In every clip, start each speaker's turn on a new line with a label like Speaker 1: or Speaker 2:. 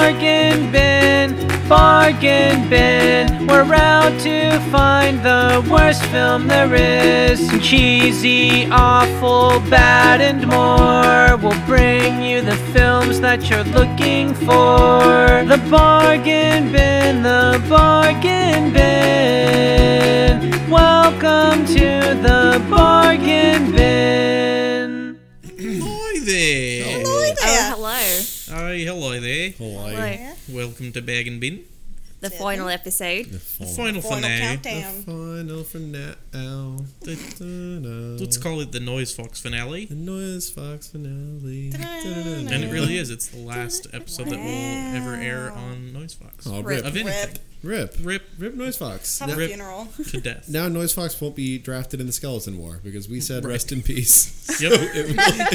Speaker 1: bargain bin, bargain bin. We're out to find the worst film there is. Cheesy, awful, bad, and more. We'll bring you the films that you're looking for. The bargain bin, the bargain bin. Welcome to the bargain bin.
Speaker 2: Hi there.
Speaker 3: Hi there.
Speaker 4: Oh, hello.
Speaker 2: Hi, hello there.
Speaker 4: Hello.
Speaker 2: Welcome to Bag and Bin.
Speaker 4: The final episode.
Speaker 2: Final, for
Speaker 3: Final
Speaker 2: now.
Speaker 3: countdown.
Speaker 5: Final for now.
Speaker 2: Let's
Speaker 5: Let's
Speaker 2: call it the Noise Fox finale.
Speaker 5: the noise fox finale. Da-da-da.
Speaker 2: And it really is. It's the last episode that will ever air on Noise Fox.
Speaker 5: Oh, rip.
Speaker 2: Of anything.
Speaker 3: Rip.
Speaker 5: Rip.
Speaker 2: Rip
Speaker 5: Rip Noise Fox.
Speaker 3: Have
Speaker 5: Now,
Speaker 3: a funeral.
Speaker 2: to death.
Speaker 5: now Noise Fox won't be drafted in the Skeleton War because we said rest in peace.
Speaker 2: Yep.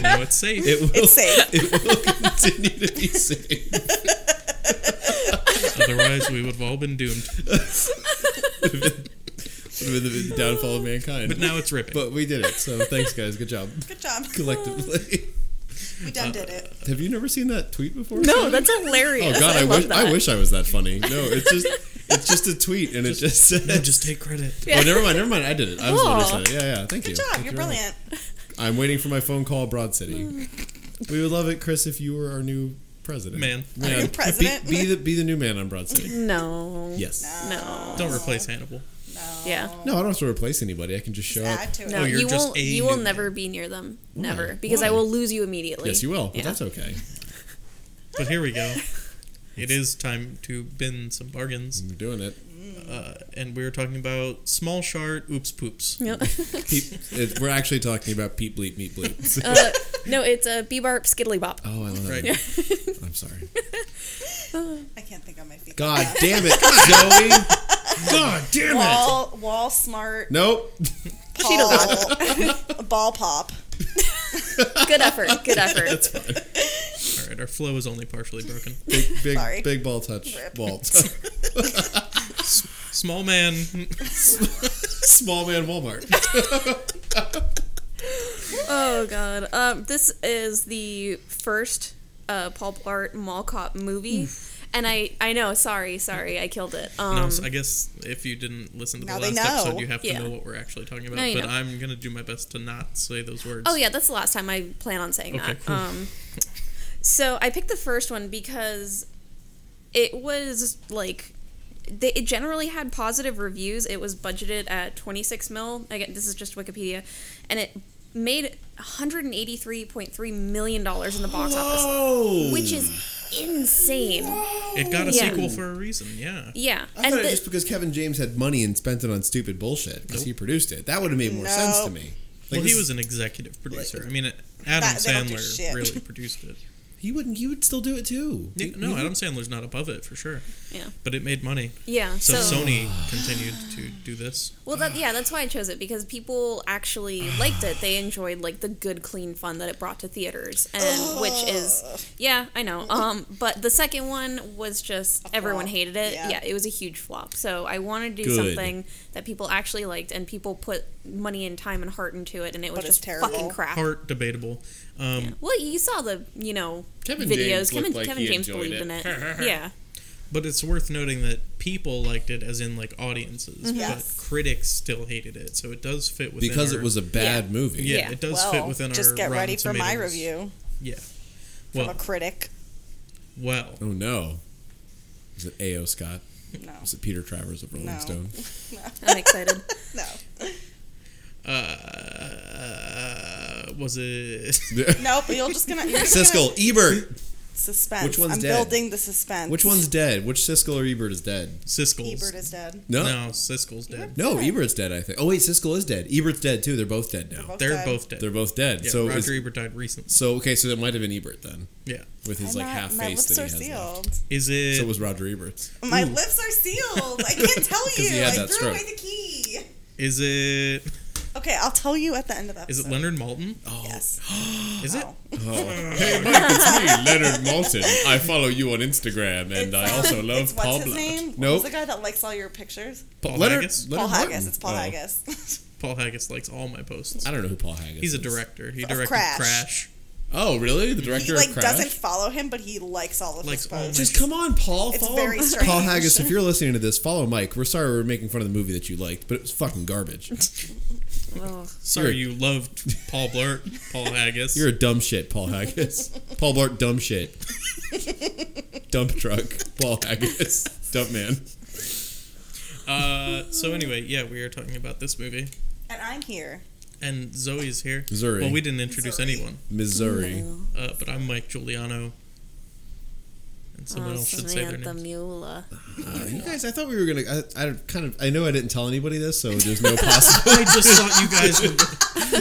Speaker 2: now it's safe.
Speaker 5: It will,
Speaker 3: It's safe.
Speaker 5: it will continue to be safe.
Speaker 2: Otherwise, we would have all been doomed.
Speaker 5: With the downfall of mankind.
Speaker 2: But now it's ripping.
Speaker 5: But we did it. So thanks, guys. Good job.
Speaker 3: Good job.
Speaker 5: Collectively. Uh,
Speaker 3: We done did it.
Speaker 5: Have you never seen that tweet before?
Speaker 4: No,
Speaker 5: Sam?
Speaker 4: that's
Speaker 5: Oh
Speaker 4: hilarious.
Speaker 5: God, I,
Speaker 4: I, love
Speaker 5: wish
Speaker 4: that.
Speaker 5: I wish I was that funny. No, it's just it's just a tweet and it just said.
Speaker 2: No, Uh, just take credit.
Speaker 5: Oh, never mind, never mind. I did it. I was the one who said it. Yeah, yeah. Thank you.
Speaker 3: Good job.
Speaker 5: Thank
Speaker 3: You're
Speaker 5: you very much.
Speaker 3: brilliant.
Speaker 5: I'm waiting for my phone call, Broad City. we would love it, Chris, if you were our new president.
Speaker 2: Man.
Speaker 5: man.
Speaker 3: new president.
Speaker 5: Be, be the be the new man on Broad
Speaker 4: Mm-hmm.
Speaker 5: City.
Speaker 4: No.
Speaker 5: Yes.
Speaker 4: No.
Speaker 2: Don't replace Hannibal.
Speaker 4: Yeah.
Speaker 5: No, I don't have to replace anybody. I can just show up.
Speaker 3: Add to it.
Speaker 4: No,
Speaker 2: Oh, you're
Speaker 4: you
Speaker 2: just
Speaker 4: will
Speaker 2: a
Speaker 4: you will
Speaker 2: new
Speaker 4: never be near them. Never.
Speaker 5: Why?
Speaker 4: Because I
Speaker 5: Why?
Speaker 4: will lose you immediately.
Speaker 5: Yes, you will. But
Speaker 4: Yeah.
Speaker 5: that's okay.
Speaker 2: But here we go. It is time to bin some bargains.
Speaker 5: We're doing it.
Speaker 2: Uh, and we were talking about small shard oops poops.
Speaker 4: Yep.
Speaker 5: Peep, it. We're actually talking about peep bleep meep bleep.
Speaker 4: uh, no, it's a bebop skiddly bop.
Speaker 5: oh, I love that.
Speaker 2: Right.
Speaker 5: I'm sorry.
Speaker 3: I can't think on my feet.
Speaker 5: God damn it, Joey. God damn it.
Speaker 3: Wall, wall smart.
Speaker 5: Nope.
Speaker 3: Ball, ball pop.
Speaker 4: Good effort. Good effort.
Speaker 2: All right, our flow is only partially broken.
Speaker 5: Big big
Speaker 3: Sorry.
Speaker 5: big ball touch.
Speaker 3: Rip.
Speaker 5: Wall touch.
Speaker 2: Small man.
Speaker 5: Small man Walmart.
Speaker 4: oh god. Um, this is the first uh, Paul Blart Mall Cop movie. And I, I know, sorry, sorry, I killed it. Um,
Speaker 2: No, so I guess if you didn't listen to the
Speaker 3: Now they
Speaker 2: last
Speaker 3: know.
Speaker 2: episode, you have to
Speaker 4: Yeah.
Speaker 2: know what we're actually talking about.
Speaker 4: No, you
Speaker 2: but
Speaker 4: know.
Speaker 2: I'm gonna do my best to not say those words.
Speaker 4: Oh yeah, that's the last time I plan on saying
Speaker 2: Okay,
Speaker 4: that.
Speaker 2: cool.
Speaker 4: Um, so I picked the first one because it was like they it generally had positive reviews. It was budgeted at 26 mil. Again, this is just Wikipedia, and it made 183.3 million dollars in the box office,
Speaker 5: Oh.
Speaker 4: which is insane.
Speaker 2: It got a
Speaker 4: Yeah.
Speaker 2: sequel for a reason. Yeah.
Speaker 4: Yeah,
Speaker 5: I thought
Speaker 4: the-
Speaker 5: it just because Kevin James had money and spent it on stupid bullshit because he produced it. That would have made more
Speaker 3: No.
Speaker 5: sense to me. Like
Speaker 2: Well, he
Speaker 5: this-
Speaker 2: was an executive producer. I mean, it- Adam
Speaker 3: That- they don't do
Speaker 2: Sandler
Speaker 3: shit.
Speaker 2: really produced it.
Speaker 5: He wouldn't. He would still do it too.
Speaker 2: Yeah, no, Adam Sandler's not above it for sure.
Speaker 4: Yeah.
Speaker 2: But it made money.
Speaker 4: yeah.
Speaker 2: So,
Speaker 4: So,
Speaker 2: Sony continued to do this.
Speaker 4: well, that yeah, that's why I chose it because people actually liked it. They enjoyed like the good, clean fun that it brought to theaters, and which is yeah, I know. Um, but the second one was just everyone
Speaker 3: flop.
Speaker 4: hated it.
Speaker 3: Yeah.
Speaker 4: Yeah. it was a huge flop. So I wanted to do
Speaker 5: Good.
Speaker 4: something that people actually liked, and people put money and time and heart into it, and it was
Speaker 3: it's
Speaker 4: just
Speaker 3: terrible.
Speaker 4: fucking crap.
Speaker 2: Part debatable. Um,
Speaker 4: Well, you saw the you know
Speaker 5: Kevin James
Speaker 4: videos. Kevin,
Speaker 5: looked like
Speaker 4: Kevin
Speaker 5: he
Speaker 4: James
Speaker 5: enjoyed
Speaker 4: believed
Speaker 5: it.
Speaker 4: in it. yeah.
Speaker 2: But it's worth noting that people liked it, as in like audiences,
Speaker 3: Mm-hmm. Yes.
Speaker 2: but critics still hated it. So it does fit within
Speaker 5: because
Speaker 2: our-
Speaker 5: it was a bad movie.
Speaker 2: yeah,
Speaker 4: Yeah.
Speaker 2: it does
Speaker 3: well,
Speaker 2: fit within
Speaker 3: just
Speaker 2: our
Speaker 3: get
Speaker 2: Rotten
Speaker 3: ready for my
Speaker 2: Tomatoes.
Speaker 3: review
Speaker 2: Yeah.
Speaker 3: from a
Speaker 2: Well,
Speaker 3: critic.
Speaker 2: well,
Speaker 5: Oh no. Is it A.O. Scott?
Speaker 3: No,
Speaker 5: Is it Peter Travers of Rolling
Speaker 3: No.
Speaker 5: Stone?
Speaker 4: I'm excited.
Speaker 3: no.
Speaker 2: uh, was it?
Speaker 3: Nope. You're just gonna. You're just gonna
Speaker 5: Siskel, Ebert.
Speaker 3: suspense.
Speaker 5: Which one's
Speaker 3: I'm
Speaker 5: dead?
Speaker 3: building the suspense.
Speaker 5: Which one's dead? Which Siskel or Ebert is dead?
Speaker 2: Siskel's.
Speaker 3: Ebert is dead.
Speaker 5: No.
Speaker 2: No, Siskel's dead.
Speaker 5: No, Ebert's dead. I think. Oh wait, Siskel is dead. Ebert's dead too. They're both dead now.
Speaker 3: Both
Speaker 2: They're
Speaker 3: dead.
Speaker 2: both dead.
Speaker 5: They're both dead.
Speaker 2: yeah,
Speaker 5: so
Speaker 2: Roger
Speaker 5: is-
Speaker 2: Ebert died recently.
Speaker 5: so okay. So that might have been Ebert then,
Speaker 2: Yeah.
Speaker 5: with his
Speaker 3: I'm
Speaker 5: like
Speaker 3: not-
Speaker 5: half
Speaker 3: my
Speaker 5: face
Speaker 3: lips
Speaker 5: that he
Speaker 3: are
Speaker 5: has. Left.
Speaker 3: sealed.
Speaker 2: Is
Speaker 5: So
Speaker 2: it?
Speaker 5: it was Roger Ebert's.
Speaker 3: My lips are sealed. I can't tell
Speaker 5: 'Cause
Speaker 3: you.
Speaker 5: he had
Speaker 3: I
Speaker 5: that
Speaker 3: threw
Speaker 5: stroke.
Speaker 3: away the key.
Speaker 2: is it?
Speaker 3: Okay, I'll tell you at the end of the
Speaker 2: Is
Speaker 3: episode.
Speaker 2: it Leonard Malton?
Speaker 5: Oh.
Speaker 3: Yes.
Speaker 2: Is it?
Speaker 5: Hey, Mike, it's me, Leonard Malton. I follow you on Instagram, and I also love
Speaker 3: It's what's
Speaker 5: Paul
Speaker 3: his
Speaker 5: Blart.
Speaker 3: name? Who's
Speaker 5: Nope.
Speaker 3: the guy that likes all your pictures?
Speaker 2: Paul
Speaker 5: Leonard,
Speaker 2: Haggis.
Speaker 5: Leonard
Speaker 3: Paul
Speaker 5: Martin.
Speaker 3: Haggis. It's Paul
Speaker 5: Oh.
Speaker 3: Haggis.
Speaker 2: Paul Haggis likes all my posts.
Speaker 5: I don't know who Paul Haggis.
Speaker 2: He's a
Speaker 5: is.
Speaker 2: director. He directed
Speaker 3: Crash.
Speaker 2: Crash.
Speaker 5: Oh, really? The director
Speaker 3: He
Speaker 5: of
Speaker 3: like
Speaker 5: Crash?
Speaker 3: doesn't follow him, but he likes all of
Speaker 2: Likes
Speaker 3: his
Speaker 2: all of
Speaker 3: posts.
Speaker 5: Just come on, Paul.
Speaker 3: It's
Speaker 5: follow
Speaker 3: very strange.
Speaker 5: Paul Haggis, if you're listening to this, follow Mike. We're sorry we're making fun of the movie that you liked, but it was fucking garbage.
Speaker 4: Ugh.
Speaker 2: Sorry, you loved Paul Blart, Paul Haggis.
Speaker 5: You're a dumb shit, Paul Haggis. Paul Blart, dumb shit. Dump truck, Paul Haggis. Dump man.
Speaker 2: uh, so anyway, yeah, we are talking about this movie,
Speaker 3: and I'm here.
Speaker 2: and Zoe's here.
Speaker 5: Zuri.
Speaker 2: Well, we didn't introduce
Speaker 3: Zuri.
Speaker 2: anyone,
Speaker 5: Missouri.
Speaker 2: uh, but I'm Mike Giuliano, and someone else should say their
Speaker 4: Oh, Samantha
Speaker 2: names.
Speaker 4: Mula.
Speaker 5: Uh, you guys, I thought we were gonna. I, I kind of. I know I didn't tell anybody this, so there's no possible.
Speaker 2: I just thought you guys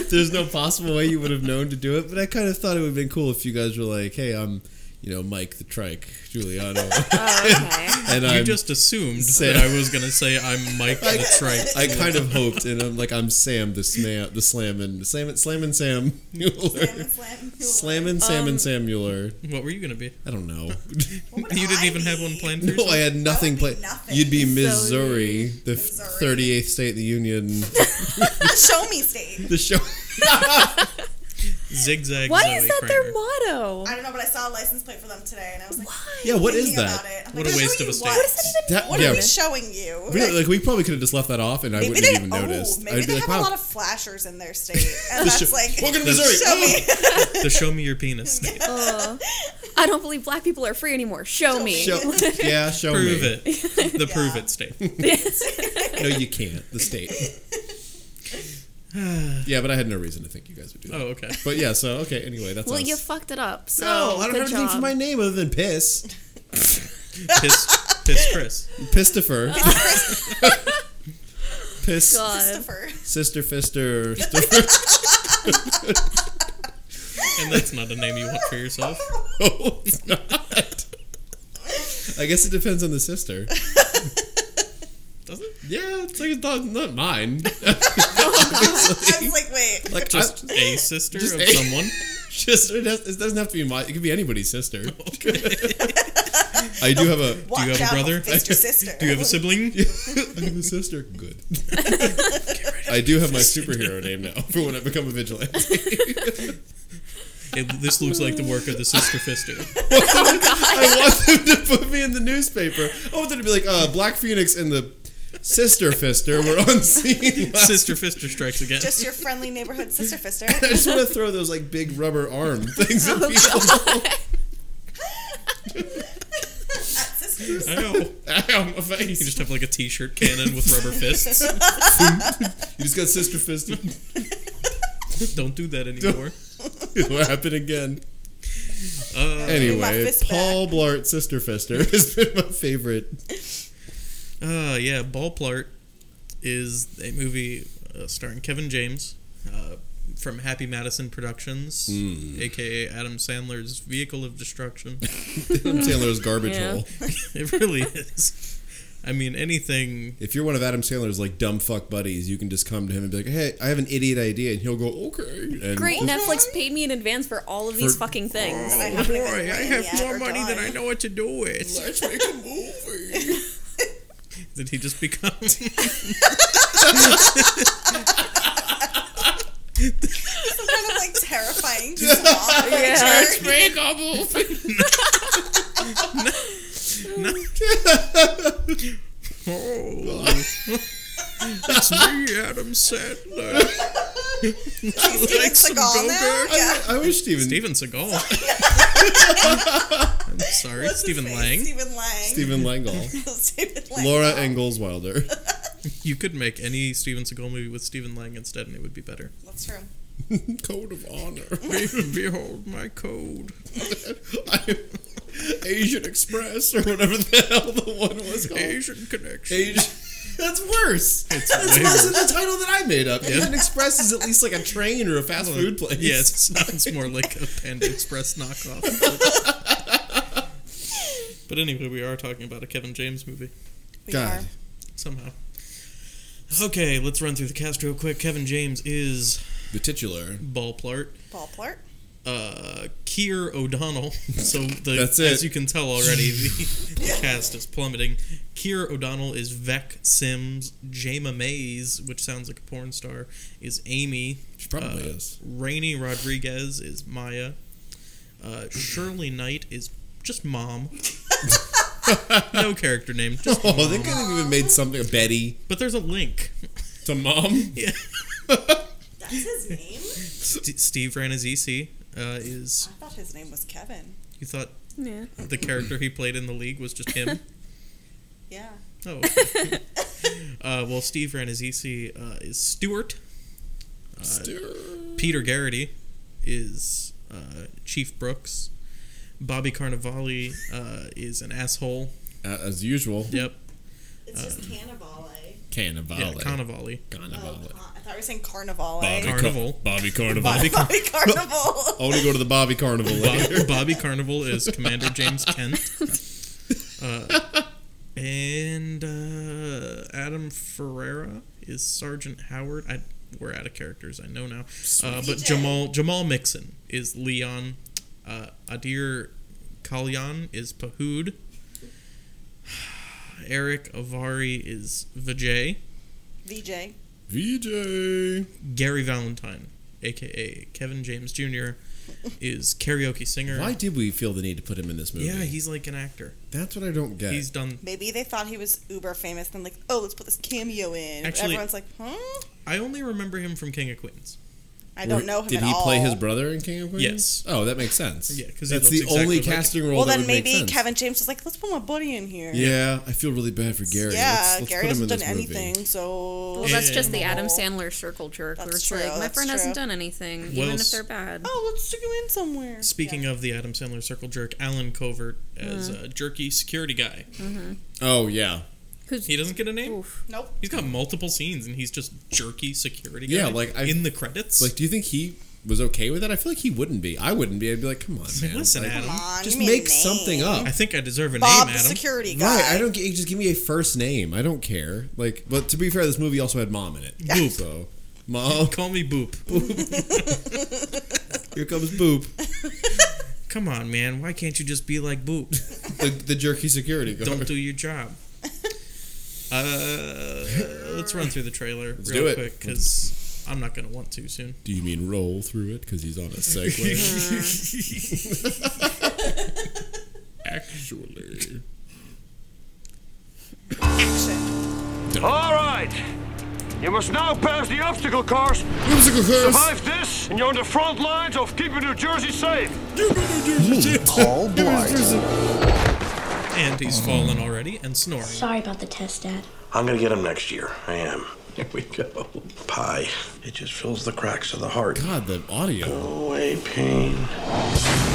Speaker 2: were.
Speaker 5: there's no possible way you would have known to do it. But I kind of thought it would have been cool if you guys were like, "Hey, I'm, you know, Mike the Trike Giuliano,
Speaker 4: Oh, okay.
Speaker 5: and
Speaker 2: You
Speaker 5: I'm."
Speaker 2: just assumed
Speaker 5: Sam.
Speaker 2: that I was gonna say I'm Mike
Speaker 5: I-
Speaker 2: the Trike.
Speaker 5: I kind of hoped, and I'm like, I'm Sam the Slam, the Slammin, Slam, Slammin Sam
Speaker 3: Slam
Speaker 5: Mueller,
Speaker 3: and slam.
Speaker 5: Slammin Sam and Sam Mueller.
Speaker 2: What were you gonna be?
Speaker 5: I don't know.
Speaker 3: What would
Speaker 2: You didn't
Speaker 3: I
Speaker 2: even have
Speaker 3: be?
Speaker 2: one planned for
Speaker 5: No,
Speaker 2: yourself.
Speaker 5: I had nothing
Speaker 3: would be
Speaker 5: planned.
Speaker 3: nothing.
Speaker 5: You'd be Missouri, the f-
Speaker 3: Missouri.
Speaker 5: 38th state in the union.
Speaker 3: The show me state.
Speaker 5: The show.
Speaker 2: Zigzag.
Speaker 4: Why
Speaker 2: Zoe
Speaker 4: is that
Speaker 2: Kramer.
Speaker 4: their motto?
Speaker 3: I don't know, but I saw a license plate for them today, and I was like,
Speaker 5: Yeah, what is
Speaker 3: thinking
Speaker 5: that?
Speaker 3: about it. I'm
Speaker 2: What
Speaker 3: like,
Speaker 2: a
Speaker 3: I'll
Speaker 2: waste of
Speaker 3: show
Speaker 2: a
Speaker 3: you
Speaker 2: state.
Speaker 3: What,
Speaker 4: What does that even
Speaker 5: That-
Speaker 3: what
Speaker 5: yeah.
Speaker 3: are we showing you?
Speaker 5: Really, like we probably could have just left that off, and I wouldn't
Speaker 3: they-
Speaker 5: have even noticed.
Speaker 3: Oh,
Speaker 5: I'd
Speaker 3: maybe
Speaker 5: be
Speaker 3: they
Speaker 5: like,
Speaker 3: have
Speaker 5: wow.
Speaker 3: a lot of flashers in their state, and
Speaker 5: The
Speaker 3: that's
Speaker 5: show-
Speaker 3: like
Speaker 5: Welcome
Speaker 2: The-
Speaker 5: to Missouri.
Speaker 3: show me.
Speaker 2: The show me your penis. Nate.
Speaker 4: Ugh. I don't believe black people are free anymore. Show me.
Speaker 5: Show, yeah, show
Speaker 2: prove
Speaker 5: me.
Speaker 2: it. The prove
Speaker 3: Yeah.
Speaker 2: it state.
Speaker 5: No, you can't. The state. yeah, but I had no reason to think you guys would do that.
Speaker 2: Oh, okay.
Speaker 5: But yeah, so okay. Anyway, that's
Speaker 4: well,
Speaker 5: us.
Speaker 4: you fucked it up. So
Speaker 5: no, I don't
Speaker 4: good
Speaker 5: have anything
Speaker 4: job.
Speaker 5: for my name other than piss.
Speaker 2: Piss, piss Chris.
Speaker 5: Pistifer. piss.
Speaker 4: God.
Speaker 3: Christopher.
Speaker 5: Sister Fister. Stifer.
Speaker 2: And that's not a name you want for yourself.
Speaker 5: No, it's not. I guess it depends on the sister.
Speaker 2: Does it?
Speaker 5: Yeah, it's like it's not, not mine.
Speaker 3: I was like, wait.
Speaker 5: Like just,
Speaker 2: Just a sister
Speaker 5: just
Speaker 2: of
Speaker 5: a-
Speaker 2: someone.
Speaker 5: just it, has, it doesn't have to be my. It could be anybody's sister.
Speaker 2: Okay.
Speaker 5: I do have a.
Speaker 3: Watch
Speaker 2: you have a
Speaker 3: out,
Speaker 2: brother?
Speaker 3: Fist your sister.
Speaker 2: Do you have a sibling?
Speaker 5: I have a sister. Good. I do have my superhero name now for when I become a vigilante.
Speaker 2: It- this looks like the work of the sister fister.
Speaker 5: I want them to put me in the newspaper. I want them to be like uh, Black Phoenix and the Sister Fister were on scene. last
Speaker 2: Sister fister strikes again.
Speaker 3: Just your friendly neighborhood sister fister.
Speaker 5: I just want to throw those like big rubber arm things at people.
Speaker 2: I know.
Speaker 5: Ow, my face.
Speaker 2: You just have like a t-shirt cannon with rubber fists.
Speaker 5: You just got sister fisted.
Speaker 2: Don't do that anymore.
Speaker 5: It'll happen again.
Speaker 2: Uh,
Speaker 3: My
Speaker 5: Anyway,
Speaker 3: fist back.
Speaker 5: Paul Blart Sister Fister has been my favorite.
Speaker 2: uh, yeah, Ball Plart is a movie uh, starring Kevin James uh, from Happy Madison Productions, aka Adam Sandler's Vehicle of Destruction.
Speaker 5: Adam Sandler's garbage
Speaker 4: Yeah.
Speaker 5: hole.
Speaker 2: It really is. I mean, anything.
Speaker 5: If you're one of Adam Sandler's like dumb fuck buddies, you can just come to him and be like, "Hey, I have an idiot idea," and he'll go, "Okay." And
Speaker 4: Great, Netflix paid me in advance for all of these
Speaker 5: For-
Speaker 4: fucking things.
Speaker 3: I haven't even written yet or gone.
Speaker 2: know what to do with.
Speaker 5: Let's make a movie.
Speaker 2: Did he just become?
Speaker 3: Some kind of like terrifying swamp
Speaker 4: Yeah.
Speaker 3: creature.
Speaker 5: make a movie.
Speaker 2: oh, it's me, Adam Sandler.
Speaker 3: She's doing
Speaker 2: Like some
Speaker 3: Seagal now.
Speaker 2: go-go.
Speaker 3: oh, Yeah.
Speaker 5: I, I wish Steven.
Speaker 2: Steven Seagal. I'm sorry,
Speaker 3: What's his
Speaker 2: Stephen
Speaker 3: name?
Speaker 2: Lang.
Speaker 3: Stephen Lang.
Speaker 5: Steven Langle.
Speaker 3: Stephen Lang.
Speaker 5: Laura Engels Wilder.
Speaker 2: You could make any Steven Seagal movie with Stephen Lang instead, and it would be better.
Speaker 3: That's true.
Speaker 5: Code of honor.
Speaker 2: Behold my code.
Speaker 5: I- Asian Express or whatever the hell the one was called.
Speaker 2: Asian connection.
Speaker 5: Asian. That's worse. That's
Speaker 2: way
Speaker 5: worse than the title that I made up. Asian Express is at least like a train or a fast food place.
Speaker 2: Yeah, it sounds more like a Panda Express knockoff. but anyway, we are talking about a Kevin James movie
Speaker 3: We
Speaker 5: God.
Speaker 3: are.
Speaker 2: somehow. Okay, let's run through the cast real quick. Kevin James is
Speaker 5: The titular.
Speaker 2: Ball Plart.
Speaker 3: Paul Plart.
Speaker 2: Uh, Keir O'Donnell. So the,
Speaker 5: That's
Speaker 2: as
Speaker 5: it.
Speaker 2: you can tell already, the, the cast is plummeting. Keir O'Donnell is Vec Sims. Jama Mays, which sounds like a porn star, is Amy.
Speaker 5: She probably
Speaker 2: Uh,
Speaker 5: is.
Speaker 2: Rainey Rodriguez is Maya. Uh, Shirley Knight is just mom. no character name. Just
Speaker 5: Oh, they could have even made something. Betty
Speaker 2: but there's a link.
Speaker 5: to mom.
Speaker 2: Yeah.
Speaker 3: That's his name?
Speaker 2: St- Steve ran as EC. Uh, is
Speaker 3: I thought his name was Kevin.
Speaker 2: you thought
Speaker 4: Yeah.
Speaker 2: the character he played in the league was just him?
Speaker 3: Yeah.
Speaker 2: Oh. okay. uh, well, Steve ran as EC uh, is Stewart. Peter Garrity is uh, Chief Brooks. Bobby Carnivale uh, is an asshole.
Speaker 5: Uh, as usual,
Speaker 2: Yep.
Speaker 3: It's just
Speaker 5: Uh,
Speaker 3: Cannavale.
Speaker 5: Cannavale.
Speaker 2: Yeah, Carnivale.
Speaker 3: Oh,
Speaker 5: Cannavale.
Speaker 3: Ca- I thought we were saying Carnivale.
Speaker 5: Bobby Car-
Speaker 2: Carnival.
Speaker 5: Bobby Oh. Carnival.
Speaker 2: Bobby, Car-
Speaker 3: Bobby Carnival.
Speaker 5: I want to go to the Bobby Carnival later.
Speaker 2: Bob- Bobby Carnival is Commander James Kent. Uh, and uh, Adam Ferreira is Sergeant Howard. I, we're out of characters, I know now. Uh, but Jamal Jamal Mixon is Leon. Uh, Adir Kalyan is Pahood. Eric Avari is Vijay.
Speaker 3: VJ.
Speaker 5: VJ.
Speaker 2: Gary Valentine, aka Kevin James Jr., is karaoke singer.
Speaker 5: Why did we feel the need to put him in this movie?
Speaker 2: Yeah, he's like an actor.
Speaker 5: That's what I don't get.
Speaker 2: He's done
Speaker 3: Maybe they thought he was uber famous and like, oh, let's put this cameo in. But
Speaker 2: Actually-
Speaker 3: Everyone's like, hmm?
Speaker 2: I only remember him from King of Queens.
Speaker 3: I don't know him
Speaker 5: Did
Speaker 3: at
Speaker 5: he
Speaker 3: all.
Speaker 5: play his brother in King of Queens?
Speaker 2: Yes.
Speaker 5: Oh, that makes sense.
Speaker 2: Yeah, 'cause he
Speaker 5: that's the
Speaker 2: looks exactly
Speaker 5: only
Speaker 2: like him.
Speaker 5: casting role.
Speaker 3: Well,
Speaker 5: that
Speaker 3: then
Speaker 5: would make
Speaker 3: maybe
Speaker 5: sense.
Speaker 3: Kevin James was like, let's put my buddy in here.
Speaker 5: Yeah, I feel really bad for Gary.
Speaker 3: Yeah,
Speaker 5: Let's- let's
Speaker 3: Gary
Speaker 5: put him in
Speaker 3: hasn't done
Speaker 5: this movie.
Speaker 3: anything, so.
Speaker 4: Well, that's
Speaker 2: Yeah.
Speaker 4: just the Adam
Speaker 3: Well,
Speaker 4: Sandler circle jerk, where
Speaker 3: That's
Speaker 4: it's
Speaker 3: true,
Speaker 4: like, my
Speaker 3: that's
Speaker 4: friend hasn't
Speaker 3: true.
Speaker 4: done anything,
Speaker 2: Well,
Speaker 4: even
Speaker 2: s-
Speaker 4: if they're bad.
Speaker 3: Oh, let's stick him in somewhere.
Speaker 2: Speaking of the Adam Sandler circle jerk, Alan Covert as a jerky security guy.
Speaker 5: Oh yeah,
Speaker 4: Who's,
Speaker 2: He doesn't get a name.
Speaker 4: oof.
Speaker 3: Nope.
Speaker 2: He's got multiple scenes, and he's just jerky security guy.
Speaker 5: Yeah, like, I-
Speaker 2: in the credits.
Speaker 5: like do you think he was okay with that? I feel like he wouldn't be. I wouldn't be. I'd be like, come on, man.
Speaker 2: listen,
Speaker 5: Like,
Speaker 2: Adam,
Speaker 3: Come on,
Speaker 5: just
Speaker 3: you made a
Speaker 5: make
Speaker 3: name.
Speaker 5: something up.
Speaker 2: I think I deserve a
Speaker 3: Bob,
Speaker 2: name,
Speaker 3: the
Speaker 2: Adam.
Speaker 3: security guy.
Speaker 5: Right, I don't get. Just give me a first name. I don't care. Like, but to be fair, this movie also had mom in it.
Speaker 2: Boop.
Speaker 5: So, mom,
Speaker 2: Oh, Call me Boop. Boop.
Speaker 5: here comes Boop,
Speaker 2: Come on, man. Why can't you just be like Boop?
Speaker 5: the, the jerky security guard.
Speaker 2: Don't do your job. Uh, let's run through the trailer real
Speaker 5: do it.
Speaker 2: quick because I'm not gonna want to soon.
Speaker 5: Do you mean roll through it? Because he's on a segue. Actually,
Speaker 3: Action.
Speaker 6: All right. You must now pass the obstacle course.
Speaker 5: musical curse.
Speaker 6: Survive this, and you're on the front lines of keeping New Jersey safe.
Speaker 5: All boys.
Speaker 2: And he's fallen already and snoring.
Speaker 7: Sorry about the test, Dad.
Speaker 8: I'm gonna get him next year. I am.
Speaker 9: Here we go.
Speaker 8: Pie. It just fills the cracks of the heart.
Speaker 5: God, the audio.
Speaker 8: Away pain.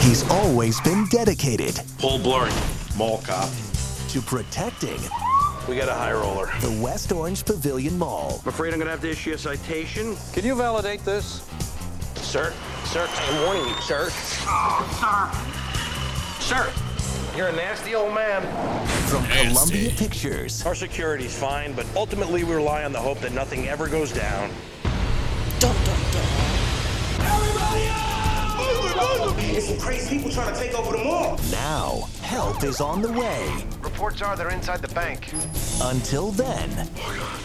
Speaker 10: He's always been dedicated
Speaker 8: Paul Blurring. Mall cop.
Speaker 10: to protecting
Speaker 8: We got a high roller.
Speaker 10: the West Orange Pavilion Mall.
Speaker 6: I'm afraid I'm gonna have to issue a citation.
Speaker 9: Can you validate this?
Speaker 8: Sir, sir, I'm warning you, sir.
Speaker 6: Oh,
Speaker 9: Sir, you're a nasty old man.
Speaker 10: From Columbia Pictures,
Speaker 8: Our security's fine, but ultimately we rely on the hope that nothing ever goes down.
Speaker 3: Dum, dum, dum.
Speaker 11: There's some crazy people trying to take over the mall.
Speaker 10: now, help is on the way.
Speaker 9: Reports are they're inside the bank.
Speaker 10: Until then,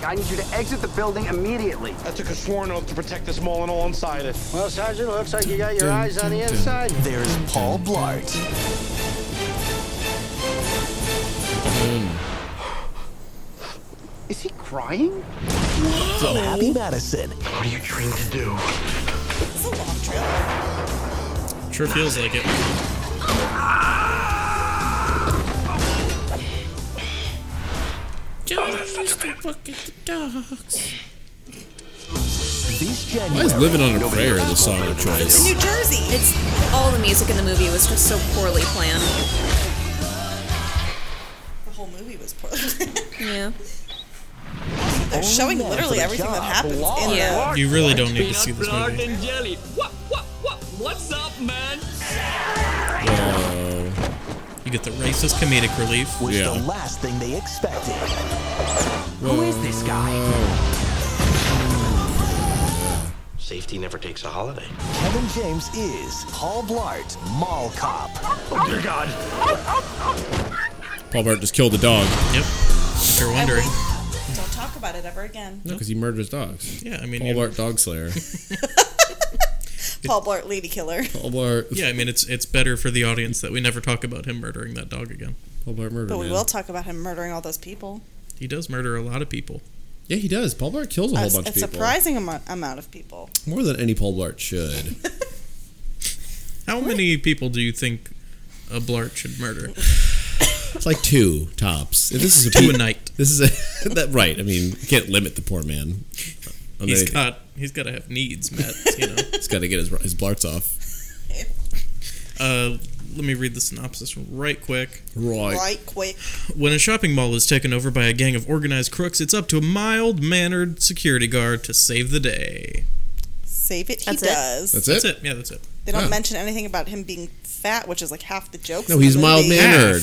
Speaker 9: I need you to exit the building immediately.
Speaker 11: I took a sworn oath to protect this mall and all inside it.
Speaker 9: Well, Sergeant, looks like you got your
Speaker 5: eyes on the inside.
Speaker 10: there's Paul Blart,
Speaker 9: Is he crying?
Speaker 10: Happy Madison,
Speaker 8: What are you trained to do?
Speaker 3: It's a long trailer.
Speaker 2: Sure feels like it.
Speaker 10: this
Speaker 5: I was
Speaker 10: January.
Speaker 5: living on a prayer. The song of choice.
Speaker 3: New Jersey.
Speaker 4: It's all the music in the movie was just so poorly planned.
Speaker 3: The whole movie was poor.
Speaker 4: Yeah.
Speaker 3: They're showing
Speaker 10: man,
Speaker 3: literally
Speaker 10: for the
Speaker 3: everything that
Speaker 10: job
Speaker 3: happens in the.
Speaker 4: Yeah.
Speaker 2: You really don't need to see this movie.
Speaker 5: Uh,
Speaker 2: You get the racist comedic relief.
Speaker 10: Was
Speaker 5: Yeah.
Speaker 10: the last thing they expected.
Speaker 5: Who is this guy?
Speaker 8: Safety never takes a holiday.
Speaker 10: Kevin James is Paul Blart, Mall Cop.
Speaker 6: Oh, dear God.
Speaker 5: Paul Bart just killed a dog.
Speaker 2: Yep. If you're wondering.
Speaker 3: Don't talk about it ever again.
Speaker 5: No, because he murders dogs.
Speaker 2: Yeah, I mean,
Speaker 5: Paul
Speaker 2: you-
Speaker 5: Bart Dog Slayer.
Speaker 3: Paul Blart, lady killer.
Speaker 5: Paul Blart.
Speaker 2: Yeah, I mean it's it's better for the audience that we never talk about him murdering that dog again.
Speaker 5: Paul Blart murder.
Speaker 3: But we
Speaker 5: man.
Speaker 3: will talk about him murdering all those people.
Speaker 2: He does murder a lot of people.
Speaker 5: Yeah, he does. Paul Blart kills a whole
Speaker 3: a,
Speaker 5: bunch
Speaker 3: a
Speaker 5: of people.
Speaker 3: surprising amo- amount of people.
Speaker 5: More than any Paul Blart should.
Speaker 2: How many people do you think a blart should murder?
Speaker 5: It's like two tops. If this is a
Speaker 2: Two a night.
Speaker 5: This is a that right. I mean, you can't limit the poor man. I
Speaker 2: He's
Speaker 5: mean,
Speaker 2: got he's got to have needs, Matt. You know.
Speaker 5: he's got to get his his blarts off.
Speaker 2: Uh, let me read the synopsis right quick.
Speaker 5: Right.
Speaker 3: Right quick.
Speaker 2: When a shopping mall is taken over by a gang of organized crooks, it's up to a mild mannered security guard to save the day.
Speaker 3: Save it, he
Speaker 4: That's it?
Speaker 3: does.
Speaker 5: That's
Speaker 2: That's
Speaker 5: it.
Speaker 2: it. Yeah, that's it.
Speaker 3: They don't
Speaker 5: Huh.
Speaker 3: mention anything about him being fat, which is like half the joke.
Speaker 5: No, he's mild mannered.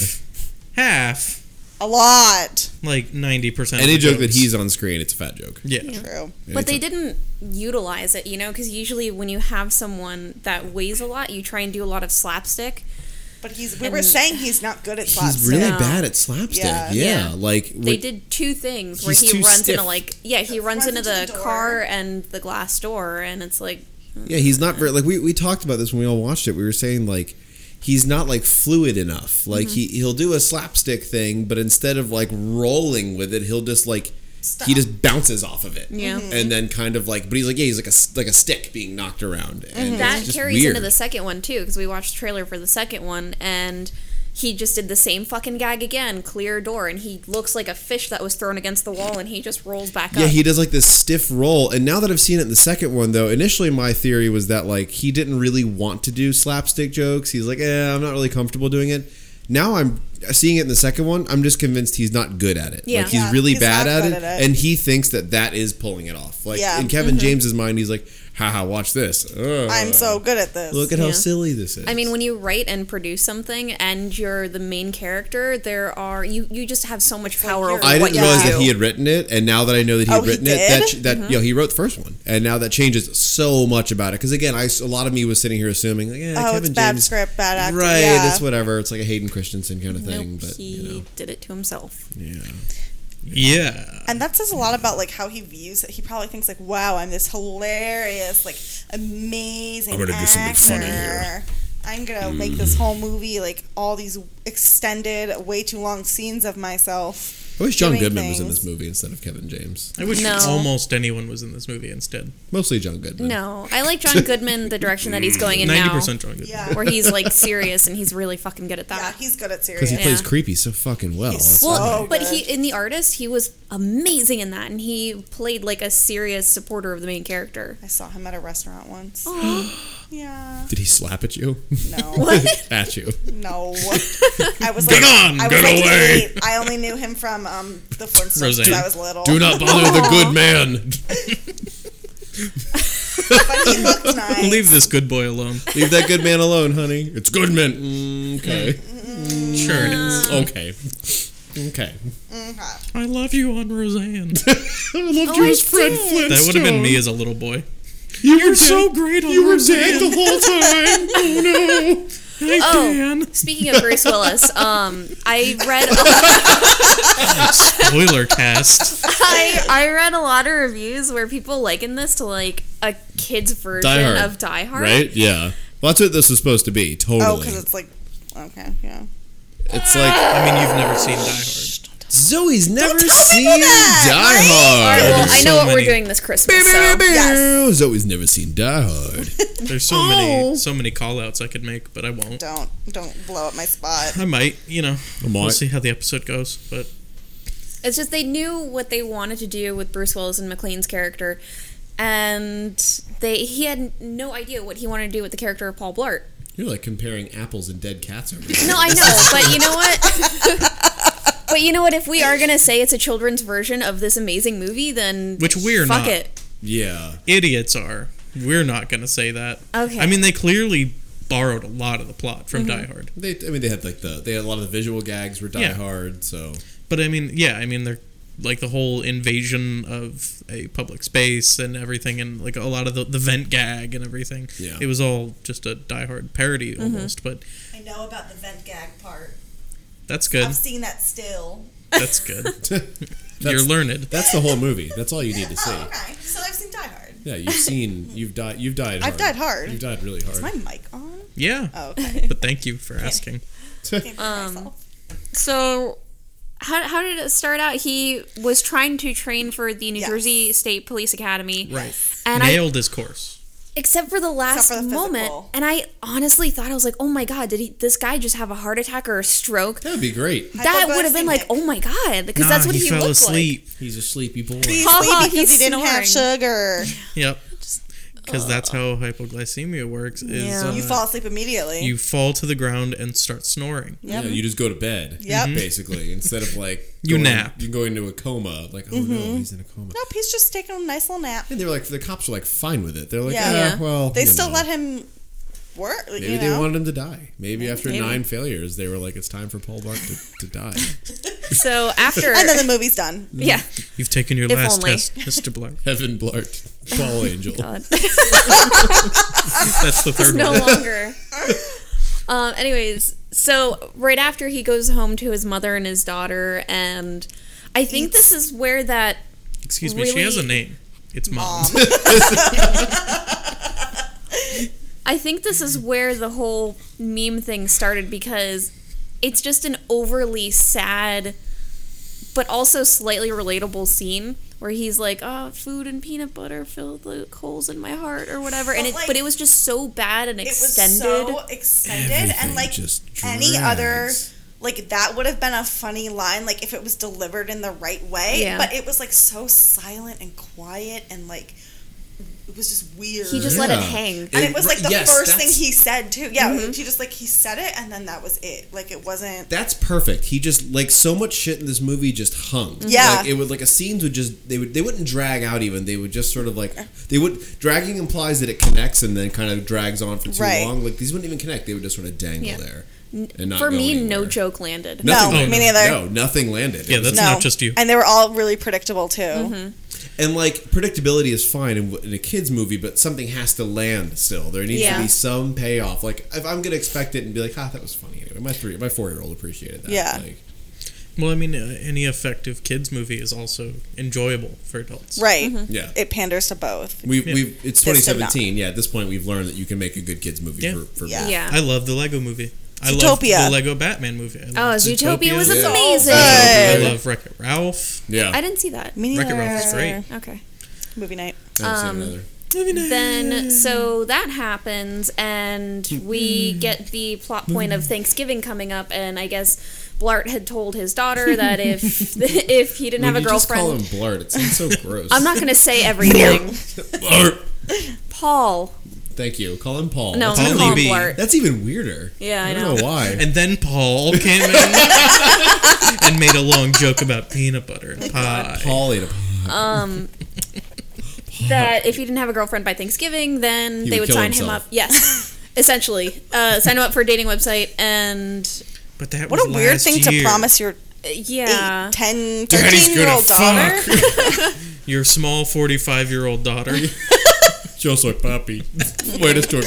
Speaker 2: Half,
Speaker 3: A lot.
Speaker 2: like 90%.
Speaker 5: Any
Speaker 2: of the
Speaker 5: joke that
Speaker 2: jokes.
Speaker 5: he's on screen, it's a fat joke.
Speaker 2: Yeah.
Speaker 3: True.
Speaker 4: But they
Speaker 5: did.
Speaker 4: didn't utilize it, you know, because usually when you have someone that weighs a lot, you try and do a lot of slapstick.
Speaker 3: But he's. We were
Speaker 4: And-
Speaker 3: saying he's not good at slapstick.
Speaker 5: He's really
Speaker 4: No.
Speaker 5: bad at slapstick. Yeah,
Speaker 3: Yeah.
Speaker 4: Yeah.
Speaker 5: like
Speaker 4: They
Speaker 5: with-
Speaker 4: did two things where
Speaker 5: He's
Speaker 4: he
Speaker 5: too
Speaker 4: runs
Speaker 5: stiff.
Speaker 4: into like yeah, he runs, into the,
Speaker 3: door.
Speaker 4: car and the glass door, and it's like
Speaker 5: Yeah, he's not very like we, we talked about this when we all watched it. We were saying like he's not like fluid enough. Like he
Speaker 4: Mm-hmm.
Speaker 5: he'll do a slapstick thing, but instead of like rolling with it, he'll just like he just bounces off of it.
Speaker 4: Yeah. Mhm.
Speaker 5: and then kind of like, but he's like yeah, he's like a s- like a stick being knocked around. And
Speaker 4: Mm-hmm. that
Speaker 5: it's just
Speaker 4: carries
Speaker 5: weird.
Speaker 4: into the second one too because we watched the trailer for the second one and he just did the same fucking gag again clear door and he looks like a fish that was thrown against the wall and he just rolls back
Speaker 5: Yeah,
Speaker 4: up
Speaker 5: he does like this stiff roll. And now that I've seen it in the second one, though, initially my theory was that like he didn't really want to do slapstick jokes. He's like, eh, I'm not really comfortable doing it. Now I'm seeing it in the second one. I'm just convinced he's not good at it.
Speaker 4: Yeah.
Speaker 5: like he's
Speaker 4: Yeah,
Speaker 5: really
Speaker 3: he's
Speaker 5: bad
Speaker 3: not
Speaker 5: at
Speaker 3: good
Speaker 5: it,
Speaker 3: at it.
Speaker 5: and he thinks that that is pulling it off. Like
Speaker 3: Yeah. Mm-hmm.
Speaker 5: in Kevin James's mind, he's like, haha, watch this. Ugh.
Speaker 3: I'm so good at this.
Speaker 5: look at how
Speaker 4: Yeah.
Speaker 5: silly this is.
Speaker 4: I mean, when you write and produce something and you're the main character, there are you you just have so much power
Speaker 3: you're-
Speaker 4: over
Speaker 5: I
Speaker 4: what
Speaker 5: didn't
Speaker 4: you
Speaker 5: realize
Speaker 4: do.
Speaker 5: that he had written it, and now that I know that he
Speaker 3: Oh,
Speaker 5: had
Speaker 3: he
Speaker 5: written it, that
Speaker 3: did? Mm-hmm.
Speaker 5: that you know, he wrote the first one, and now that changes so much about it. Because again, I s- a lot of me was sitting here assuming, like, eh,
Speaker 3: Oh,
Speaker 5: Kevin
Speaker 3: it's bad
Speaker 5: James,
Speaker 3: script, bad acting.
Speaker 5: right?
Speaker 3: Yeah.
Speaker 5: It's whatever. It's like a Hayden Christensen kind of
Speaker 4: Nope,
Speaker 5: thing, but
Speaker 4: he
Speaker 5: you know,
Speaker 4: did it to himself.
Speaker 5: yeah.
Speaker 2: Yeah.
Speaker 3: And that says a lot about like how he views it. He probably thinks like, "Wow, I'm this hilarious, like amazing
Speaker 5: I'm gonna do something funny here. Mm.
Speaker 3: actor. I'm gonna make this whole movie like all these extended, way too long scenes of myself."
Speaker 5: I wish John
Speaker 3: doing
Speaker 5: Goodman was in
Speaker 3: things.
Speaker 5: this movie instead of Kevin James.
Speaker 2: I wish
Speaker 4: No.
Speaker 2: almost anyone was in this movie instead.
Speaker 5: Mostly John Goodman.
Speaker 4: No, I like John Goodman the direction that he's going in
Speaker 2: 90%
Speaker 4: now,
Speaker 2: John Goodman.
Speaker 3: Yeah,
Speaker 4: where he's like serious and he's really fucking good at
Speaker 3: yeah,
Speaker 4: that.
Speaker 3: he's good at serious.
Speaker 5: because he plays
Speaker 4: Yeah.
Speaker 5: creepy so fucking well.
Speaker 3: He's
Speaker 5: That's
Speaker 3: so-
Speaker 5: why.
Speaker 4: well,
Speaker 3: Oh,
Speaker 4: but
Speaker 3: good.
Speaker 4: he in the artist he was amazing in that, and he played like a serious supporter of the main character.
Speaker 3: I saw him at a restaurant once. yeah.
Speaker 5: Did he slap at you?
Speaker 3: No.
Speaker 5: at you?
Speaker 3: No. I was like,
Speaker 2: on,
Speaker 3: I was
Speaker 2: get
Speaker 3: like
Speaker 2: away.
Speaker 3: eight. I only knew him from um, the Flintstones
Speaker 2: Roseanne.
Speaker 3: when I was little.
Speaker 5: Do not bother the good man.
Speaker 3: But he looked nice.
Speaker 2: Leave this good boy alone.
Speaker 5: Leave that good man alone, honey. It's Goodman. Mm, okay.
Speaker 2: Sure it is.
Speaker 5: Okay. Okay.
Speaker 2: I love you on Roseanne.
Speaker 5: I love
Speaker 4: you I as Fred did. Flintstone.
Speaker 2: That would have been me as a little boy.
Speaker 5: You
Speaker 2: You're so great on Roseanne.
Speaker 5: the whole time. Oh no.
Speaker 2: Hey, Dan.
Speaker 4: Oh, Speaking of Bruce Willis, um, I read
Speaker 2: Spoiler cast.
Speaker 4: I, I read a lot of reviews where people liken this to like a kid's version
Speaker 5: Die Hard.
Speaker 4: of Die Hard.
Speaker 5: Right? Yeah. Well, that's what this was supposed to be.
Speaker 3: Oh,
Speaker 5: Totally.
Speaker 3: because
Speaker 5: it's,
Speaker 3: it's like, okay, yeah.
Speaker 5: like
Speaker 2: I mean, you've never seen Die Hard.
Speaker 5: Zoe's never seen Die Hard.
Speaker 4: Well, I know
Speaker 2: so
Speaker 4: what
Speaker 2: many.
Speaker 4: we're doing this Christmas. So.
Speaker 3: Yes.
Speaker 5: Zoe's never seen Die Hard.
Speaker 2: There's so many, so many call outs I could make, but I won't.
Speaker 3: Don't don't blow up my spot.
Speaker 2: I might, you know. We'll
Speaker 5: might.
Speaker 2: see how the episode goes, but
Speaker 4: It's just they knew what they wanted to do with Bruce Willis and McLean's character, and they he had no idea what he wanted to do with the character of Paul Blart.
Speaker 5: You're like comparing apples and dead cats over here.
Speaker 4: No, I know, but you know what? but you know what? If we are gonna say it's a children's version of this amazing movie, then
Speaker 2: Which we're
Speaker 4: fuck
Speaker 2: not.
Speaker 4: it.
Speaker 5: Yeah.
Speaker 2: idiots are. We're not going to say that.
Speaker 4: Okay.
Speaker 2: I mean, they clearly borrowed a lot of the plot from Die Hard.
Speaker 5: They, I mean, they had like the, they had a lot of the visual gags were Die
Speaker 2: Yeah.
Speaker 5: Hard, so.
Speaker 2: But I mean, yeah, I mean, they're like the whole invasion of a public space and everything, and like a lot of the, the vent gag and everything.
Speaker 5: Yeah.
Speaker 2: It was all just a Die Hard parody almost, but
Speaker 3: I know about the vent gag part.
Speaker 2: that's good.
Speaker 3: I've seen that still.
Speaker 2: That's good.
Speaker 5: that's,
Speaker 2: You're learned.
Speaker 5: that's the whole movie. That's all you need to see.
Speaker 3: okay. Oh, So I've seen Die Hard.
Speaker 5: Yeah, you've seen, you've died, you've died.
Speaker 3: I've died hard.
Speaker 5: You've died really hard.
Speaker 3: Is my mic on?
Speaker 2: Yeah.
Speaker 3: Oh, okay.
Speaker 2: But thank you for asking.
Speaker 4: Um, so how, how did it start out? He was trying to train for the New
Speaker 3: Yes.
Speaker 4: Jersey State Police Academy.
Speaker 2: Right.
Speaker 4: And I,
Speaker 2: Nailed his course.
Speaker 4: except for the last
Speaker 3: for the
Speaker 4: moment,
Speaker 3: physical.
Speaker 4: and I honestly thought I was like, "Oh my god, did he this guy just have a heart attack or a stroke?"
Speaker 5: That'd be great.
Speaker 4: That would have been like, "Oh my god," because that's what he,
Speaker 2: fell
Speaker 4: looked
Speaker 2: asleep.
Speaker 5: He's a sleepy boy.
Speaker 3: He's
Speaker 4: Ha ha,
Speaker 3: sleepy because he
Speaker 4: he's
Speaker 3: didn't have
Speaker 4: snoring.
Speaker 3: sugar.
Speaker 2: Yep. Because that's how hypoglycemia works. Is
Speaker 4: uh, Yeah.
Speaker 2: uh,
Speaker 3: You fall asleep immediately.
Speaker 2: you fall to the ground and start snoring.
Speaker 5: Yeah, you just go to bed.
Speaker 3: Yep. Mhm.
Speaker 5: Basically, instead of like
Speaker 2: You
Speaker 5: going-
Speaker 2: nap.
Speaker 5: you go into a coma. Like, oh no, he's in a coma.
Speaker 3: Mm-hmm. nope, he's just taking a nice little nap.
Speaker 5: And they were like, the cops were like fine with it. They're like,
Speaker 3: Yeah.
Speaker 5: yeah,
Speaker 4: Yeah.
Speaker 5: well,
Speaker 3: They
Speaker 5: you
Speaker 3: still
Speaker 5: know,
Speaker 3: let him work. you
Speaker 5: Maybe
Speaker 3: know?
Speaker 5: they wanted him to die. Maybe after
Speaker 4: Maybe.
Speaker 5: nine failures, they were like, it's time for Paul Bart to, to die.
Speaker 4: like. So after,
Speaker 3: and then the movie's done.
Speaker 4: yeah,
Speaker 2: You've taken your
Speaker 4: If
Speaker 2: last
Speaker 4: only.
Speaker 2: test, Mr. Black.
Speaker 5: Heaven Blart, Paul Angel.
Speaker 4: God.
Speaker 2: That's the third
Speaker 4: no
Speaker 2: one.
Speaker 4: longer. um, anyways, so right after he goes home to his mother and his daughter, and I think this is where that
Speaker 2: Excuse me. She
Speaker 4: Really-
Speaker 2: has a name. It's mom.
Speaker 4: I think this is where the whole meme thing started because it's just an overly sad but also slightly relatable scene where he's like, "Oh, food and peanut butter filled the holes in my heart or whatever." And
Speaker 3: But,
Speaker 4: it
Speaker 3: like,
Speaker 4: but it was just so bad and
Speaker 3: It was
Speaker 4: extended.
Speaker 3: so extended,
Speaker 5: Everything
Speaker 3: and like
Speaker 5: just
Speaker 3: any other,
Speaker 5: drags.
Speaker 3: like that would have been a funny line, like if it was delivered in the right way.
Speaker 4: Yeah.
Speaker 3: But it was like so silent and quiet, and like it was just weird.
Speaker 4: he just let it Mm-hmm.
Speaker 5: Yeah.
Speaker 4: hang.
Speaker 3: and it was like the
Speaker 5: Yes,
Speaker 3: first
Speaker 5: that's-
Speaker 3: thing he said too. Yeah, he just like he said it, and then that was it. Like it wasn't.
Speaker 5: That's perfect. He just like so much shit in this movie just hung.
Speaker 3: Mm-hmm. Yeah.
Speaker 5: like, it would like a scenes would just they would they wouldn't drag out even. They would just sort of like they would dragging implies that it connects and then kind of drags on for too
Speaker 3: Right.
Speaker 5: long. Like these wouldn't even connect. They would just sort of dangle
Speaker 4: Yeah.
Speaker 5: there and not
Speaker 4: For
Speaker 5: go
Speaker 4: me,
Speaker 5: anywhere.
Speaker 4: no joke landed.
Speaker 3: No,
Speaker 5: Nothing
Speaker 3: me
Speaker 5: landed.
Speaker 3: neither.
Speaker 5: No, nothing landed.
Speaker 2: Yeah,
Speaker 5: It was
Speaker 2: that's not just you.
Speaker 3: And they were all really predictable too.
Speaker 4: Mm-hmm.
Speaker 5: And like predictability is fine in, in a kids movie, but something has to land still. There needs
Speaker 4: Yeah.
Speaker 5: to be some payoff. Like if I'm gonna expect it and be like, "Ah, that was funny." Anyway, my three, my four year old appreciated that.
Speaker 3: Yeah.
Speaker 5: Like,
Speaker 2: Well, I mean, uh, any effective kids movie is also enjoyable for adults.
Speaker 3: Right.
Speaker 4: Mm-hmm.
Speaker 5: yeah.
Speaker 3: It panders to both.
Speaker 5: We've, we've it's
Speaker 3: This did
Speaker 5: 2017. Yeah, at this point, we've learned that you can make a good kids movie
Speaker 2: Yeah.
Speaker 5: for, for
Speaker 3: Yeah.
Speaker 4: Yeah.
Speaker 2: I love the Lego movie. I
Speaker 3: Zootopia.
Speaker 2: love the Lego Batman movie. I
Speaker 4: Oh,
Speaker 2: love
Speaker 4: Zootopia was
Speaker 5: Yeah.
Speaker 4: amazing.
Speaker 2: I
Speaker 3: Good.
Speaker 2: love Wreck It Ralph.
Speaker 5: yeah.
Speaker 4: I didn't see that.
Speaker 3: Me
Speaker 2: Wreck-It Ralph
Speaker 3: neither.
Speaker 2: is great.
Speaker 4: Okay.
Speaker 3: Movie night.
Speaker 5: I haven't
Speaker 4: um,
Speaker 5: seen another.
Speaker 4: then so that happens and
Speaker 5: Mm-hmm.
Speaker 4: we get the plot point of thanksgiving coming up and i guess blart had told his daughter that if if he didn't
Speaker 5: When
Speaker 4: have a
Speaker 5: you just call him
Speaker 4: girlfriend
Speaker 5: Blart. It sounds so gross.
Speaker 4: i'm not going to say everything
Speaker 5: Blart.
Speaker 4: paul
Speaker 5: Thank you. Call him Paul.
Speaker 4: no i'm
Speaker 5: That's,
Speaker 4: going to
Speaker 2: Paul
Speaker 4: call him
Speaker 2: Levy.
Speaker 4: blart
Speaker 5: that's even weirder.
Speaker 4: Yeah, I
Speaker 5: don't
Speaker 4: know.
Speaker 5: know why.
Speaker 2: And then Paul came in and made a long joke about peanut butter and pie.
Speaker 5: Paul ate a.
Speaker 4: Um, that if he didn't have a girlfriend by Thanksgiving, then
Speaker 5: He
Speaker 4: they would,
Speaker 5: would kill
Speaker 4: sign him
Speaker 5: himself.
Speaker 4: up. Yes, essentially, uh, sign him up for a dating website, and
Speaker 2: But that
Speaker 3: What
Speaker 2: was
Speaker 3: a weird
Speaker 2: last
Speaker 3: thing to
Speaker 2: year.
Speaker 3: promise your
Speaker 4: uh,
Speaker 3: eight,
Speaker 4: yeah,
Speaker 3: ten, thirteen 10,
Speaker 2: Daddy's
Speaker 3: 13 year old
Speaker 2: gonna
Speaker 3: daughter.
Speaker 2: Your small 45 year old daughter.
Speaker 5: Yo soy papi. Where is your?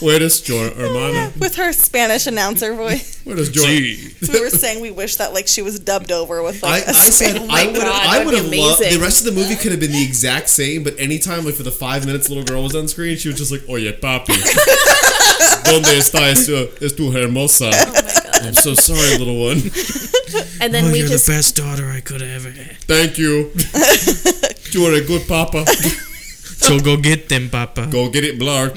Speaker 5: Where is your hermana?
Speaker 3: With her Spanish announcer voice.
Speaker 5: Where is your?
Speaker 3: we were saying we wish that like she was dubbed over with
Speaker 5: I, I
Speaker 3: like a
Speaker 5: said
Speaker 3: Spanish.
Speaker 5: I would
Speaker 4: Oh God,
Speaker 5: I
Speaker 4: that'd
Speaker 5: would
Speaker 4: be
Speaker 5: have loved the
Speaker 4: amazing.
Speaker 5: rest of the movie could have been the exact same, but anytime like for the five minutes the little girl was on screen, she was just like, "Oye, papi, donde está es tu, es tu
Speaker 4: Oh
Speaker 5: hermosa?" I'm so sorry, little one.
Speaker 4: and then
Speaker 2: Oh,
Speaker 4: we
Speaker 2: you're
Speaker 4: just
Speaker 2: the best daughter I could have ever had.
Speaker 5: Thank you. you are a good papa.
Speaker 2: So go get them, Papa.
Speaker 5: Go get it, Blart.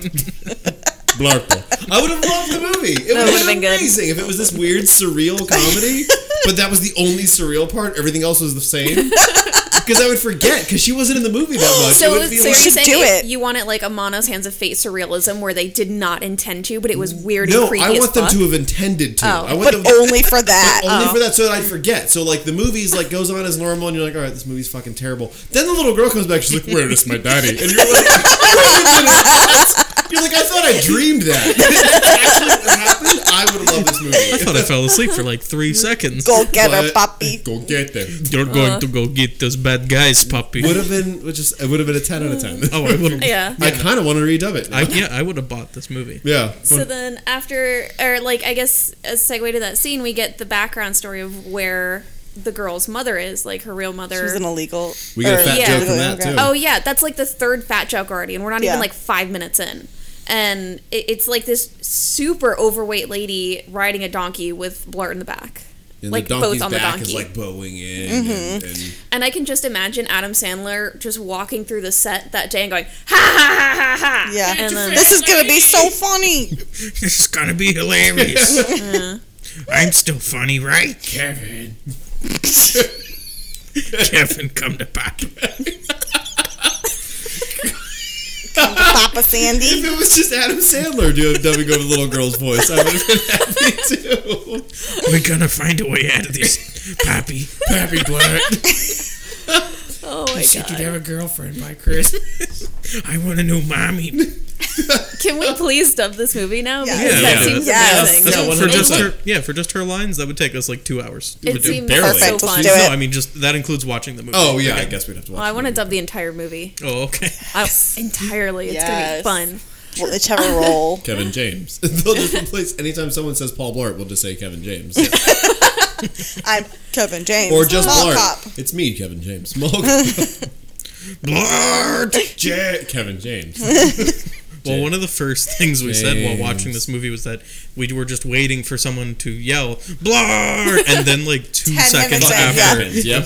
Speaker 5: Blarto. I would have loved the movie. It would have
Speaker 4: would've
Speaker 5: been
Speaker 4: been good.
Speaker 5: amazing if it was this weird surreal comedy, but that was the only surreal part. Everything else was the same. Because I would forget because she wasn't in the movie that much.
Speaker 4: So,
Speaker 5: it
Speaker 4: it
Speaker 5: would be
Speaker 4: so you're
Speaker 5: like,
Speaker 3: should
Speaker 4: saying
Speaker 3: do
Speaker 4: it-
Speaker 3: it.
Speaker 4: you want it like Amano's Hands of Fate surrealism, where they did not intend to, but it was weird
Speaker 5: no,
Speaker 4: and creepy
Speaker 5: I
Speaker 4: as
Speaker 5: want them
Speaker 4: fuck.
Speaker 5: to have intended to.
Speaker 4: Oh.
Speaker 5: I want
Speaker 3: But
Speaker 5: them
Speaker 3: only for that. Oh.
Speaker 5: only for that so that I'd forget. So like the movie's like goes on as normal, and you're like, all right, this movie's fucking terrible. Then the little girl comes back, she's like, where is my daddy? And you're like, you're like, I thought I dreamed that. That's actually what happened. I would love this
Speaker 2: I
Speaker 5: movie.
Speaker 2: thought I fell asleep for like three seconds.
Speaker 3: Go get her,
Speaker 5: But-
Speaker 3: puppy.
Speaker 5: Go get them.
Speaker 2: You're going to go get those bad guys, Poppy.
Speaker 5: Would have been which is it would have been a ten out of ten.
Speaker 2: Oh, I would have.
Speaker 4: yeah.
Speaker 5: I kind of want to redub it.
Speaker 2: I, yeah, I would have bought this movie.
Speaker 5: yeah.
Speaker 4: So then, after, or like, I guess, a segue to that scene, we get the background story of where the girl's mother is, like her real mother.
Speaker 3: She was an illegal.
Speaker 5: We got a
Speaker 3: or
Speaker 5: fat
Speaker 4: Yeah.
Speaker 5: joke from that too.
Speaker 4: Oh yeah, that's like the third fat joke already, and we're not
Speaker 3: Yeah.
Speaker 4: even like five minutes in. And it, it's like this super overweight lady riding a donkey with Blart in the back,
Speaker 5: and
Speaker 4: like
Speaker 5: the
Speaker 4: both
Speaker 5: donkey's
Speaker 4: on the
Speaker 5: back
Speaker 4: donkey. Mm-hmm.
Speaker 5: is like bowing in. And, and
Speaker 4: and I can just imagine Adam Sandler just walking through the set that day and going ha ha ha ha ha.
Speaker 3: Yeah.
Speaker 4: Oh, and then
Speaker 3: This is gonna be so funny.
Speaker 2: This is gonna be hilarious.
Speaker 3: Uh-huh.
Speaker 2: I'm still funny, right? Kevin. Kevin, come to Papa.
Speaker 3: Papa Sandy.
Speaker 5: if it was just Adam Sandler doing dubbing over the little girl's voice, I would have been happy too.
Speaker 2: We're gonna find a way out of this, Pappy. Pappy Blart.
Speaker 4: oh my god,
Speaker 2: have a girlfriend by Christmas. I want a new mommy.
Speaker 4: can we please dub this movie now?
Speaker 3: Yeah.
Speaker 4: Because
Speaker 2: Yeah.
Speaker 4: that seems
Speaker 3: Yes.
Speaker 4: amazing.
Speaker 3: That's
Speaker 5: what
Speaker 2: for
Speaker 5: it
Speaker 2: just
Speaker 5: looks
Speaker 2: her, yeah, for just her lines, that would take us like two hours.
Speaker 4: It
Speaker 2: do-
Speaker 4: seems
Speaker 5: barely.
Speaker 4: so
Speaker 3: Perfect,
Speaker 4: fun.
Speaker 3: let's do it.
Speaker 2: no, I mean just that includes watching the movie.
Speaker 5: Oh yeah,
Speaker 2: Okay.
Speaker 5: I guess we'd have to watch.
Speaker 4: Well, I
Speaker 5: it.
Speaker 4: want to dub the entire movie
Speaker 2: Oh okay.
Speaker 4: I- entirely. It's
Speaker 3: Yes.
Speaker 4: gonna be fun.
Speaker 3: We'll each have a role.
Speaker 5: Kevin James. They'll just replace anytime someone says Paul Blart, we'll just say Kevin James
Speaker 3: I'm Kevin James.
Speaker 5: or just
Speaker 3: Mall
Speaker 5: Blart.
Speaker 3: Cop.
Speaker 5: It's me, Kevin James. Mall Cop.
Speaker 2: Blart.
Speaker 5: J- Kevin James.
Speaker 2: Well, one of the first things we said while watching
Speaker 5: James.
Speaker 2: this movie was that we were just waiting for someone to yell "Blart," and then like two
Speaker 3: Ten
Speaker 2: seconds
Speaker 3: minutes in,
Speaker 2: after,
Speaker 3: yeah.
Speaker 5: happens. Yep.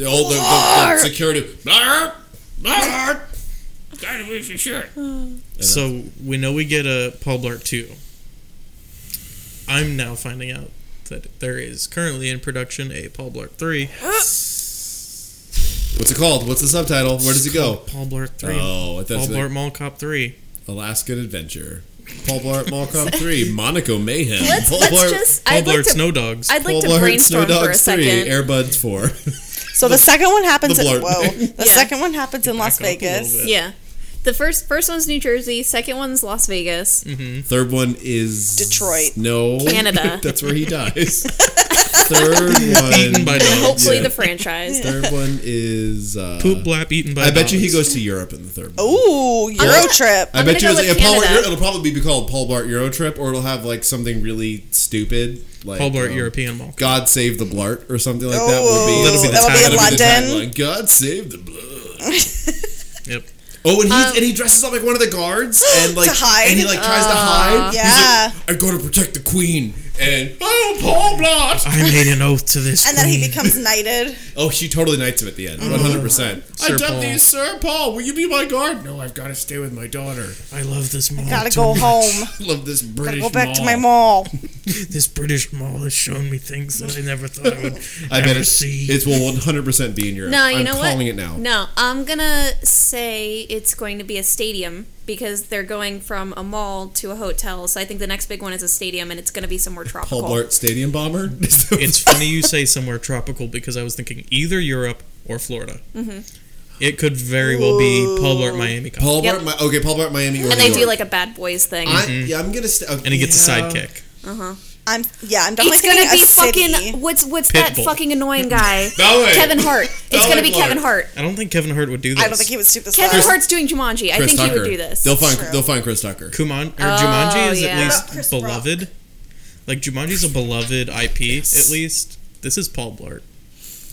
Speaker 5: The old the, the, the security. Blart. Blart.
Speaker 2: Gotta lose your shirt. So we know we get a Paul Blart 2. I'm now finding out that there is currently in production a Paul Blart 3.
Speaker 5: What's it called? What's the subtitle? Where does it go?
Speaker 2: Paul Blart 3.
Speaker 5: Oh, I thought it
Speaker 2: Paul
Speaker 5: was
Speaker 2: Blart
Speaker 5: like
Speaker 2: Mall Cop 3.
Speaker 5: Alaskan Adventure. Paul Blart Mall Cop 3, Monaco Mayhem.
Speaker 4: Let's,
Speaker 5: Paul
Speaker 4: let's
Speaker 5: Blart-
Speaker 4: just.
Speaker 2: Paul
Speaker 4: I'd
Speaker 2: Blart
Speaker 4: like to.
Speaker 2: Snow Dogs.
Speaker 4: I'd like
Speaker 5: Paul
Speaker 4: to
Speaker 5: Blart Snow
Speaker 4: brainstorm for a
Speaker 5: Dogs 3,
Speaker 4: second.
Speaker 5: Airbuds 4.
Speaker 3: So the, second one happens.
Speaker 5: the
Speaker 3: In,
Speaker 5: blurb.
Speaker 3: whoa. The
Speaker 4: Yeah.
Speaker 3: second one happens in Las
Speaker 2: Back up a little
Speaker 3: Vegas.
Speaker 2: bit.
Speaker 4: Yeah. The first first one's New Jersey, second one's Las Vegas.
Speaker 5: Third one is
Speaker 3: Detroit.
Speaker 5: No,
Speaker 4: Canada.
Speaker 5: That's where he dies. Third one.
Speaker 2: Eaten by dogs.
Speaker 4: Hopefully
Speaker 5: Yeah.
Speaker 4: the franchise.
Speaker 5: Third one is. Uh,
Speaker 2: Poop blap eaten by
Speaker 5: I bet you he
Speaker 2: dogs.
Speaker 5: goes to Europe in the third. one.
Speaker 3: Ooh, Euro trip.
Speaker 4: Oh,
Speaker 5: I
Speaker 4: I'm
Speaker 5: bet you
Speaker 4: gonna go
Speaker 5: it's, it'll,
Speaker 4: with
Speaker 5: probably,
Speaker 4: Canada.
Speaker 5: it'll probably be called Paul Blart Euro Trip, or it'll have like something really stupid, like
Speaker 2: Paul Blart
Speaker 5: um,
Speaker 2: European Mall Cop.
Speaker 5: God save the Blart or something like that. Would be,
Speaker 3: Oh, That'll be the
Speaker 2: that'll be in
Speaker 3: London.
Speaker 5: tagline. God save the Blart.
Speaker 2: Yep.
Speaker 5: Oh, and he and
Speaker 4: Um,
Speaker 5: he dresses up like one of the guards and like
Speaker 3: hide.
Speaker 5: and he like tries to
Speaker 4: Uh,
Speaker 5: hide.
Speaker 3: Yeah.
Speaker 5: He's like, I go to protect the queen and oh Paul Blart.
Speaker 2: I made an oath to this.
Speaker 3: and then he
Speaker 2: queen.
Speaker 3: becomes knighted.
Speaker 5: Oh, she totally knights him at the end,
Speaker 4: Mm-hmm.
Speaker 5: one hundred percent.
Speaker 2: Sir Paul.
Speaker 5: I dub thee, Sir Paul. Will you be my guard? No, I've got to stay with my daughter.
Speaker 2: I love this mall.
Speaker 3: Gotta
Speaker 2: too
Speaker 3: go
Speaker 2: much.
Speaker 3: home.
Speaker 5: I love this British.
Speaker 3: Go back to my
Speaker 5: mall.
Speaker 3: mall.
Speaker 2: This British mall has shown me things that I never thought I would
Speaker 5: I
Speaker 2: ever
Speaker 5: bet it's,
Speaker 2: see.
Speaker 5: it will one hundred percent be in Europe.
Speaker 4: No, you
Speaker 5: I'm
Speaker 4: know what?
Speaker 5: calling it now.
Speaker 4: No, I'm gonna say it's going to be a stadium because they're going from a mall to a hotel. So I think the next big one is a stadium, and it's gonna be somewhere
Speaker 5: Paul
Speaker 4: tropical.
Speaker 5: Blart Stadium Bomber.
Speaker 2: It's funny you say somewhere tropical because I was thinking either Europe or Florida.
Speaker 3: Mm-hmm.
Speaker 2: It could very well be Paul Blart Miami Cop.
Speaker 5: Paul
Speaker 4: Yep.
Speaker 5: Blart. Mi- okay, Paul Blart Miami. Or
Speaker 4: and
Speaker 5: New
Speaker 4: they do
Speaker 5: York.
Speaker 4: like a bad boys thing.
Speaker 5: I, yeah, I'm gonna. St-
Speaker 2: Mm-hmm.
Speaker 5: uh,
Speaker 2: and he gets
Speaker 5: yeah.
Speaker 2: a sidekick.
Speaker 3: I'm yeah. I'm definitely
Speaker 4: it's gonna
Speaker 3: getting
Speaker 4: be
Speaker 3: a city.
Speaker 4: fucking what's what's that
Speaker 2: Pitbull.
Speaker 4: fucking annoying guy?
Speaker 5: Ballet.
Speaker 4: Kevin Hart. It's gonna be
Speaker 5: Ballet
Speaker 4: Kevin
Speaker 5: Blart.
Speaker 4: Hart.
Speaker 2: I don't think Kevin Hart would do this.
Speaker 3: I don't think he would stoop this
Speaker 4: Kevin
Speaker 3: low.
Speaker 4: Hart's doing Jumanji. I
Speaker 5: Chris
Speaker 4: think
Speaker 5: Tucker.
Speaker 4: he would do this.
Speaker 5: They'll find.
Speaker 3: True.
Speaker 5: They'll find Chris Tucker.
Speaker 2: Kuman or Jumanji is
Speaker 4: yeah.
Speaker 2: at
Speaker 4: What
Speaker 3: about Chris
Speaker 2: least beloved. Like Jumanji's a beloved IP at least. This is Paul Blart.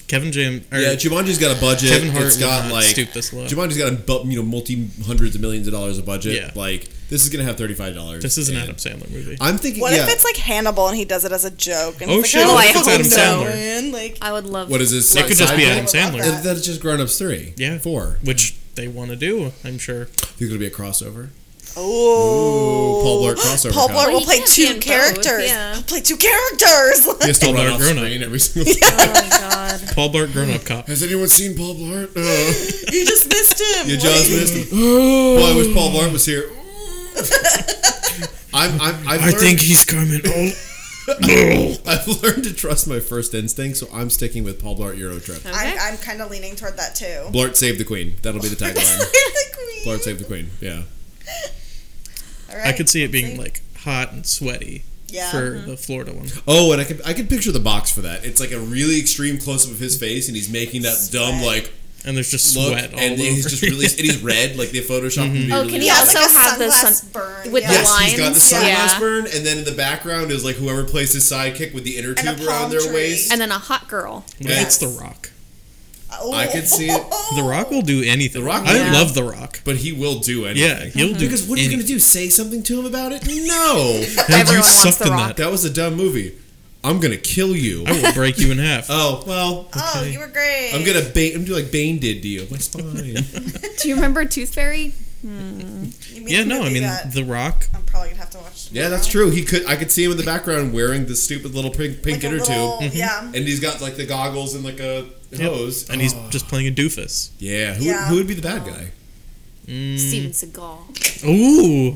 Speaker 2: Kevin James. Or,
Speaker 5: Yeah, Jumanji's got a budget.
Speaker 2: Kevin Hart
Speaker 5: it's
Speaker 2: would
Speaker 5: got
Speaker 2: not
Speaker 5: like
Speaker 2: stoop this low.
Speaker 5: Jumanji's got a bu- you know multi hundreds of millions of dollars of budget.
Speaker 2: Yeah.
Speaker 5: Like this is gonna have thirty five dollars.
Speaker 2: this is an
Speaker 5: and
Speaker 2: Adam Sandler movie.
Speaker 5: I'm thinking.
Speaker 3: What
Speaker 5: yeah.
Speaker 3: if it's like Hannibal and he does it as a joke? And
Speaker 2: Oh,
Speaker 3: it's like,
Speaker 2: shit,
Speaker 3: Oh,
Speaker 4: what
Speaker 3: I
Speaker 4: if it's
Speaker 3: hope
Speaker 4: Adam
Speaker 3: so,
Speaker 2: Sandler?
Speaker 3: man." Like,
Speaker 4: I would love.
Speaker 5: what is this?
Speaker 2: it could just be
Speaker 5: Oh, Seinfeld?
Speaker 2: Adam Sandler.
Speaker 3: that.
Speaker 5: That's just grown ups three.
Speaker 2: Yeah.
Speaker 5: four.
Speaker 2: Which they want to do, I'm sure.
Speaker 5: Think it'll be a crossover.
Speaker 3: oh,
Speaker 5: Paul Blart crossover
Speaker 3: Paul
Speaker 5: comedy.
Speaker 3: Blart will
Speaker 4: he
Speaker 3: play
Speaker 4: can't be in
Speaker 3: two
Speaker 4: both,
Speaker 3: characters.
Speaker 4: yeah.
Speaker 3: He'll play two characters.
Speaker 5: He has to
Speaker 2: Paul
Speaker 5: run
Speaker 2: Blart
Speaker 5: off
Speaker 2: grown up.
Speaker 5: screen every single. time.
Speaker 4: Oh my god.
Speaker 2: Paul Blart Grown Up Cop.
Speaker 5: Has anyone seen Paul Blart? Uh,
Speaker 3: you just missed him.
Speaker 5: you
Speaker 3: What?
Speaker 5: just missed him. Boy, I wish Paul Blart was here. I'm, I'm, I've
Speaker 2: I
Speaker 5: learned,
Speaker 2: think he's coming. Oh,
Speaker 5: I've learned to trust my first instinct, so I'm sticking with Paul Blart Euro Trip.
Speaker 3: I'm, I'm kind of leaning toward that too.
Speaker 5: Blart save the queen. That'll be the tagline. Blart save the queen. Yeah.
Speaker 2: I could see it being like hot and sweaty
Speaker 3: Yeah.
Speaker 2: for the Florida one.
Speaker 5: Oh, and I could I could picture the box for that. It's like a really extreme close up of his face, and he's making that dumb like
Speaker 2: And there's just
Speaker 7: look,
Speaker 2: sweat all
Speaker 7: and
Speaker 2: over. Mm-hmm.
Speaker 7: he's just really and he's red, like they photoshopped him. to be
Speaker 4: Oh,
Speaker 7: really
Speaker 4: can
Speaker 7: red.
Speaker 4: he
Speaker 3: Yeah, it's
Speaker 4: also
Speaker 3: like a
Speaker 4: have the
Speaker 3: sunglass
Speaker 4: sun
Speaker 3: burn,
Speaker 4: with
Speaker 3: yeah.
Speaker 4: the
Speaker 7: Yes,
Speaker 4: lines?
Speaker 7: he's got the sunglass
Speaker 4: yeah.
Speaker 7: burn, and then in the background is like whoever plays his sidekick with the inner
Speaker 3: And a
Speaker 7: tube around
Speaker 3: palm
Speaker 7: their
Speaker 3: tree.
Speaker 7: waist.
Speaker 4: and then a hot girl.
Speaker 2: Well, It's The Rock.
Speaker 3: Oh.
Speaker 7: I could see it.
Speaker 2: The Rock will do anything.
Speaker 7: The Rock
Speaker 2: I
Speaker 7: will-
Speaker 2: love The Rock.
Speaker 7: But he will do
Speaker 2: Yeah,
Speaker 7: anything.
Speaker 2: he'll do
Speaker 5: Because what are you
Speaker 2: any-
Speaker 5: going to do? Say something to him about it? No.
Speaker 2: Man,
Speaker 4: Everyone
Speaker 2: you
Speaker 4: wants
Speaker 2: sucked
Speaker 4: The
Speaker 2: in
Speaker 4: Rock.
Speaker 2: that.
Speaker 5: that was a dumb movie. I'm going to kill you.
Speaker 2: I will break you in half.
Speaker 5: Oh, well,
Speaker 3: Oh, you were great.
Speaker 5: I'm going to bait. I'm doing like Bane did to you. My spine.
Speaker 4: Do you remember Tooth Fairy?
Speaker 3: You made
Speaker 2: yeah,
Speaker 3: me
Speaker 2: no, I
Speaker 3: do
Speaker 2: mean
Speaker 3: that.
Speaker 2: The Rock.
Speaker 3: I'm probably gonna have to watch.
Speaker 5: yeah, that's true. He could. I could see him in the background wearing the stupid little pink, pink
Speaker 3: Like a
Speaker 5: inner
Speaker 3: little-
Speaker 5: tube.
Speaker 3: yeah.
Speaker 5: And he's got like the goggles and like a hose.
Speaker 2: And he's
Speaker 5: Oh.
Speaker 2: just playing a doofus. Mm.
Speaker 5: Yeah. Who,
Speaker 3: Yeah.
Speaker 5: who would be the bad guy?
Speaker 4: Steven Seagal.
Speaker 2: Ooh.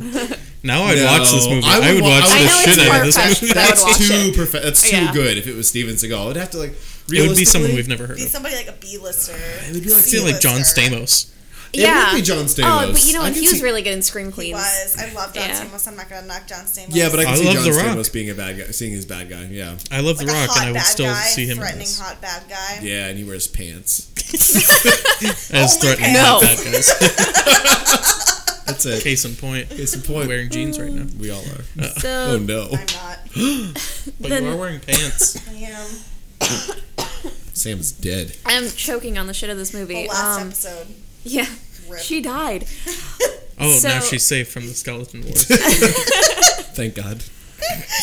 Speaker 2: Now I'd watch this
Speaker 5: No,
Speaker 2: movie. I would,
Speaker 5: wa-
Speaker 2: watch
Speaker 4: I
Speaker 2: the
Speaker 4: know
Speaker 2: shit
Speaker 4: it's
Speaker 2: out of this
Speaker 4: perfect,
Speaker 2: movie.
Speaker 4: but I would
Speaker 5: That's
Speaker 4: watch
Speaker 5: too
Speaker 4: it.
Speaker 5: perfect. That's too
Speaker 4: Yeah.
Speaker 5: good. If it was Steven Seagal, it'd have to like.
Speaker 2: It would be someone
Speaker 5: realistically-
Speaker 2: we've never heard
Speaker 3: Be
Speaker 2: of.
Speaker 3: somebody like a B-lister. It
Speaker 5: would be
Speaker 2: I'd say like John Stamos.
Speaker 5: It would be John Stamos.
Speaker 4: Oh, but you know
Speaker 5: I
Speaker 4: what?
Speaker 5: can
Speaker 4: He was
Speaker 5: see-
Speaker 4: really good in Scream Queens.
Speaker 3: He was. I love John
Speaker 4: Yeah.
Speaker 3: Stamos. I'm not gonna knock John Stamos.
Speaker 5: Yeah, but I can
Speaker 2: I
Speaker 5: see
Speaker 2: love
Speaker 5: John
Speaker 2: The Rock.
Speaker 5: Stamos being a bad guy, seeing his bad guy. Yeah,
Speaker 2: I love
Speaker 3: like
Speaker 2: The
Speaker 3: a
Speaker 2: Rock,
Speaker 3: hot
Speaker 2: and I would
Speaker 3: bad
Speaker 2: still
Speaker 3: guy,
Speaker 2: see him in
Speaker 3: threatening
Speaker 2: this.
Speaker 3: hot bad guy.
Speaker 5: yeah, and he wears pants.
Speaker 2: as
Speaker 3: Only
Speaker 2: threatening
Speaker 4: pants.
Speaker 2: bad guys.
Speaker 5: That's it.
Speaker 2: Case in point.
Speaker 5: Case in point.
Speaker 2: Wearing jeans right now.
Speaker 5: We all are.
Speaker 4: So
Speaker 5: Oh no,
Speaker 3: I'm not.
Speaker 2: But
Speaker 4: Then-
Speaker 2: you are wearing pants.
Speaker 3: I am.
Speaker 5: Sam's dead.
Speaker 4: I'm choking on the shit of this movie.
Speaker 3: The last
Speaker 4: Um,
Speaker 3: episode.
Speaker 4: yeah,
Speaker 3: Rip.
Speaker 4: she died.
Speaker 2: Oh, now
Speaker 4: So-
Speaker 2: she's safe from the skeleton war.
Speaker 5: Thank God.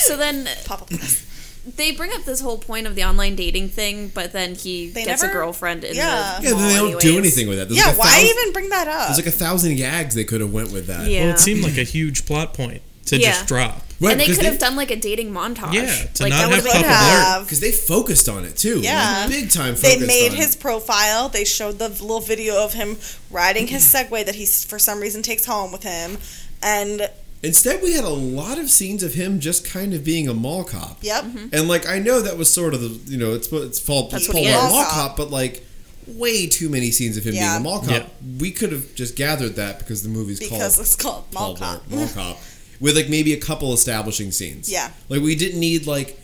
Speaker 4: So then
Speaker 3: Pop up.
Speaker 4: they bring up this whole point of the online dating thing, but then he
Speaker 3: They
Speaker 4: gets a
Speaker 3: never-
Speaker 4: girlfriend. In
Speaker 3: Yeah.
Speaker 4: the
Speaker 5: Yeah,
Speaker 4: mall
Speaker 5: they don't
Speaker 4: anyways.
Speaker 5: do anything with that. There's
Speaker 3: Yeah,
Speaker 5: like a
Speaker 3: why
Speaker 5: thousand,
Speaker 3: even bring that up?
Speaker 5: There's like a thousand gags they could have went with that.
Speaker 4: Yeah,
Speaker 2: Well, it seemed like a huge plot point to
Speaker 4: Yeah.
Speaker 2: just drop.
Speaker 5: Right,
Speaker 4: and they
Speaker 5: 'cause
Speaker 4: could have done like a dating montage.
Speaker 2: Yeah, to
Speaker 4: like
Speaker 2: not
Speaker 4: that
Speaker 2: have
Speaker 4: would
Speaker 3: Could
Speaker 2: Papa
Speaker 3: have.
Speaker 5: because they focused on it too.
Speaker 3: Yeah.
Speaker 5: Like, big time. Focused
Speaker 3: They made
Speaker 5: on
Speaker 3: his profile. They showed the little video of him riding his
Speaker 2: Mm-hmm.
Speaker 3: Segway that he, s- for some reason, takes home with him. And
Speaker 5: It. Instead, we had a lot of scenes of him just kind of being a mall cop.
Speaker 3: yep,
Speaker 4: Mm-hmm.
Speaker 5: And like I know that was sort of the you know it's it's fault
Speaker 4: That's
Speaker 5: it's
Speaker 4: what
Speaker 5: Paul
Speaker 4: he
Speaker 5: Blart
Speaker 4: is.
Speaker 5: mall cop, but like way too many scenes of him
Speaker 3: Yeah.
Speaker 5: being a mall cop.
Speaker 2: Yeah.
Speaker 5: We could have just gathered that because the movie's
Speaker 3: because
Speaker 5: called
Speaker 3: it's called Mall
Speaker 5: Paul
Speaker 3: Cop.
Speaker 5: Blart Mall Cop, with like maybe a couple establishing scenes.
Speaker 3: Yeah.
Speaker 5: like we didn't need like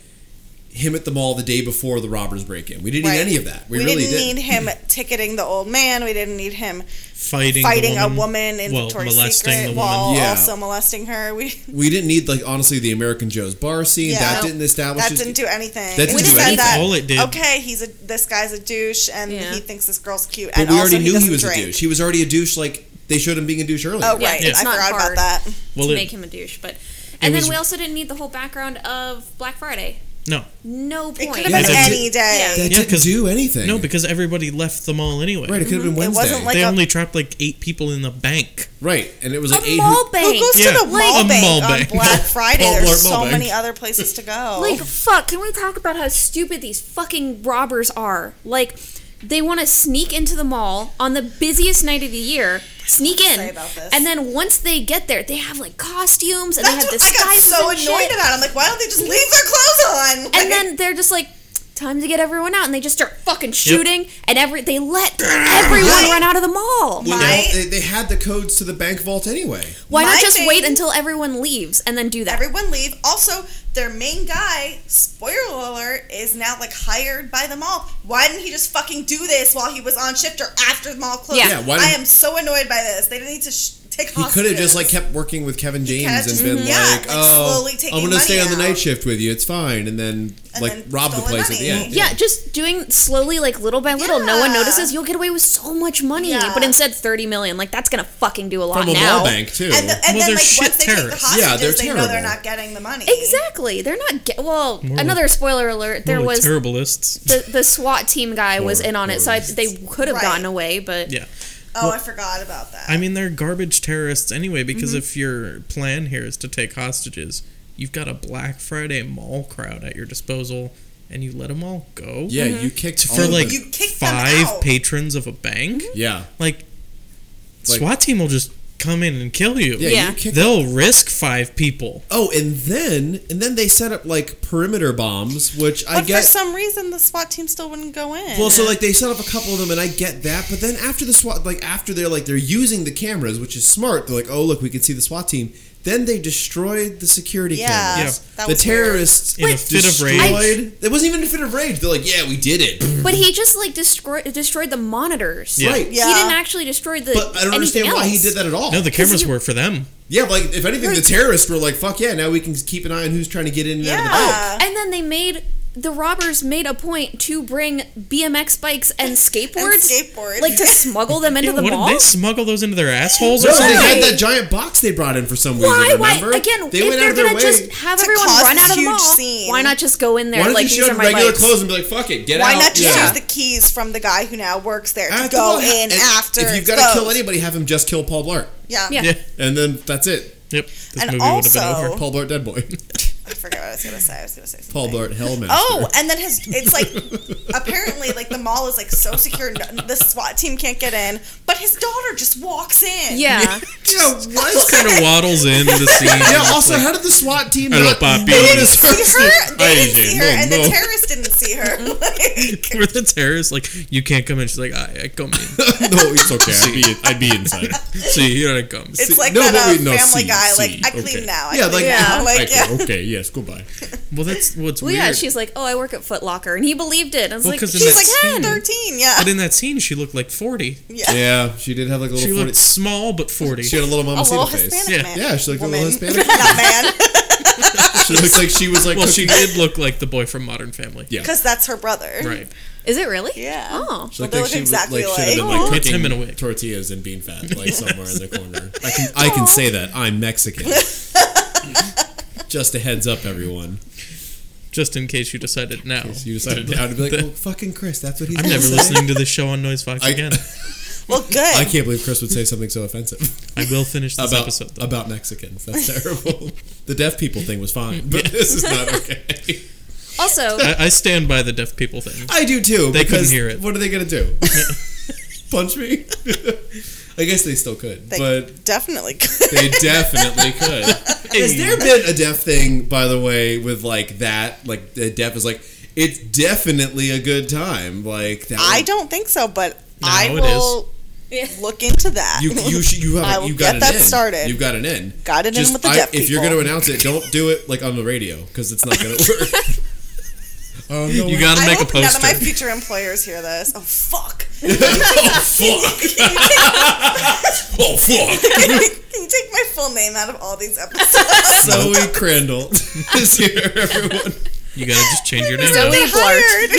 Speaker 5: him at the mall the day before the robbers break in. We didn't
Speaker 3: Right.
Speaker 5: need any of that. We,
Speaker 3: We,
Speaker 5: really
Speaker 3: didn't
Speaker 5: didn't.
Speaker 3: need him ticketing the old man. We didn't need him
Speaker 2: Fighting, the
Speaker 3: fighting
Speaker 2: woman,
Speaker 3: a woman in
Speaker 2: well,
Speaker 3: Victoria's
Speaker 2: molesting
Speaker 3: Secret
Speaker 2: the
Speaker 3: while
Speaker 2: woman.
Speaker 5: Yeah.
Speaker 3: also molesting her. We
Speaker 5: we didn't need like honestly the American Joe's bar scene
Speaker 3: Yeah.
Speaker 5: that
Speaker 3: No.
Speaker 5: didn't establish.
Speaker 3: that
Speaker 5: his-
Speaker 3: didn't do anything.
Speaker 5: That didn't
Speaker 3: we
Speaker 5: do
Speaker 3: just said
Speaker 5: anything.
Speaker 3: that.
Speaker 2: All it did-
Speaker 3: Okay, he's a this guy's a douche, and
Speaker 4: Yeah.
Speaker 3: he thinks this girl's cute.
Speaker 5: but
Speaker 3: and
Speaker 5: we
Speaker 3: also
Speaker 5: already knew he
Speaker 3: doesn't
Speaker 5: was
Speaker 3: drink.
Speaker 5: a douche. He was already a douche. Like they showed him being a douche earlier.
Speaker 3: Oh right,
Speaker 4: Yeah. It's
Speaker 3: I
Speaker 4: not
Speaker 3: forgot
Speaker 4: hard.
Speaker 3: about that.
Speaker 2: Well,
Speaker 4: to
Speaker 2: it-
Speaker 4: make him a douche, but and then
Speaker 2: was-
Speaker 4: we also didn't need the whole background of Black Friday.
Speaker 2: no,
Speaker 4: No point.
Speaker 3: It could have been
Speaker 2: It didn't-
Speaker 3: any day.
Speaker 5: That
Speaker 2: Yeah,
Speaker 5: didn't
Speaker 2: 'cause-
Speaker 5: do anything.
Speaker 2: no, because everybody left the mall anyway.
Speaker 5: right, it could have been
Speaker 3: Mm-hmm. It
Speaker 5: Wednesday.
Speaker 3: wasn't like
Speaker 2: they
Speaker 3: a-
Speaker 2: only trapped like eight people in the bank.
Speaker 5: Right, and it was like
Speaker 4: a
Speaker 5: eight.
Speaker 4: mall
Speaker 3: Who
Speaker 4: bank.
Speaker 3: goes
Speaker 2: Yeah.
Speaker 3: to the
Speaker 2: Like-
Speaker 3: mall
Speaker 2: A
Speaker 3: bank
Speaker 2: mall
Speaker 3: on
Speaker 2: bank.
Speaker 3: Black Friday?
Speaker 5: Mall
Speaker 3: There's
Speaker 5: Blart
Speaker 3: so
Speaker 5: Mall Bank.
Speaker 3: many other places to go.
Speaker 4: Like fuck, can we talk about how stupid these fucking robbers are? Like they want to sneak into the mall on the busiest night of the year, sneak
Speaker 3: Sorry
Speaker 4: in,
Speaker 3: about this.
Speaker 4: and then once they get there, they have like costumes and
Speaker 3: That's
Speaker 4: they have
Speaker 3: what I got
Speaker 4: disguises
Speaker 3: so
Speaker 4: and shit.
Speaker 3: annoyed about. I'm like, why don't they just leave their clothes on? Like,
Speaker 4: and then they're just like time to get everyone out and they just start fucking shooting and every they let everyone run out of the mall
Speaker 5: Well,
Speaker 3: My-
Speaker 5: they, they had the codes to the bank vault anyway.
Speaker 4: why
Speaker 3: my
Speaker 4: not just
Speaker 3: thing-
Speaker 4: wait until everyone leaves and then do that
Speaker 3: everyone leave. Also, their main guy, spoiler alert, is now like hired by the mall. Why didn't he just fucking do this while he was on shift or after the mall closed?
Speaker 4: Yeah. Yeah,
Speaker 5: why
Speaker 3: I
Speaker 5: didn't-
Speaker 3: am so annoyed by this. They didn't need to sh- take.
Speaker 5: He could have
Speaker 3: hostages.
Speaker 5: just like kept working with Kevin
Speaker 3: could
Speaker 5: James
Speaker 3: have
Speaker 5: and
Speaker 3: just-
Speaker 5: been
Speaker 3: Mhm. yeah,
Speaker 5: like,
Speaker 3: like,
Speaker 5: "Oh,
Speaker 3: slowly taking
Speaker 5: I'm gonna stay
Speaker 3: money
Speaker 5: on the
Speaker 3: out."
Speaker 5: night shift with you. It's fine," and then
Speaker 3: And
Speaker 5: like
Speaker 3: then
Speaker 5: rob the
Speaker 3: stolen
Speaker 5: place at the
Speaker 3: money.
Speaker 5: end.
Speaker 4: yeah just doing slowly like little by little no one
Speaker 3: Yeah.
Speaker 4: notices you'll get away with so much money
Speaker 3: Yeah.
Speaker 4: but instead 30 million like that's gonna fucking do a lot
Speaker 5: from a
Speaker 4: now
Speaker 5: mall bank too.
Speaker 3: And, the, and
Speaker 2: Well,
Speaker 3: then
Speaker 2: they're
Speaker 3: like
Speaker 2: shit
Speaker 3: once they take the
Speaker 2: terrorists.
Speaker 3: hostages,
Speaker 5: Yeah, they're
Speaker 3: they know they're
Speaker 5: terrible.
Speaker 3: not getting the money.
Speaker 4: exactly they're not get well
Speaker 2: More
Speaker 4: another spoiler alert there
Speaker 2: There
Speaker 4: was
Speaker 2: terriblists.
Speaker 4: the, the SWAT team guy was
Speaker 5: Horror-
Speaker 4: in on it, so I, they could have
Speaker 3: Right.
Speaker 4: gotten away, but
Speaker 2: Yeah.
Speaker 3: Oh, I forgot about that.
Speaker 2: I mean, they're garbage terrorists anyway, because if your plan here is to take hostages, you've got a Black Friday mall crowd at your disposal, and you let them all go?
Speaker 5: yeah, you kicked Mm-hmm. all
Speaker 2: For
Speaker 5: of
Speaker 2: like
Speaker 5: the-
Speaker 3: Mm-hmm. You kick them
Speaker 2: five
Speaker 3: out.
Speaker 2: patrons of a bank?
Speaker 5: yeah,
Speaker 2: Like,
Speaker 5: Like-
Speaker 2: SWAT team will just come in and kill you.
Speaker 5: yeah,
Speaker 4: Yeah.
Speaker 5: You kicked
Speaker 2: They'll risk five people.
Speaker 5: Oh, and then and then they set up like perimeter bombs, which I
Speaker 3: but for
Speaker 5: get.
Speaker 3: some reason, the SWAT team still wouldn't go in.
Speaker 5: Well, so like they set up a couple of them, and I get that. But then after the SWAT, like after they're like they're using the cameras, which is smart. They're like, oh look, we can see the SWAT team. Then they destroyed the security
Speaker 3: Yeah,
Speaker 5: cameras.
Speaker 3: that
Speaker 5: the
Speaker 3: was weird.
Speaker 5: terrorists
Speaker 2: In a fit of rage.
Speaker 5: destroyed- It wasn't even a fit of rage. They're like, yeah, we did it.
Speaker 4: But he just like destroyed destroyed the monitors.
Speaker 5: Yeah. Right.
Speaker 4: He
Speaker 5: Yeah.
Speaker 4: didn't actually destroy the.
Speaker 5: But I don't understand why he did that at all.
Speaker 2: No, the cameras were for them.
Speaker 5: Yeah, but, like if anything, the terrorists were like, "Fuck yeah!" Now we can keep an eye on who's trying to get in and out of the bank.
Speaker 4: Oh, And then they made the robbers made a point to bring BMX bikes and skateboards, skateboards, like to smuggle them into the
Speaker 2: What
Speaker 4: mall.
Speaker 2: did they smuggle those into their assholes?
Speaker 5: No,
Speaker 2: or something?
Speaker 5: they had that giant box they brought in for some
Speaker 4: Why?
Speaker 5: reason.
Speaker 4: Why?
Speaker 5: Remember?
Speaker 4: Again,
Speaker 5: they
Speaker 4: if
Speaker 5: went
Speaker 4: they're
Speaker 5: out of their
Speaker 4: gonna
Speaker 5: way.
Speaker 4: just have
Speaker 3: To
Speaker 4: everyone
Speaker 3: cause
Speaker 4: run
Speaker 3: this
Speaker 4: out of the
Speaker 3: huge
Speaker 4: mall,
Speaker 3: scene.
Speaker 4: why not just go in there?
Speaker 5: Why don't
Speaker 4: like
Speaker 5: you
Speaker 4: these
Speaker 5: show
Speaker 4: are
Speaker 5: them
Speaker 4: my
Speaker 5: regular
Speaker 4: bikes.
Speaker 5: clothes and be like, "Fuck it, get
Speaker 3: Why
Speaker 5: out"?
Speaker 3: not just
Speaker 5: yeah.
Speaker 3: use the keys from the guy who now works there
Speaker 5: I
Speaker 3: to
Speaker 5: thought,
Speaker 3: go
Speaker 5: well,
Speaker 3: in
Speaker 5: and
Speaker 3: after?
Speaker 5: If you've got
Speaker 3: those?
Speaker 5: to kill anybody, have him just kill Paul Blart.
Speaker 3: Yeah. Yeah. Yeah.
Speaker 5: And then that's it.
Speaker 2: Yep.
Speaker 3: This And movie would've been also- over.
Speaker 5: Paul Blart, dead boy.
Speaker 3: I forgot what I was gonna say. I was gonna say. Something.
Speaker 5: Paul Blart, Hellmaster.
Speaker 3: Oh, and then his it's like apparently like the mall is like so secure, no, the SWAT team can't get in, but his daughter just walks in.
Speaker 4: Yeah.
Speaker 5: yeah. What?
Speaker 2: kind of waddles into the scene.
Speaker 5: Yeah. Also, how did the SWAT team
Speaker 2: Hello,
Speaker 5: not
Speaker 2: Poppy.
Speaker 5: notice her?
Speaker 3: See her? They didn't
Speaker 2: Asian,
Speaker 3: see her, and
Speaker 2: no,
Speaker 3: the
Speaker 2: no.
Speaker 3: terrorists didn't see her. Like,
Speaker 2: were the terrorists like, "You can't come in"? She's like, "I, I come in.
Speaker 5: no, it's okay.
Speaker 2: I'd
Speaker 5: be, I'd be inside.
Speaker 2: See, here I come."
Speaker 3: it's
Speaker 2: See-
Speaker 3: like
Speaker 5: no, but
Speaker 3: that
Speaker 5: we-
Speaker 3: um,
Speaker 5: no,
Speaker 3: Family
Speaker 5: see,
Speaker 3: Guy.
Speaker 5: see,
Speaker 3: like I clean
Speaker 5: okay.
Speaker 3: now. I
Speaker 5: Yeah,
Speaker 3: clean
Speaker 5: like,
Speaker 3: now. Like yeah.
Speaker 5: okay, okay, yes, goodbye.
Speaker 2: well, that's what's
Speaker 4: Well,
Speaker 2: weird.
Speaker 4: yeah, she's like, oh, I work at Foot Locker, and he believed it. And I was
Speaker 2: Well,
Speaker 4: like,
Speaker 2: 'cause in
Speaker 4: she's
Speaker 2: that
Speaker 4: like,
Speaker 2: scene-
Speaker 4: ten.
Speaker 3: Thirteen. Yeah.
Speaker 2: But in that scene, she looked like forty.
Speaker 3: Yeah.
Speaker 5: Yeah, she did have like a little.
Speaker 2: She looked
Speaker 5: 40
Speaker 2: small but forty.
Speaker 5: She had a little
Speaker 3: A little
Speaker 5: mamacita face.
Speaker 3: Hispanic
Speaker 2: Yeah.
Speaker 3: man.
Speaker 5: Yeah, she looked a little
Speaker 3: Woman.
Speaker 5: Hispanic.
Speaker 3: Not man,
Speaker 5: She looked like she was like.
Speaker 2: well, she
Speaker 5: cooking-
Speaker 2: did look like the boy from Modern Family.
Speaker 5: Yeah.
Speaker 3: because that's her brother.
Speaker 2: Right.
Speaker 4: Is it really?
Speaker 3: Yeah.
Speaker 4: Oh.
Speaker 5: She looked
Speaker 3: Well,
Speaker 5: like
Speaker 3: they
Speaker 5: she was
Speaker 3: look
Speaker 5: like should have
Speaker 3: exactly
Speaker 5: been like
Speaker 3: alike.
Speaker 2: It's
Speaker 5: cooking
Speaker 2: him in a wig.
Speaker 5: tortillas and bean fat like somewhere in the corner. I can I can say that I'm Mexican. Just a heads up, everyone.
Speaker 2: Just in case you decided now.
Speaker 5: You decided now to be like, well, fucking Chris. That's what he's.
Speaker 2: I'm
Speaker 5: gonna
Speaker 2: never
Speaker 5: say."
Speaker 2: listening to this show on Noise Fox
Speaker 5: I-
Speaker 2: again.
Speaker 3: Well, good.
Speaker 5: I can't believe Chris would say something so offensive
Speaker 2: I will finish this
Speaker 5: about
Speaker 2: episode. Though.
Speaker 5: about Mexicans. That's terrible. the deaf people thing was fine, but this is not okay.
Speaker 4: Also,
Speaker 2: I, I stand by the deaf people thing.
Speaker 5: I do too.
Speaker 2: They couldn't
Speaker 5: because
Speaker 2: hear it.
Speaker 5: What are they gonna do? Punch me? I guess they still could,
Speaker 3: They
Speaker 5: but
Speaker 3: definitely could.
Speaker 5: They definitely could. Has there been a deaf thing, by the way, with like that? Like the deaf is like, it's definitely a good time. Like that.
Speaker 3: I don't think so, but
Speaker 2: No,
Speaker 3: I
Speaker 2: it
Speaker 3: will look into that.
Speaker 5: You you should you
Speaker 3: I
Speaker 5: have
Speaker 3: will
Speaker 5: you got
Speaker 3: get
Speaker 5: an
Speaker 3: that
Speaker 5: in.
Speaker 3: started.
Speaker 5: You've got an in.
Speaker 3: Got it in with the
Speaker 5: I-
Speaker 3: deaf
Speaker 5: If you're
Speaker 3: people.
Speaker 5: going to announce it, don't do it like on the radio because it's not going to work. Oh no!
Speaker 2: You gotta
Speaker 3: I
Speaker 2: make a
Speaker 3: hope none of my
Speaker 2: poster.
Speaker 3: future employers hear this. Oh fuck!
Speaker 5: oh fuck! oh fuck!
Speaker 3: Can you take my full name out of all these episodes?
Speaker 5: Zoe Crandall is here, everyone.
Speaker 2: You gotta just change your name.
Speaker 4: Zoe
Speaker 2: now.
Speaker 4: Blart.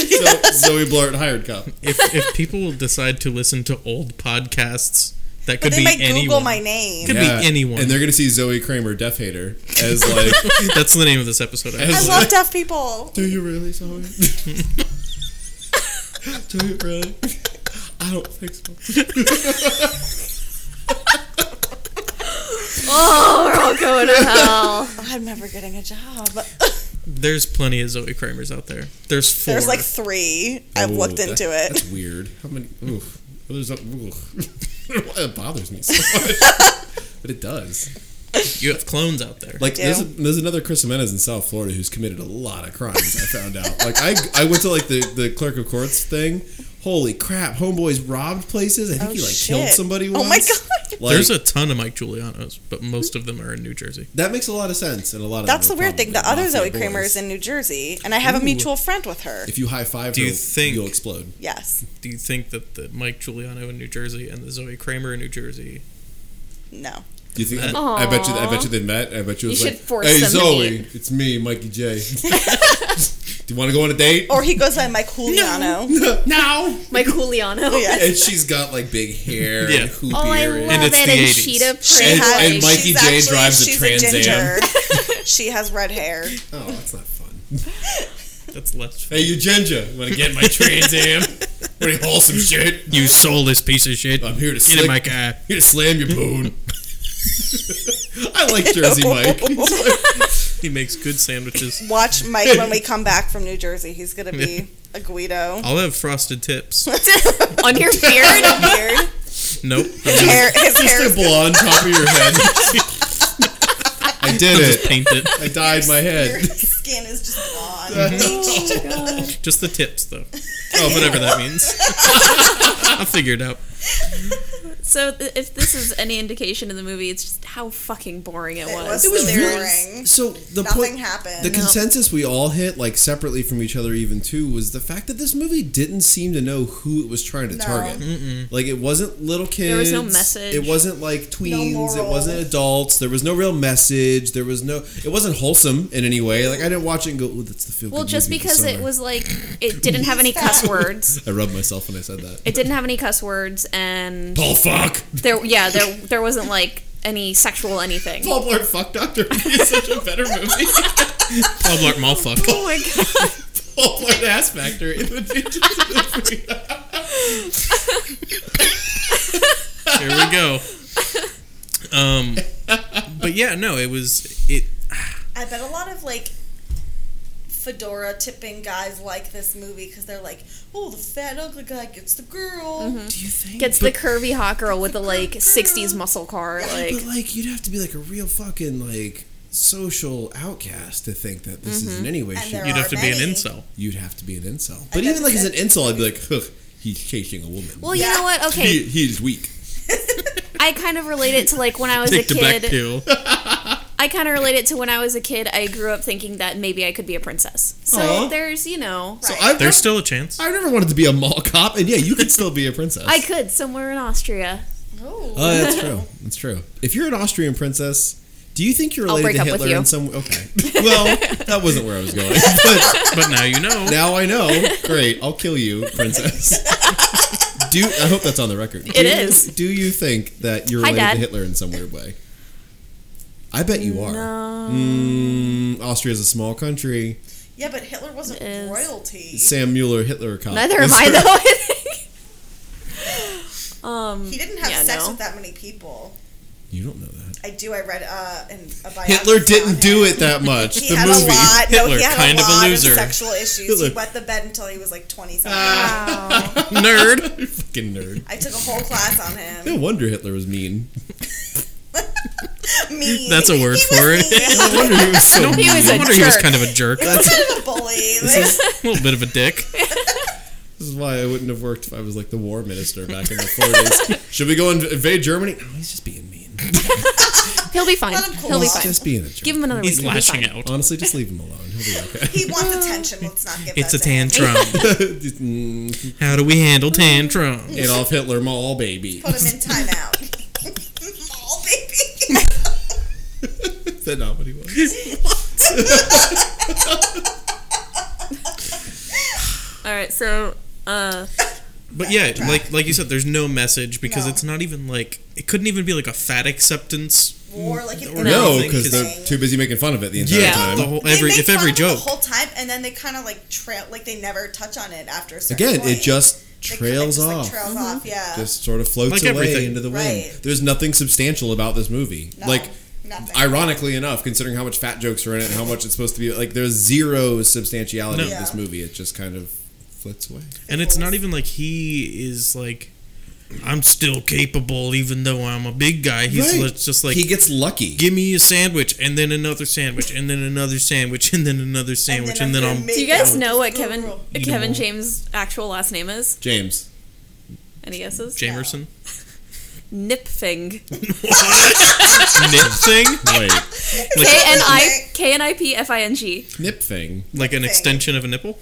Speaker 5: So, Zoe Blart hired cop.
Speaker 2: If, if people decide to listen to old podcasts, that
Speaker 3: but
Speaker 2: could
Speaker 3: they
Speaker 2: be
Speaker 3: might
Speaker 2: anyone.
Speaker 3: Google my name.
Speaker 2: Could be anyone.
Speaker 5: and they're gonna see Zoe Kramer, Deaf Hater, as like
Speaker 2: That's the name of this episode. I
Speaker 3: I
Speaker 5: As-
Speaker 3: love deaf people.
Speaker 5: Do you really, Zoe? Do you really? I don't think so.
Speaker 4: oh, we're all going to hell.
Speaker 3: Oh, I'm never getting a job.
Speaker 2: There's plenty of Zoe Kramers out there. There's four.
Speaker 3: There's like three. I've
Speaker 5: Ooh,
Speaker 3: looked
Speaker 5: that-
Speaker 3: into
Speaker 5: That's
Speaker 3: it.
Speaker 5: weird. How many? Oof. There's a, oof. Why it bothers me so much. But it does.
Speaker 2: you have clones out there.
Speaker 5: Like there's,
Speaker 3: do.
Speaker 5: a, there's another Chris Jimenez in South Florida who's committed a lot of crimes. I found out. Like I, I went to like the, the clerk of courts thing. Holy crap! Homeboys robbed places. I think
Speaker 3: Oh,
Speaker 5: he like
Speaker 3: shit.
Speaker 5: killed somebody. Once.
Speaker 3: Oh my god!
Speaker 5: Like,
Speaker 2: There's a ton of Mike Giuliano's, but most of them are in New Jersey.
Speaker 5: that makes a lot of sense and a lot of.
Speaker 3: That's the
Speaker 5: them are
Speaker 3: weird thing. The
Speaker 5: probably
Speaker 3: other Zoe
Speaker 5: mafia boys.
Speaker 3: Kramer is in New Jersey, and I have a mutual friend with her.
Speaker 5: If you high five
Speaker 2: Do
Speaker 5: her,
Speaker 2: you think-
Speaker 5: you'll explode.
Speaker 3: Yes.
Speaker 2: Do you think that the Mike Giuliano in New Jersey and the Zoe Kramer in New Jersey?
Speaker 3: No.
Speaker 5: Do you think? I, I bet you. I bet you they met. I bet you. It was
Speaker 4: You
Speaker 5: like,
Speaker 4: should force
Speaker 5: Hey
Speaker 4: them to
Speaker 5: Zoe,
Speaker 4: meet."
Speaker 5: it's me, Mikey J. Do you want to go on a date?
Speaker 3: Or he goes by Mike Juliano.
Speaker 5: no.
Speaker 4: My Juliano.
Speaker 3: Yes.
Speaker 5: And she's got like big hair
Speaker 2: Yeah.
Speaker 5: and hoop
Speaker 4: Oh, I
Speaker 5: ear
Speaker 4: love
Speaker 2: And it's
Speaker 4: it.
Speaker 2: the
Speaker 4: And
Speaker 2: 80s.
Speaker 4: Cheetah
Speaker 5: And-
Speaker 4: Print.
Speaker 5: and
Speaker 3: She's
Speaker 5: Mikey J
Speaker 3: actually-
Speaker 5: drives a
Speaker 3: she's
Speaker 5: Trans Am.
Speaker 3: ginger. she has red hair.
Speaker 5: Oh, that's not fun.
Speaker 2: That's less.
Speaker 5: Hey, you ginger, want to get in my Trans Am? Pretty wholesome shit.
Speaker 2: You soulless piece of shit.
Speaker 5: I'm here to
Speaker 2: Get in
Speaker 5: slick,
Speaker 2: my car.
Speaker 5: here to slam your bone. I like Jersey Mike.
Speaker 2: He makes good sandwiches.
Speaker 3: Watch Mike when we come back from New Jersey. He's gonna be a Guido.
Speaker 2: I'll have frosted tips.
Speaker 4: On your beard.
Speaker 3: Beard.
Speaker 2: Nope.
Speaker 3: His hair. His hair.
Speaker 5: Just a blonde top of your head. I did
Speaker 2: Just
Speaker 5: it.
Speaker 2: paint it.
Speaker 5: I dyed my
Speaker 3: Your
Speaker 5: head.
Speaker 3: skin is just blonde.
Speaker 2: Just the tips, though. Oh, whatever that means. I'll figure it out.
Speaker 4: So th- if this is any indication of the movie, it's just how fucking boring it, was.
Speaker 5: It was really-
Speaker 3: boring.
Speaker 5: so the
Speaker 3: Nothing
Speaker 5: point-
Speaker 3: happened.
Speaker 5: The consensus we all hit, like separately from each other, even too, was the fact that this movie didn't seem to know who it was trying to
Speaker 3: No.
Speaker 5: target.
Speaker 2: Mm-mm.
Speaker 5: Like it wasn't little kids.
Speaker 4: There was no message.
Speaker 5: It wasn't like tweens. it
Speaker 3: moral.
Speaker 5: wasn't adults. There was no real message. There was no. It wasn't wholesome in any way. Like I didn't watch it and go, "Oh, that's the feel."
Speaker 4: Well, just because it was like it didn't have any cuss words.
Speaker 5: I rubbed myself when I said that.
Speaker 4: It didn't have any cuss words, and
Speaker 5: Paul fuck.
Speaker 4: there, yeah, there, there wasn't like any sexual anything.
Speaker 5: Paul Blart fuck doctor would be such a better movie.
Speaker 2: Paul Blart Mallfuck.
Speaker 4: Oh my god!
Speaker 5: Paul Blart ass factor. It would be just-
Speaker 2: Here we go. Um, but yeah, no, it was it.
Speaker 3: I bet a lot of like fedora tipping guys like this movie because they're like, oh, the fat ugly guy gets the girl.
Speaker 5: Do you think?
Speaker 4: Gets the curvy hot girl with the like '60s muscle car, like
Speaker 5: but like you'd have to be like a real fucking like social outcast to think that this
Speaker 4: Mm-hmm.
Speaker 5: is in any way
Speaker 3: And
Speaker 5: shit.
Speaker 3: there
Speaker 2: You'd
Speaker 3: are
Speaker 2: have to be an
Speaker 3: many.
Speaker 2: incel.
Speaker 5: You'd have to be an incel. But
Speaker 3: guess
Speaker 5: even like as an
Speaker 3: that's-
Speaker 5: incel, I'd be like, Ugh, he's chasing a woman.
Speaker 4: Well, you know what?
Speaker 5: he,
Speaker 4: Okay,
Speaker 5: he is weak.
Speaker 4: I kind of relate it to like when I was a
Speaker 2: Take the back
Speaker 4: kid.
Speaker 2: pill.
Speaker 4: I kind of relate it to when I was a kid. I grew up thinking that maybe I could be a princess. So
Speaker 5: Aw.
Speaker 4: there's, you know,
Speaker 5: So
Speaker 2: There's
Speaker 5: I've never,
Speaker 2: still a chance.
Speaker 5: I've never wanted to be a mall cop, and yeah, you could still be a princess.
Speaker 4: I could somewhere in Austria.
Speaker 3: Ooh.
Speaker 5: Oh, that's true. That's true. If you're an Austrian princess, do you think you're
Speaker 4: I'll
Speaker 5: related to
Speaker 4: break up with
Speaker 5: Hitler
Speaker 4: you.
Speaker 5: in some way? Okay. Well, that wasn't where I was going, but
Speaker 2: But now you know.
Speaker 5: Now I know. Great, I'll kill you, princess. Do I hope that's on the record? It
Speaker 4: It
Speaker 5: is.
Speaker 4: is.
Speaker 5: do, you think that you're
Speaker 4: Hi,
Speaker 5: related
Speaker 4: Dad.
Speaker 5: to Hitler in some weird way? I bet you are.
Speaker 4: No.
Speaker 5: Mm, Austria is a small country.
Speaker 3: Yeah, but Hitler wasn't
Speaker 4: is.
Speaker 3: royalty.
Speaker 5: Sam Mueller, Hitler cop.
Speaker 4: Neither am I though. I think. um,
Speaker 3: He didn't have
Speaker 4: yeah,
Speaker 3: sex
Speaker 4: no.
Speaker 3: with that many people.
Speaker 5: You don't know that.
Speaker 3: I do. I read uh, in a biography.
Speaker 5: Hitler
Speaker 3: on
Speaker 5: didn't
Speaker 3: him.
Speaker 5: do it that much.
Speaker 3: He
Speaker 5: the
Speaker 3: had
Speaker 5: movie.
Speaker 3: a lot. no,
Speaker 2: Hitler,
Speaker 3: he had
Speaker 2: kind
Speaker 3: a
Speaker 2: of a
Speaker 3: lot of,
Speaker 2: loser.
Speaker 3: sexual issues.
Speaker 5: Hitler.
Speaker 3: He wet the bed until he was like twenty something.
Speaker 4: Wow.
Speaker 2: Nerd.
Speaker 5: Fucking nerd.
Speaker 3: I took a whole class on him.
Speaker 5: No wonder Hitler was mean.
Speaker 3: mean.
Speaker 2: That's a word
Speaker 3: He
Speaker 2: for
Speaker 3: was
Speaker 2: it.
Speaker 3: mean.
Speaker 5: No wonder he was so
Speaker 4: He
Speaker 5: mean.
Speaker 4: was
Speaker 2: No
Speaker 4: a
Speaker 2: wonder he was
Speaker 4: jerk.
Speaker 2: kind of a jerk. A
Speaker 3: kind of a bully. Like,
Speaker 2: little bit of a dick.
Speaker 5: This is why I wouldn't have worked if I was like the war minister back in the 40s. Should we go and invade Germany? No, he's just being mean.
Speaker 4: He'll be fine.
Speaker 3: Let him
Speaker 4: He'll
Speaker 3: cool
Speaker 4: be
Speaker 3: off.
Speaker 5: He's
Speaker 4: fine.
Speaker 5: just being a jerk.
Speaker 4: Give him another
Speaker 2: He's
Speaker 4: reason. He'll be
Speaker 2: lashing
Speaker 4: fine.
Speaker 2: out.
Speaker 5: Honestly, just leave him alone. He'll be okay.
Speaker 3: he wants attention. Let's not give
Speaker 2: It's a
Speaker 3: that to him.
Speaker 2: tantrum.
Speaker 5: Mm,
Speaker 2: How do we handle tantrums?
Speaker 5: Adolf Hitler mall baby.
Speaker 3: Put him in timeout. Aw, baby.
Speaker 5: Is that not what he was?
Speaker 4: All right, so uh,
Speaker 2: But yeah, like like you said, there's no message because
Speaker 3: No.
Speaker 2: it's not even like it couldn't even be like a fat acceptance.
Speaker 3: Or like an
Speaker 5: No,
Speaker 3: innocent
Speaker 5: because they're
Speaker 3: thing.
Speaker 5: too busy making fun of it the entire time.
Speaker 2: the whole
Speaker 3: They
Speaker 2: every
Speaker 3: make
Speaker 2: if
Speaker 3: fun
Speaker 2: every
Speaker 3: of it
Speaker 2: joke.
Speaker 3: the whole time, and then they kind of like trail, like they never touch on it after a certain
Speaker 5: Again,
Speaker 3: point.
Speaker 5: it just
Speaker 3: They kinda
Speaker 5: trails
Speaker 3: just, like,
Speaker 5: off.
Speaker 3: trails off,
Speaker 2: Mm-hmm.
Speaker 3: yeah.
Speaker 5: just sort of floats
Speaker 2: Like
Speaker 5: away
Speaker 2: everything.
Speaker 5: into the wind.
Speaker 3: Right.
Speaker 5: There's nothing substantial about this movie.
Speaker 3: No,
Speaker 5: like,
Speaker 3: nothing.
Speaker 5: ironically enough, considering how much fat jokes are in it and how much it's supposed to be, like, there's zero substantiality
Speaker 2: No.
Speaker 5: to this
Speaker 3: Yeah.
Speaker 5: movie. It just kind of flits away.
Speaker 2: And it's not even like he is like I'm still capable even though I'm a big guy. He's
Speaker 5: Right.
Speaker 2: li- just like
Speaker 5: he gets lucky.
Speaker 2: give me a sandwich and then another sandwich and then another sandwich and then another sandwich and then,
Speaker 3: I'm
Speaker 2: I'm,
Speaker 3: gonna make
Speaker 4: do you guys
Speaker 3: out.
Speaker 4: know what
Speaker 3: Just
Speaker 4: Kevin
Speaker 3: girl.
Speaker 2: You
Speaker 4: Kevin
Speaker 2: know.
Speaker 4: James' actual last name is?
Speaker 5: James.
Speaker 4: Any guesses?
Speaker 2: Jamerson.
Speaker 4: Nipfing.
Speaker 2: Nip thing?
Speaker 5: Wait.
Speaker 4: K N I K N I P F I N G.
Speaker 5: nip thing.
Speaker 2: Like an extension of a nipple?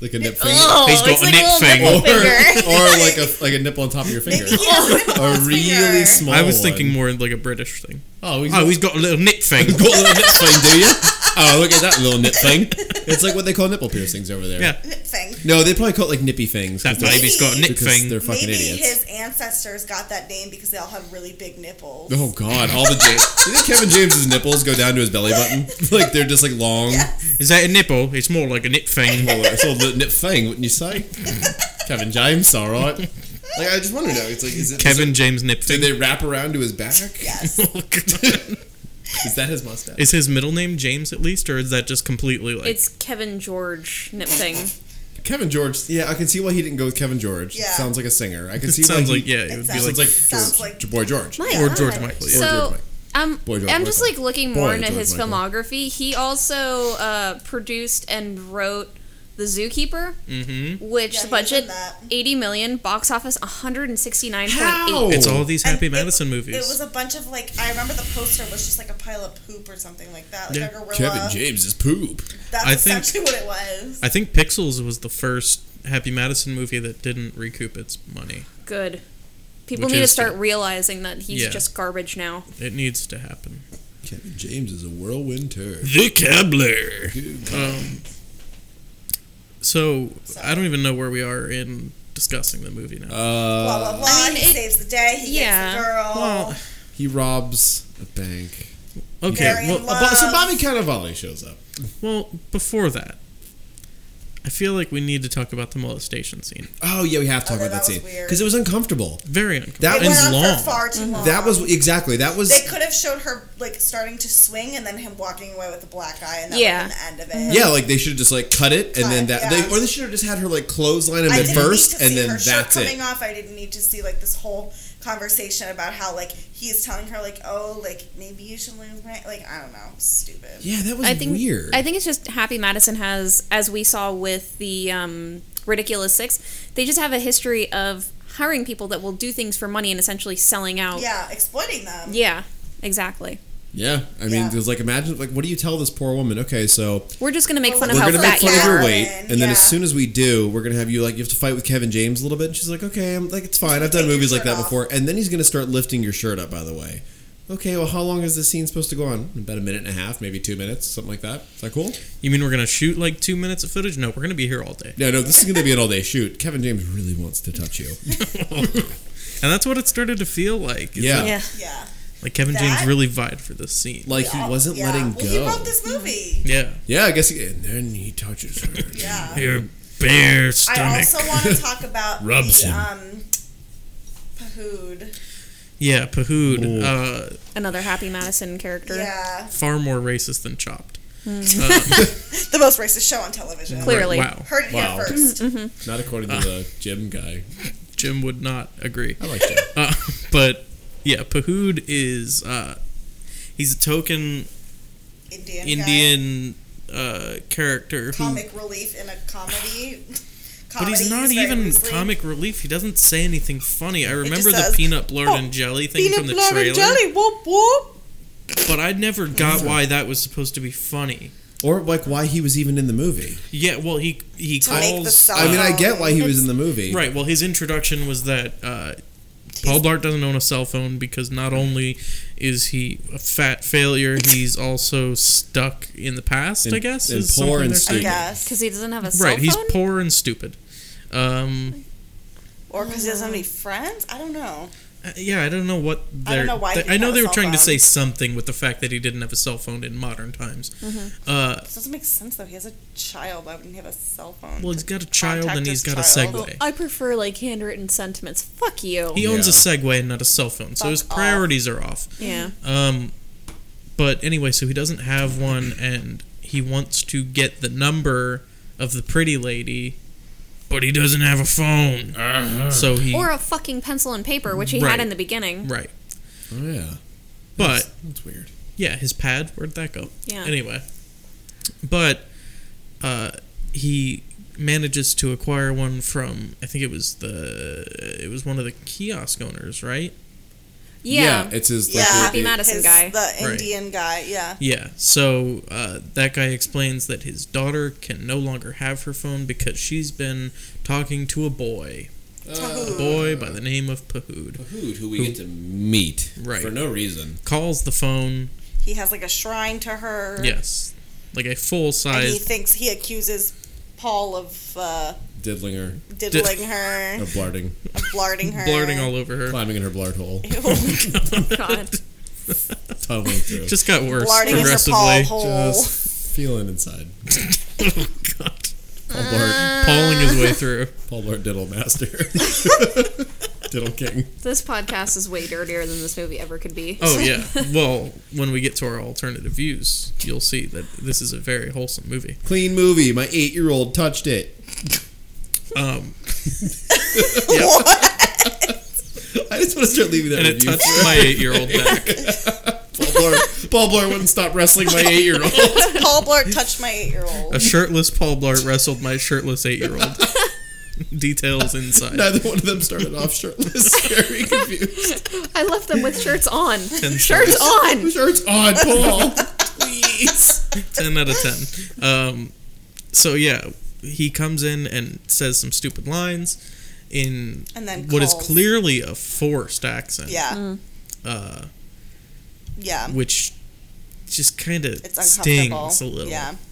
Speaker 5: Like a nip thing.
Speaker 4: Oh,
Speaker 2: He's got
Speaker 4: it's
Speaker 2: a
Speaker 4: like a little
Speaker 2: Nipfing.
Speaker 4: nipple finger.
Speaker 5: or, or like a like a nipple on top of your finger.
Speaker 3: Maybe he has a
Speaker 4: Oh.
Speaker 3: nipple on
Speaker 5: a
Speaker 3: his
Speaker 5: really
Speaker 3: finger.
Speaker 5: small.
Speaker 2: I was
Speaker 5: one.
Speaker 2: thinking more like a British thing.
Speaker 5: Oh, he's
Speaker 2: Oh, he's got a little nip thing.
Speaker 5: got a little nip thing, do you? Oh, look at that little nip thing. It's like what they call nipple piercings over there.
Speaker 2: Yeah.
Speaker 3: Nip thing.
Speaker 5: No, they probably call it like nippy things. 'cause
Speaker 2: That
Speaker 5: they're-
Speaker 2: baby's got a nip
Speaker 5: because
Speaker 2: thing.
Speaker 5: They're fucking
Speaker 3: Maybe
Speaker 5: idiots.
Speaker 3: his ancestors got that name because they all have really big nipples.
Speaker 5: Oh God! All the James. you think Kevin James's nipples go down to his belly button? Like they're just like long.
Speaker 2: Is that a nipple? It's more like a nip thing.
Speaker 5: Well, it's a little nip thing, wouldn't you say? Kevin James, all right. Like I just want to know. It's like is it
Speaker 2: Kevin James nip
Speaker 5: Do
Speaker 2: thing.
Speaker 5: they wrap around to his back?
Speaker 3: Yes.
Speaker 5: Oh, Is that his mustache?
Speaker 2: Is his middle name James at least, or is that just completely like?
Speaker 4: It's Kevin George Nipfing.
Speaker 5: Kevin George. Yeah, I can see why he didn't go with Kevin George.
Speaker 3: Yeah.
Speaker 5: Sounds like a singer. I can
Speaker 2: it
Speaker 5: see.
Speaker 2: sounds
Speaker 5: why he,
Speaker 2: like yeah, it would be
Speaker 3: sounds
Speaker 2: like
Speaker 5: Sounds like
Speaker 3: Sounds
Speaker 5: George.
Speaker 3: like-
Speaker 5: boy George.
Speaker 4: My
Speaker 2: or
Speaker 4: God.
Speaker 2: George Michael. Yeah.
Speaker 5: George
Speaker 4: So
Speaker 5: Michael.
Speaker 4: um,
Speaker 5: Boy, George
Speaker 4: I'm just
Speaker 5: Michael.
Speaker 4: like looking
Speaker 5: Boy,
Speaker 4: more into
Speaker 5: George
Speaker 4: his
Speaker 5: Michael.
Speaker 4: filmography. He also uh, produced and wrote The Zookeeper,
Speaker 5: Hmm?
Speaker 2: Mm-hmm.
Speaker 4: which budget 80 million, box office 169.8.
Speaker 5: Oh.
Speaker 2: It's all these Happy Madison movies.
Speaker 3: It was a bunch of like I remember the poster was just like a pile of poop or something like that, like
Speaker 2: Yeah.
Speaker 3: a gorilla.
Speaker 5: Kevin James is poop.
Speaker 3: That's
Speaker 2: I think-
Speaker 3: essentially what it was.
Speaker 2: I think Pixels was the first Happy Madison movie that didn't recoup its money.
Speaker 4: Good. People
Speaker 2: Which
Speaker 4: need to
Speaker 2: is
Speaker 4: start
Speaker 2: good.
Speaker 4: realizing that he's
Speaker 2: Yeah.
Speaker 4: just garbage now.
Speaker 2: It needs to happen.
Speaker 5: Kevin James is a whirlwind turd.
Speaker 2: The Cobbler. Um, so I don't even know where we are in discussing the movie
Speaker 5: Uh,
Speaker 2: now.
Speaker 3: blah blah blah.
Speaker 4: I mean,
Speaker 3: he saves the day. He
Speaker 4: yeah.
Speaker 3: gets the girl.
Speaker 2: Uh, Well,
Speaker 5: He robs a bank. Uh,
Speaker 2: okay.
Speaker 3: They're in
Speaker 2: Well,
Speaker 3: love.
Speaker 5: Bo- so Bobby Cannavale shows up.
Speaker 2: well, before that, I feel like we need to talk about the molestation scene.
Speaker 5: Oh yeah, we have to talk
Speaker 3: Oh,
Speaker 5: about that,
Speaker 3: that was
Speaker 5: scene
Speaker 3: weird.
Speaker 5: because it was uncomfortable.
Speaker 2: Very uncomfortable.
Speaker 5: That
Speaker 3: it went
Speaker 5: was
Speaker 3: on
Speaker 2: long.
Speaker 3: for far too long.
Speaker 5: that was exactly that was
Speaker 3: They could have showed her like starting to swing and then him walking away with a black eye, and that
Speaker 4: Yeah.
Speaker 3: yeah. the end of it.
Speaker 5: yeah. Like they should have just like cut it and then
Speaker 3: Cut,
Speaker 5: that, they,
Speaker 3: yeah.
Speaker 5: or they should have just had her like clothesline him
Speaker 3: I
Speaker 5: at
Speaker 3: didn't
Speaker 5: first
Speaker 3: need to
Speaker 5: and
Speaker 3: see
Speaker 5: then
Speaker 3: her shirt
Speaker 5: that's
Speaker 3: coming
Speaker 5: it.
Speaker 3: off. I didn't need to see like this whole conversation about how like he's telling her like oh like maybe you should lose my like I don't know stupid.
Speaker 5: Yeah, that was
Speaker 4: I think
Speaker 5: weird.
Speaker 4: I think it's just Happy Madison has, as we saw with the um, Ridiculous Six, they just have a history of hiring people that will do things for money and essentially selling out.
Speaker 3: Yeah, exploiting them.
Speaker 4: Yeah, exactly.
Speaker 5: yeah, I mean,
Speaker 3: Yeah.
Speaker 5: it was like imagine like what do you tell this poor woman? Okay, so
Speaker 4: We're just gonna make fun of
Speaker 5: we're
Speaker 4: how
Speaker 5: gonna make
Speaker 4: fat you
Speaker 5: fun of
Speaker 4: are.
Speaker 5: your
Speaker 3: are.
Speaker 5: weight, and then
Speaker 3: Yeah.
Speaker 5: as soon as we do, we're gonna have you like you have to fight with Kevin James a little bit. And she's like, okay, I'm like it's fine. I've done
Speaker 3: Take your
Speaker 5: movies like
Speaker 3: shirt
Speaker 5: that
Speaker 3: off.
Speaker 5: before. And then he's gonna start lifting your shirt up. By the way, okay, well, how long is this scene supposed to go on? About a minute and a half, maybe two minutes, something like that. Is that cool?
Speaker 2: You mean we're gonna shoot like two minutes of footage? No, we're gonna be here all day.
Speaker 5: No, no, this is gonna be an all day shoot. Kevin James really wants to touch you.
Speaker 2: And that's what it started to feel like. is
Speaker 5: Yeah.
Speaker 2: that,
Speaker 4: Yeah.
Speaker 3: Yeah.
Speaker 2: Like Kevin
Speaker 3: That-
Speaker 2: James really vied for this scene.
Speaker 5: Like he wasn't
Speaker 3: yeah.
Speaker 5: letting
Speaker 3: well,
Speaker 5: go.
Speaker 3: He wrote this movie.
Speaker 2: yeah.
Speaker 5: yeah, I guess. He, and then he touches her.
Speaker 3: Yeah.
Speaker 2: Your bare stomach.
Speaker 3: I also want to talk about
Speaker 5: Rubs
Speaker 3: the
Speaker 5: him.
Speaker 3: um, Pahood.
Speaker 2: yeah,
Speaker 5: Ooh.
Speaker 2: Pahood. Uh,
Speaker 4: Another Happy Madison character.
Speaker 3: Yeah,
Speaker 2: far more racist than Chopped.
Speaker 3: the most racist show on television.
Speaker 4: Clearly.
Speaker 2: Wow.
Speaker 3: Heard it
Speaker 5: Wow.
Speaker 3: here first.
Speaker 5: Not according to the Jim guy.
Speaker 2: Jim would not agree.
Speaker 5: I like Jim.
Speaker 2: Uh, but yeah, Pahood is uh, he's a token
Speaker 3: Indian. guy.
Speaker 2: Indian uh, character who,
Speaker 3: comic relief in a comedy.
Speaker 2: but he's
Speaker 3: Comedy,
Speaker 2: not
Speaker 3: very
Speaker 2: even
Speaker 3: loosely.
Speaker 2: comic relief. He doesn't say anything funny. I remember the
Speaker 3: says,
Speaker 2: peanut blurred
Speaker 3: "Oh,
Speaker 2: and jelly thing
Speaker 3: Peanut
Speaker 2: from the
Speaker 3: blood
Speaker 2: trailer,
Speaker 3: and jelly. Whoop whoop.
Speaker 2: but I never got why that was supposed to be funny.
Speaker 5: Or like why he was even in the movie.
Speaker 2: Yeah, well he he
Speaker 3: To make the
Speaker 2: calls
Speaker 3: song.
Speaker 5: I mean, I get why he was in the movie.
Speaker 2: right. Well, his introduction was that. Uh, Paul Blart doesn't own a cell phone because not only is he a fat failure, he's also stuck in the past.
Speaker 5: And-
Speaker 2: I guess
Speaker 5: and
Speaker 2: is
Speaker 5: poor
Speaker 2: something
Speaker 5: and
Speaker 2: they're
Speaker 3: I
Speaker 5: stupid.
Speaker 2: saying.
Speaker 3: guess.
Speaker 4: Because he doesn't have a cell
Speaker 2: Right, he's
Speaker 4: phone?
Speaker 2: poor and stupid. Um,
Speaker 3: Or because he doesn't have any friends? I don't know.
Speaker 2: uh, yeah, I don't know what
Speaker 3: I don't
Speaker 2: they're.
Speaker 3: know why he
Speaker 2: I
Speaker 3: didn't
Speaker 2: know
Speaker 3: have
Speaker 2: they
Speaker 3: a
Speaker 2: were
Speaker 3: cell
Speaker 2: trying to
Speaker 3: phone.
Speaker 2: say something with the fact that he didn't have a cell phone in modern times.
Speaker 3: Mm-hmm.
Speaker 2: Uh,
Speaker 3: This doesn't make sense though. He has a child. Why wouldn't he have a cell phone?
Speaker 2: well, he's got a child
Speaker 3: Contact
Speaker 2: and he's
Speaker 3: his
Speaker 2: got a
Speaker 3: child.
Speaker 2: Segway.
Speaker 4: I prefer like handwritten sentiments. Fuck you.
Speaker 2: He owns a
Speaker 5: Yeah.
Speaker 2: Segway and not a cell phone, so his
Speaker 3: Fuck off.
Speaker 2: priorities are off.
Speaker 4: yeah.
Speaker 2: Um, but anyway, so he doesn't have one, and he wants to get the number of the pretty lady, but he doesn't have a phone.
Speaker 5: Uh-huh.
Speaker 2: So he
Speaker 4: Or a fucking pencil and paper, which he
Speaker 2: Right.
Speaker 4: had in the beginning.
Speaker 2: right,
Speaker 5: Oh yeah.
Speaker 2: but
Speaker 5: That's weird.
Speaker 2: yeah, his pad. Where'd that go?
Speaker 4: Yeah.
Speaker 2: Anyway, but uh, he manages to acquire one from I think it was the it was one of the kiosk owners, right?
Speaker 4: Yeah.
Speaker 5: it's his.
Speaker 3: yeah,
Speaker 4: Happy Madison
Speaker 3: his-
Speaker 4: guy.
Speaker 3: the Indian guy. Yeah,
Speaker 2: Yeah. So uh, that guy explains that his daughter can no longer have her phone because she's been talking to a boy, a Uh, boy by the name of Pahood.
Speaker 5: Who, uh, who we get to meet
Speaker 2: Right.
Speaker 5: for no reason.
Speaker 2: Calls the phone.
Speaker 3: he has like a shrine to her.
Speaker 2: Yes, like a full
Speaker 3: and he
Speaker 2: size.
Speaker 3: thinks he accuses Paul of uh,
Speaker 5: Diddling her,
Speaker 3: diddling her,
Speaker 5: or blarting,
Speaker 3: of blarting her,
Speaker 2: Blurting all over her.
Speaker 5: climbing in her blart hole,
Speaker 4: God.
Speaker 5: tunneling through,
Speaker 2: Just got worse
Speaker 3: blarting in her Paul
Speaker 2: progressively.
Speaker 3: hole.
Speaker 5: just feeling inside.
Speaker 2: oh God.
Speaker 5: Paul Blart,
Speaker 2: Pawling his way through.
Speaker 5: Paul Blart Diddle Master, Diddle King.
Speaker 4: This podcast is way dirtier than this movie ever could be.
Speaker 2: Oh yeah. Well, when we get to our alternative views, you'll see that this is a very wholesome movie.
Speaker 5: Clean movie. My eight-year-old touched it.
Speaker 2: Um,
Speaker 5: I just want to start leaving that
Speaker 2: and it
Speaker 5: review.
Speaker 2: touched my eight-year-old back.
Speaker 5: Paul Blart, Paul Blart wouldn't stop wrestling my eight year old.
Speaker 3: Paul Blart touched my eight year old.
Speaker 2: A shirtless Paul Blart wrestled my shirtless eight year old. Details inside.
Speaker 5: Neither one of them started off shirtless. Very confused.
Speaker 4: I left them with shirts on.
Speaker 2: Ten
Speaker 4: shirts
Speaker 2: stars.
Speaker 4: on.
Speaker 5: Shirts on, Paul.
Speaker 2: Please. 10 out of 10. Um, so, yeah, he comes in and says some stupid lines in
Speaker 3: And then
Speaker 2: what is
Speaker 3: calls.
Speaker 2: clearly a forced accent.
Speaker 3: Yeah.
Speaker 4: Mm.
Speaker 2: Uh,
Speaker 3: Yeah.
Speaker 2: which just kind of
Speaker 3: It's uncomfortable.
Speaker 2: stings a little.
Speaker 3: Yeah.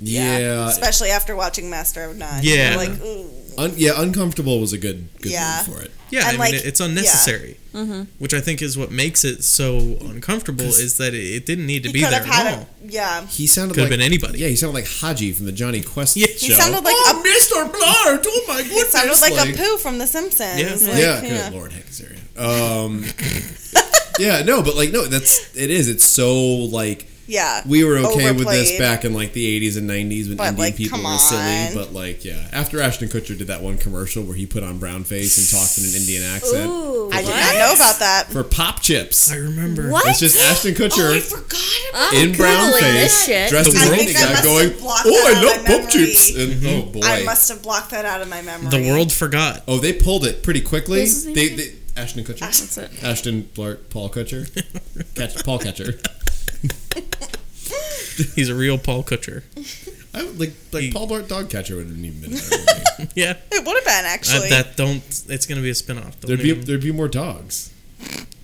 Speaker 5: Yeah.
Speaker 3: Especially after watching Master of None.
Speaker 2: Yeah.
Speaker 3: You're Like, ooh.
Speaker 5: Un- yeah, uncomfortable was a good good
Speaker 3: Yeah.
Speaker 5: word for it.
Speaker 2: Yeah,
Speaker 3: And,
Speaker 2: I mean,
Speaker 3: like,
Speaker 2: it's
Speaker 3: yeah.
Speaker 2: unnecessary.
Speaker 3: Mhm.
Speaker 2: Which I think is what makes it so uncomfortable is that it, it didn't need to
Speaker 3: He
Speaker 2: be
Speaker 3: could
Speaker 2: there
Speaker 3: have had
Speaker 2: at
Speaker 3: a
Speaker 2: all.
Speaker 3: yeah.
Speaker 5: He sounded
Speaker 2: Could've
Speaker 5: like
Speaker 2: been anybody.
Speaker 5: Yeah, he sounded like Haji from the Johnny Quest show.
Speaker 3: He sounded like a
Speaker 5: Mr. Blart. Oh my goodness!
Speaker 3: It sounded like,
Speaker 5: like-
Speaker 3: a poo from The Simpsons.
Speaker 5: Yeah.
Speaker 3: Like,
Speaker 5: Yeah, good lord, heck is Um, yeah, no, but like, no, that's it is. It's so like
Speaker 3: Yeah.
Speaker 5: we were okay with this
Speaker 3: Overplayed.
Speaker 5: back in like the '80s and '90s when
Speaker 3: But,
Speaker 5: Indian
Speaker 3: like,
Speaker 5: people
Speaker 3: come
Speaker 5: were silly.
Speaker 3: on.
Speaker 5: But like, yeah, after Ashton Kutcher did that one commercial where he put on brown face and talked in an Indian accent
Speaker 4: Ooh.
Speaker 3: I did not know about that.
Speaker 5: for pop chips.
Speaker 2: I remember.
Speaker 4: What?
Speaker 5: It's just Ashton
Speaker 3: Oh, I
Speaker 5: Kutcher
Speaker 3: forgot
Speaker 5: in
Speaker 4: I'm
Speaker 5: brown
Speaker 4: Googling
Speaker 5: face,
Speaker 4: this shit.
Speaker 5: dressed
Speaker 2: The
Speaker 5: as an
Speaker 2: world-
Speaker 5: Indian
Speaker 3: I
Speaker 5: guy,
Speaker 3: must
Speaker 5: going,
Speaker 3: have blocked
Speaker 5: "Oh,
Speaker 3: that
Speaker 5: I
Speaker 3: out
Speaker 5: love
Speaker 3: of my
Speaker 5: pop
Speaker 3: memory.
Speaker 5: chips!" And oh boy,
Speaker 3: I must have blocked that out of my memory.
Speaker 2: The world forgot.
Speaker 5: oh they pulled it pretty quickly.
Speaker 4: Who's his name
Speaker 5: They,
Speaker 4: again?
Speaker 5: they Ashton Kutcher.
Speaker 4: That's it.
Speaker 5: Ashton Blart, Paul Kutcher, Catch, Paul Kutcher.
Speaker 2: He's a real Paul Kutcher.
Speaker 5: I would like like
Speaker 2: He-
Speaker 5: Paul Blart Dog Catcher would have even been better.
Speaker 2: Yeah,
Speaker 3: It would have been
Speaker 2: Uh,
Speaker 3: actually.
Speaker 2: that don't. It's gonna be a spinoff. Don't
Speaker 5: there'd be
Speaker 2: even-
Speaker 5: there'd be more dogs.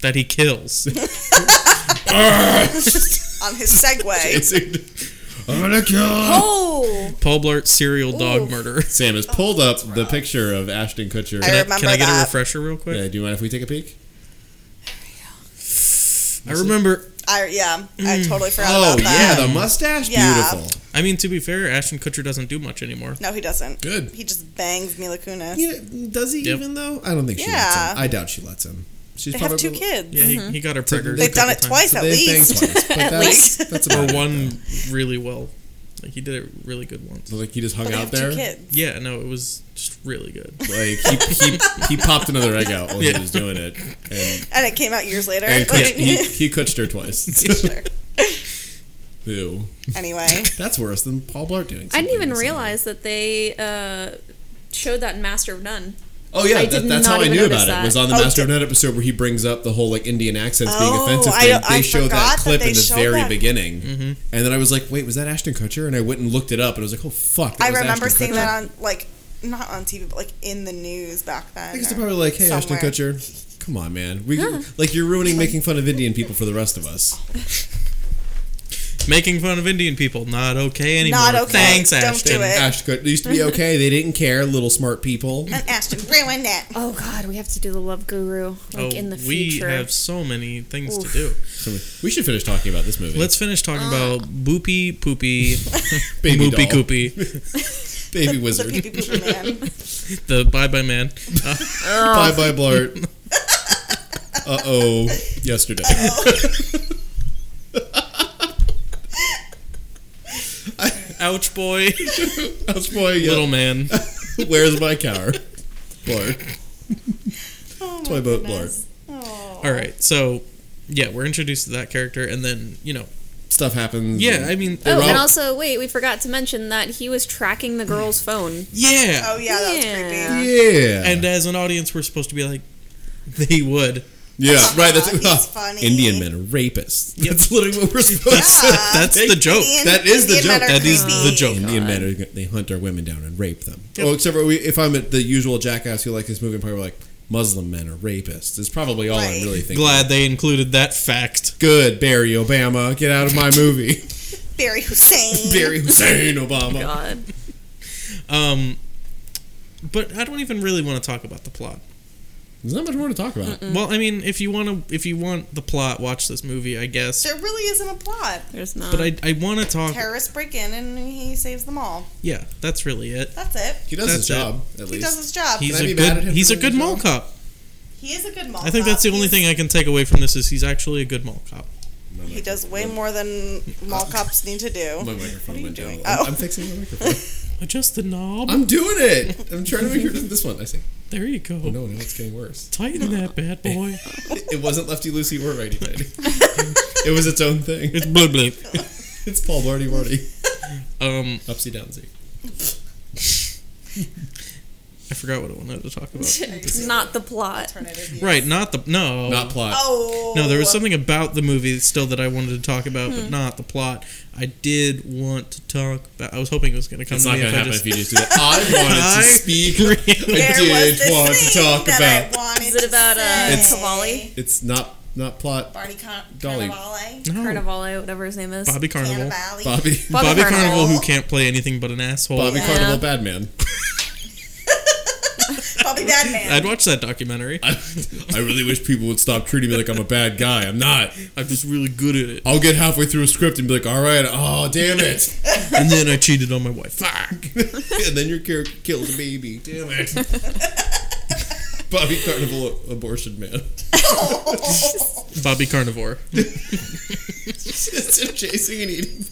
Speaker 2: that he kills.
Speaker 3: on his Segway.
Speaker 5: It's- I'm gonna kill.
Speaker 4: Oh.
Speaker 2: Paul Blart serial dog
Speaker 4: Oof.
Speaker 2: murderer.
Speaker 5: Sam has pulled up the picture of Ashton Kutcher.
Speaker 2: Can
Speaker 3: I
Speaker 2: I,
Speaker 3: remember
Speaker 2: can I get a
Speaker 3: that.
Speaker 2: refresher real quick?
Speaker 5: Yeah, do you mind if we take a peek?
Speaker 2: I remember.
Speaker 3: I yeah. I totally forgot
Speaker 5: Oh
Speaker 3: about
Speaker 5: yeah,
Speaker 3: that.
Speaker 5: the mustache,
Speaker 3: Yeah.
Speaker 5: beautiful.
Speaker 2: I mean, to be fair, Ashton Kutcher doesn't do much anymore.
Speaker 3: No, he doesn't.
Speaker 5: Good.
Speaker 3: He just bangs Mila Kunis.
Speaker 5: You know, does he
Speaker 2: Yep.
Speaker 5: even though? I don't think she
Speaker 3: Yeah.
Speaker 5: lets him. I doubt she lets him. She's
Speaker 3: They have two
Speaker 5: probably-
Speaker 3: kids.
Speaker 2: Yeah, he, he got her
Speaker 5: So
Speaker 2: pregnant.
Speaker 5: they've
Speaker 2: a
Speaker 3: Mm-hmm. They've done it
Speaker 2: couple
Speaker 3: twice
Speaker 5: So
Speaker 3: at
Speaker 5: they banged
Speaker 3: least.
Speaker 5: twice, but
Speaker 2: times.
Speaker 5: that's, that's about
Speaker 2: Or
Speaker 5: it.
Speaker 2: one really well. Like he did it really good once.
Speaker 5: So like he just hung
Speaker 3: But they
Speaker 5: out
Speaker 3: have
Speaker 5: there.
Speaker 3: two kids.
Speaker 2: Yeah, no, it was just really good.
Speaker 5: Like he, he, he popped another egg out while he was doing it, and,
Speaker 3: And it came out years later.
Speaker 5: and
Speaker 3: Like,
Speaker 5: Kutch- he he kutched her twice.
Speaker 3: sure.
Speaker 5: Ew.
Speaker 3: Anyway.
Speaker 5: That's worse than Paul Blart doing.
Speaker 4: I didn't
Speaker 5: something
Speaker 4: even
Speaker 5: insane.
Speaker 4: realize that they uh, showed that in Master of None.
Speaker 5: Oh yeah,
Speaker 4: I
Speaker 5: that,
Speaker 4: did
Speaker 5: that's
Speaker 4: not
Speaker 5: how I
Speaker 4: even
Speaker 5: knew
Speaker 4: notice
Speaker 5: about it.
Speaker 4: that.
Speaker 5: Was on the
Speaker 3: Oh,
Speaker 5: Master of
Speaker 3: did-
Speaker 5: None episode where he brings up the whole like Indian accents being
Speaker 3: Oh,
Speaker 5: offensive
Speaker 3: I-
Speaker 5: thing.
Speaker 3: I
Speaker 5: they showed
Speaker 3: forgot
Speaker 5: that
Speaker 3: that
Speaker 5: clip
Speaker 3: they
Speaker 5: in the
Speaker 3: showed
Speaker 5: very
Speaker 3: that.
Speaker 5: beginning, and then I was like, "Wait, was that Ashton Kutcher?" And I went and looked it up, and I was like, "Oh fuck!" That
Speaker 3: I
Speaker 5: was
Speaker 3: remember
Speaker 5: Ashton
Speaker 3: seeing
Speaker 5: Kutcher.
Speaker 3: that on like not on TV, but like in the news back then.
Speaker 5: I guess
Speaker 3: or
Speaker 5: they're probably like, "Hey, Ashton
Speaker 3: somewhere.
Speaker 5: Kutcher, come on, man, we like you're ruining making fun of Indian people for the rest of us."
Speaker 2: Making fun of Indian people, not okay anymore.
Speaker 3: Not okay.
Speaker 2: Thanks,
Speaker 3: Don't do
Speaker 2: Ashton.
Speaker 3: it.
Speaker 5: Ashton Kutcher it used to be okay; they didn't care, little smart people.
Speaker 3: And Ashton ruined it.
Speaker 4: Oh God, we have to do the Love Guru like
Speaker 2: Oh,
Speaker 4: in the
Speaker 2: we
Speaker 4: future.
Speaker 2: have so many things to
Speaker 4: Oof.
Speaker 2: do.
Speaker 5: So we- we should finish talking about this movie.
Speaker 2: Let's finish
Speaker 3: Uh.
Speaker 2: talking about boopy poopy,
Speaker 5: Baby
Speaker 2: moopy
Speaker 5: doll.
Speaker 2: coopy,
Speaker 5: baby
Speaker 3: The
Speaker 5: wizard.
Speaker 3: pee pee poo man.
Speaker 2: the bye bye man.
Speaker 5: Bye bye Blart. uh oh. Yesterday.
Speaker 2: Ouch, boy.
Speaker 5: That's why yeah.
Speaker 2: Little man.
Speaker 5: Where's my car? Blart.
Speaker 3: Oh,
Speaker 5: Toy
Speaker 3: my
Speaker 5: boat
Speaker 3: goodness. Oh.
Speaker 2: All right, so yeah, we're introduced to that character, and then you know,
Speaker 5: Stuff happens.
Speaker 2: yeah, I mean,
Speaker 4: Oh,
Speaker 5: Rob-
Speaker 4: and also, wait, we forgot to mention that he was tracking the girl's phone.
Speaker 2: yeah.
Speaker 3: Oh yeah, that was
Speaker 4: Yeah.
Speaker 3: creepy.
Speaker 5: yeah.
Speaker 2: And as an audience, we're supposed to be like, they would.
Speaker 5: yeah, right. That's
Speaker 3: He's
Speaker 5: ah,
Speaker 3: funny.
Speaker 5: Indian men are rapists. That's literally what we're supposed to
Speaker 3: Yeah.
Speaker 2: That's the joke.
Speaker 3: Indian-
Speaker 5: That is the
Speaker 3: Indian men
Speaker 5: joke.
Speaker 3: are
Speaker 2: That is
Speaker 3: creepy.
Speaker 2: the joke.
Speaker 5: Indian men are, they hunt our women down and rape them. Oh, except for we, if I'm at the usual jackass who like this movie, I'm probably like Muslim men are rapists. It's probably all
Speaker 3: Right.
Speaker 5: I'm really thinking.
Speaker 2: Glad they included that fact.
Speaker 5: Good, Barry Obama, get out of my movie.
Speaker 3: Barry Hussein.
Speaker 5: Barry Hussein Obama.
Speaker 4: God.
Speaker 2: Um, but I don't even really want to talk about the plot.
Speaker 5: There's not much more to talk about.
Speaker 2: Well, I mean, if you want to, if you want the plot, watch this movie, I guess.
Speaker 3: There really isn't a plot.
Speaker 4: There's not.
Speaker 2: But I, I want to talk.
Speaker 3: Terrorists break in and he saves them all.
Speaker 2: Yeah, that's really it.
Speaker 3: That's it.
Speaker 5: He does his
Speaker 2: That's it.
Speaker 5: job, at
Speaker 3: He
Speaker 5: least.
Speaker 3: does his job.
Speaker 2: He's
Speaker 5: I
Speaker 2: a
Speaker 5: be mad
Speaker 2: good.
Speaker 5: at him
Speaker 2: He's
Speaker 5: for
Speaker 2: a good
Speaker 5: doing his
Speaker 2: mall
Speaker 5: job?
Speaker 2: cop.
Speaker 3: he is a good mall.
Speaker 2: I think that's the only thing I can take away from this is he's actually a good mall cop.
Speaker 3: He does way more than mall cops need to do.
Speaker 5: my microphone went down.
Speaker 3: doing?
Speaker 5: I'm,
Speaker 3: Oh.
Speaker 5: I'm fixing my microphone.
Speaker 2: Adjust the knob.
Speaker 5: I'm doing it. I'm trying to make sure it isn't this one. I see.
Speaker 2: There you go.
Speaker 5: Oh, No, now it's getting worse.
Speaker 2: Tighten that bad boy.
Speaker 5: it wasn't Lefty Lucy or Righty Tighty. it was its own thing.
Speaker 2: It's blue blue.
Speaker 5: it's Paul Barty Marty.
Speaker 2: Um,
Speaker 5: Upsy downsy.
Speaker 2: I forgot what I wanted to talk about.
Speaker 4: not the plot.
Speaker 2: Right, not the no,
Speaker 5: Not plot.
Speaker 3: Oh.
Speaker 2: No, there was something about the movie still that I wanted to talk about, but
Speaker 4: Hmm.
Speaker 2: not the plot. I did want to talk about. I was hoping it was going to come.
Speaker 5: It's
Speaker 2: to
Speaker 5: not
Speaker 2: me
Speaker 5: gonna
Speaker 2: if I
Speaker 5: happen
Speaker 2: just,
Speaker 5: if you just do that. I wanted to speak.
Speaker 2: Really?
Speaker 5: I
Speaker 3: There
Speaker 5: did
Speaker 3: was this
Speaker 5: want to
Speaker 3: thing
Speaker 5: talk
Speaker 3: that
Speaker 5: about-
Speaker 3: I wanted
Speaker 4: Is it
Speaker 3: to
Speaker 4: about
Speaker 3: say.
Speaker 4: uh, Cavalli?
Speaker 5: It's not not plot.
Speaker 3: Barty Con-
Speaker 5: Dolly.
Speaker 3: Cannavale?
Speaker 2: No.
Speaker 4: Carnivale, whatever his name is.
Speaker 2: Bobby Carnival.
Speaker 3: Cannavale?
Speaker 5: Bobby
Speaker 4: Bobby
Speaker 2: Bobby Carnival.
Speaker 4: Carnival.
Speaker 2: who can't play anything but an asshole.
Speaker 5: Bobby
Speaker 4: Yeah.
Speaker 5: Carnival Badman.
Speaker 3: Bobby Badman.
Speaker 2: I'd watch that documentary.
Speaker 5: I, I really wish people would stop treating me like I'm a bad guy. I'm not.
Speaker 2: I'm just really good at it.
Speaker 5: I'll get halfway through a script and be like, "All right, oh damn it!"
Speaker 2: And then I cheated on my wife. Fuck.
Speaker 5: and then your character kills a baby. Damn it. Bobby Carnival abortion man.
Speaker 2: Bobby Carnivore.
Speaker 5: It's him chasing and eating.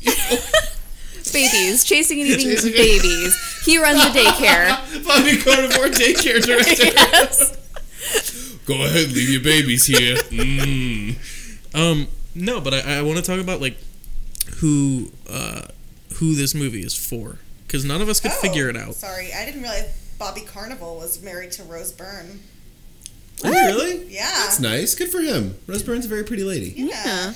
Speaker 4: Babies. Chasing and eating
Speaker 5: Chasing-
Speaker 4: babies. He runs a daycare.
Speaker 5: Bobby Carnivore daycare director.
Speaker 4: yes.
Speaker 5: Go ahead, leave your babies here. Mm.
Speaker 2: Um, no, but I, I want to talk about like who uh, who this movie is for because none of us could
Speaker 3: Oh,
Speaker 2: figure it out.
Speaker 3: Sorry, I didn't realize Bobby Carnival was married to Rose Byrne.
Speaker 5: really?
Speaker 3: Yeah.
Speaker 5: That's nice. Good for him. Rose Byrne's a very pretty lady.
Speaker 3: yeah.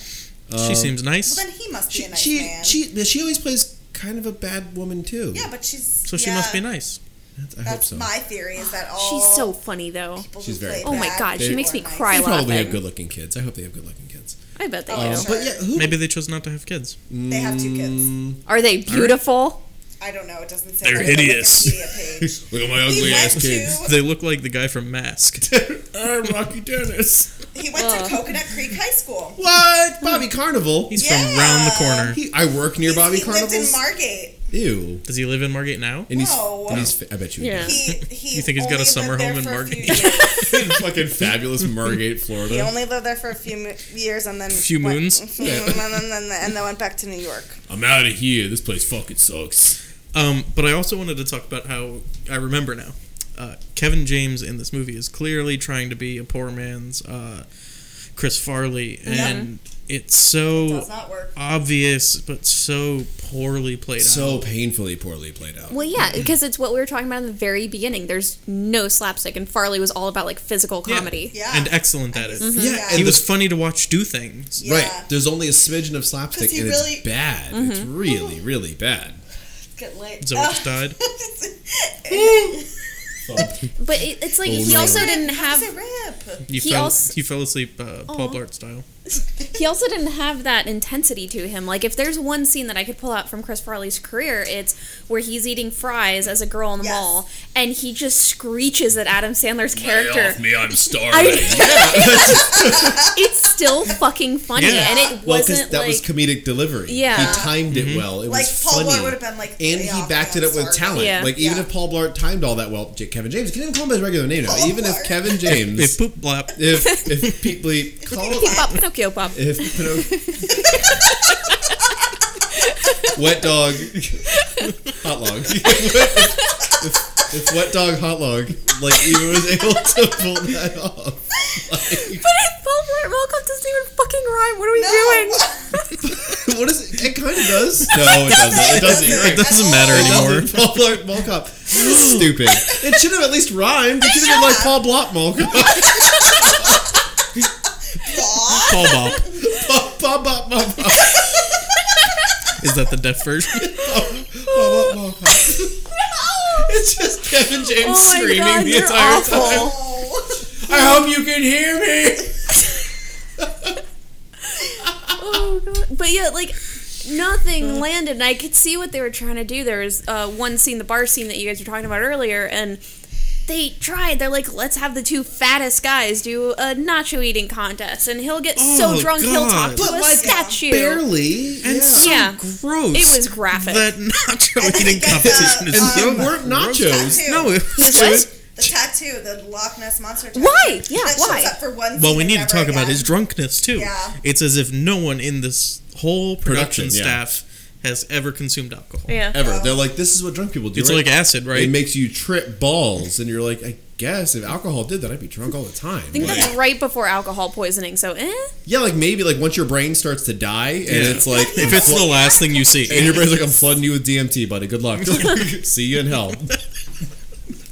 Speaker 4: Yeah.
Speaker 2: she seems nice,
Speaker 3: Well, then he must be a nice
Speaker 5: she
Speaker 3: man.
Speaker 5: she but she always plays kind of a bad woman too.
Speaker 3: yeah, but she's.
Speaker 2: so she
Speaker 3: yeah,
Speaker 2: must be nice.
Speaker 5: That's- I hope
Speaker 3: That's
Speaker 5: so.
Speaker 3: my theory. Is that all?
Speaker 4: She's so funny, though.
Speaker 3: people who
Speaker 5: She's very
Speaker 3: play
Speaker 4: Oh my
Speaker 3: bad
Speaker 4: God, she
Speaker 3: people
Speaker 4: makes
Speaker 3: are
Speaker 4: me
Speaker 3: nice.
Speaker 4: cry.
Speaker 5: they probably
Speaker 4: laughing.
Speaker 5: have good-looking kids. I hope they have good-looking kids.
Speaker 4: I bet they
Speaker 3: Oh,
Speaker 4: do.
Speaker 3: sure.
Speaker 5: But yeah, who?
Speaker 2: Maybe they chose not to have kids.
Speaker 3: They have two kids.
Speaker 4: Are they beautiful?
Speaker 3: I don't know. It doesn't say.
Speaker 2: Mm. They're
Speaker 3: that on the
Speaker 2: hideous.
Speaker 3: Wikipedia page.
Speaker 5: Look at my
Speaker 3: He
Speaker 5: ugly
Speaker 3: went
Speaker 5: ass kids.
Speaker 3: to
Speaker 2: They look like the guy from Mask.
Speaker 5: I'm Rocky Dennis.
Speaker 3: he went to Coconut Creek High School.
Speaker 5: What? Bobby Carnival.
Speaker 2: He's from
Speaker 3: Yeah.
Speaker 2: round the corner.
Speaker 5: He, I work near Bobby
Speaker 3: he lived
Speaker 5: Carnival's.
Speaker 3: in Margate.
Speaker 5: Ew.
Speaker 2: Does he live in Margate now?
Speaker 5: And he's,
Speaker 3: No.
Speaker 5: and he's fa- I bet you.
Speaker 4: Yeah.
Speaker 3: He, he
Speaker 2: You think he's got a
Speaker 3: only
Speaker 2: summer
Speaker 3: lived there
Speaker 2: home in
Speaker 3: for a
Speaker 2: Margate?
Speaker 3: few years.
Speaker 5: In fucking fabulous Margate, Florida.
Speaker 3: He only lived there for a few mo- years and then
Speaker 2: Few
Speaker 3: went-
Speaker 2: moons?
Speaker 3: and then and then went back to New York.
Speaker 5: I'm out of here. This place fucking sucks.
Speaker 2: Um, but I also wanted to talk about how I remember now. Uh, Kevin James in this movie is clearly trying to be a poor man's uh, Chris Farley, and it's so
Speaker 3: Does not work.
Speaker 2: obvious but so poorly played
Speaker 5: So
Speaker 2: out.
Speaker 5: painfully poorly played out.
Speaker 4: Well, yeah, because it's what we were talking about in the very beginning. There's no slapstick, and Farley was all about like physical
Speaker 2: Yeah.
Speaker 4: comedy.
Speaker 3: Yeah.
Speaker 2: and excellent at it.
Speaker 5: Yeah,
Speaker 3: Yeah.
Speaker 5: and
Speaker 2: He
Speaker 5: the-
Speaker 2: was funny to watch do things.
Speaker 3: Mm-hmm. Yeah.
Speaker 5: right. There's only a smidgen of slapstick,
Speaker 3: 'Cause he
Speaker 5: and
Speaker 3: really-
Speaker 5: it's bad. It's
Speaker 4: Mm-hmm.
Speaker 5: really, really bad.
Speaker 3: Get late.
Speaker 2: Zoe just died.
Speaker 4: But it, it's like
Speaker 5: Oh,
Speaker 4: he
Speaker 5: no.
Speaker 4: also didn't
Speaker 3: Have
Speaker 4: have
Speaker 3: a rip.
Speaker 2: You
Speaker 4: He
Speaker 2: fell.
Speaker 4: also-
Speaker 2: you fell asleep, uh, Paul Blart style.
Speaker 4: he also didn't have that intensity to him. Like if there's one scene that I could pull out from Chris Farley's career, it's where he's eating fries as a girl in the
Speaker 3: Yes.
Speaker 4: mall, and he just screeches at Adam Sandler's
Speaker 5: Lay
Speaker 4: character.
Speaker 5: off me, I'm starving.
Speaker 4: I- it's still fucking funny,
Speaker 2: Yeah.
Speaker 4: and it
Speaker 5: well, because
Speaker 4: wasn't
Speaker 5: that
Speaker 4: like
Speaker 5: was comedic delivery.
Speaker 4: Yeah.
Speaker 5: He timed it well. It
Speaker 3: Like
Speaker 5: was
Speaker 3: Paul
Speaker 5: funny.
Speaker 3: Blart would have been like.
Speaker 5: and
Speaker 3: "Lay
Speaker 5: he
Speaker 3: off
Speaker 5: backed
Speaker 3: me,
Speaker 5: it up
Speaker 3: I'm
Speaker 5: with
Speaker 3: sorry."
Speaker 5: talent.
Speaker 4: Yeah.
Speaker 5: Like even
Speaker 3: Yeah.
Speaker 5: if Paul Blart timed all that well, J- Kevin James. You can even call him by his regular name now.
Speaker 3: Paul
Speaker 5: even if
Speaker 3: Blart.
Speaker 5: Kevin James,
Speaker 2: If
Speaker 5: if
Speaker 2: poop blap.
Speaker 5: if, Pete Bleep call
Speaker 4: Pop, Pinocchio pop.
Speaker 5: if Pinocchio, wet dog, hot log. if, if wet dog hot log, like even was able to pull that off. Like,
Speaker 4: But it, Paul Blart Mall Cop doesn't even fucking rhyme. What are we
Speaker 3: No.
Speaker 4: doing?
Speaker 5: what is it? It kind of does. No, it doesn't. It doesn't. You're right.
Speaker 2: It doesn't matter
Speaker 5: It doesn't.
Speaker 2: anymore.
Speaker 5: Paul Blart Mall Cop. This is stupid. It should have at least rhymed. It should have been like Paul Blart Mall Cop.
Speaker 3: Aw.
Speaker 2: Paul Bop.
Speaker 5: Paul- Paul Blart Mall Cop.
Speaker 2: Is that the deaf version?
Speaker 5: Paul Blart Mall Cop. It's just Kevin
Speaker 4: Oh
Speaker 5: James
Speaker 4: my
Speaker 5: screaming
Speaker 4: God,
Speaker 5: the
Speaker 4: you're
Speaker 5: entire
Speaker 4: awful.
Speaker 5: time. I hope you can hear me.
Speaker 4: oh god! But yeah, like nothing landed, and I could see what they were trying to do. There was uh, one scene, the bar scene that you guys were talking about earlier, and they tried. They're like, let's have the two fattest guys do a nacho eating contest, and he'll get
Speaker 2: Oh,
Speaker 4: so drunk he'll
Speaker 2: God.
Speaker 4: talk to
Speaker 5: But,
Speaker 4: a
Speaker 5: like,
Speaker 4: statue.
Speaker 5: Barely.
Speaker 2: And so
Speaker 4: Yeah.
Speaker 2: gross.
Speaker 4: It was graphic.
Speaker 2: That nacho
Speaker 3: And then
Speaker 2: eating
Speaker 3: he gets, uh,
Speaker 2: competition is
Speaker 3: um,
Speaker 2: so
Speaker 5: There weren't
Speaker 2: gross.
Speaker 5: nachos.
Speaker 3: Tattoo.
Speaker 2: No, it was.
Speaker 4: What?
Speaker 3: The tattoo, the Loch Ness monster. Tattoo.
Speaker 4: Why? Yeah,
Speaker 3: That
Speaker 4: why?
Speaker 3: Shows up for one
Speaker 2: Well, we
Speaker 3: scene
Speaker 2: need to
Speaker 3: and
Speaker 2: talk
Speaker 3: never
Speaker 2: about
Speaker 3: again.
Speaker 2: his drunkenness too.
Speaker 3: Yeah.
Speaker 2: It's as if no one in this whole production,
Speaker 5: Production, yeah.
Speaker 2: staff has ever consumed alcohol.
Speaker 4: yeah.
Speaker 5: Ever. They're like, this is what drunk people do.
Speaker 2: It's
Speaker 5: right?
Speaker 2: like acid, right?
Speaker 5: It makes you trip balls, and you're like, I guess if alcohol did that, I'd be drunk all the time.
Speaker 4: I think
Speaker 5: Like-
Speaker 4: that's right before alcohol poisoning, so eh.
Speaker 5: yeah, like maybe like once your brain starts to die, and it's like
Speaker 2: If it's the last thing you see,
Speaker 5: and your brain's like, "I'm flooding you with DMT, buddy. Good luck. see you in hell."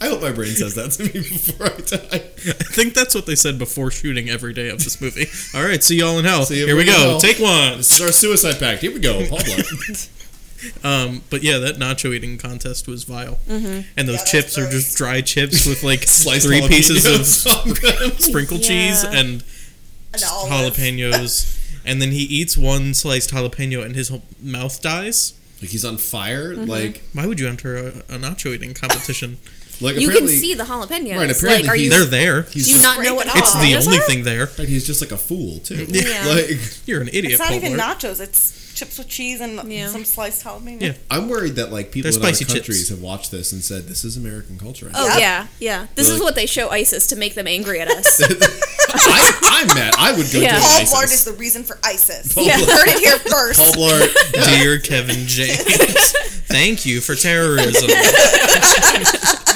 Speaker 5: I hope my brain says that to me before I die.
Speaker 2: I think that's what they said before shooting every day of this movie. All right, see y'all in hell.
Speaker 5: See you
Speaker 2: Here we
Speaker 5: in
Speaker 2: go.
Speaker 5: hell.
Speaker 2: Take one.
Speaker 5: This is our suicide pact. Here we go, Paul Blart.
Speaker 2: Um, but yeah, that nacho eating contest was vile,
Speaker 4: Mhm.
Speaker 2: and those
Speaker 3: Yeah,
Speaker 2: chips are
Speaker 3: that's
Speaker 2: just dry chips with like
Speaker 5: Sliced
Speaker 2: three pieces
Speaker 5: jalapenos
Speaker 2: of
Speaker 5: on them.
Speaker 2: sprinkle cheese
Speaker 4: Yeah.
Speaker 2: and
Speaker 3: An
Speaker 2: just
Speaker 3: olive.
Speaker 2: jalapenos. and then he eats one sliced jalapeno, and his whole mouth dies.
Speaker 5: Like he's on fire.
Speaker 4: Mm-hmm.
Speaker 5: Like
Speaker 2: Why would you enter a, a nacho eating competition?
Speaker 5: like
Speaker 4: You can
Speaker 5: apparently
Speaker 4: see the jalapenos.
Speaker 5: Right, apparently
Speaker 4: like, are you,
Speaker 2: They're there.
Speaker 5: he's
Speaker 4: do you
Speaker 5: just,
Speaker 4: not know what
Speaker 3: It's
Speaker 2: It's
Speaker 4: alcohol
Speaker 2: the
Speaker 4: is?
Speaker 2: only thing there.
Speaker 5: right, he's just like a fool too.
Speaker 4: Yeah.
Speaker 5: Like
Speaker 2: You're an idiot.
Speaker 3: It's not
Speaker 2: Paul
Speaker 3: even
Speaker 2: Blart.
Speaker 3: nachos. It's chips with cheese and
Speaker 4: Yeah.
Speaker 3: some sliced jalapeno.
Speaker 2: Yeah.
Speaker 5: I'm worried that like people
Speaker 2: They're
Speaker 5: in other
Speaker 2: spicy chips.
Speaker 5: countries have watched this and said this is American culture.
Speaker 4: Oh yeah, yeah. This
Speaker 5: They're
Speaker 4: is
Speaker 5: like-
Speaker 4: what they show ISIS to make them angry at us.
Speaker 5: I, I'm mad. I would go
Speaker 4: Yeah.
Speaker 5: to
Speaker 3: Paul
Speaker 5: ISIS.
Speaker 3: Blart is the reason for ISIS.
Speaker 5: Paul
Speaker 4: Yeah.
Speaker 3: You
Speaker 5: Blart.
Speaker 3: heard it here first.
Speaker 5: Paul Blart.
Speaker 2: Dear Kevin James, thank you for terrorism.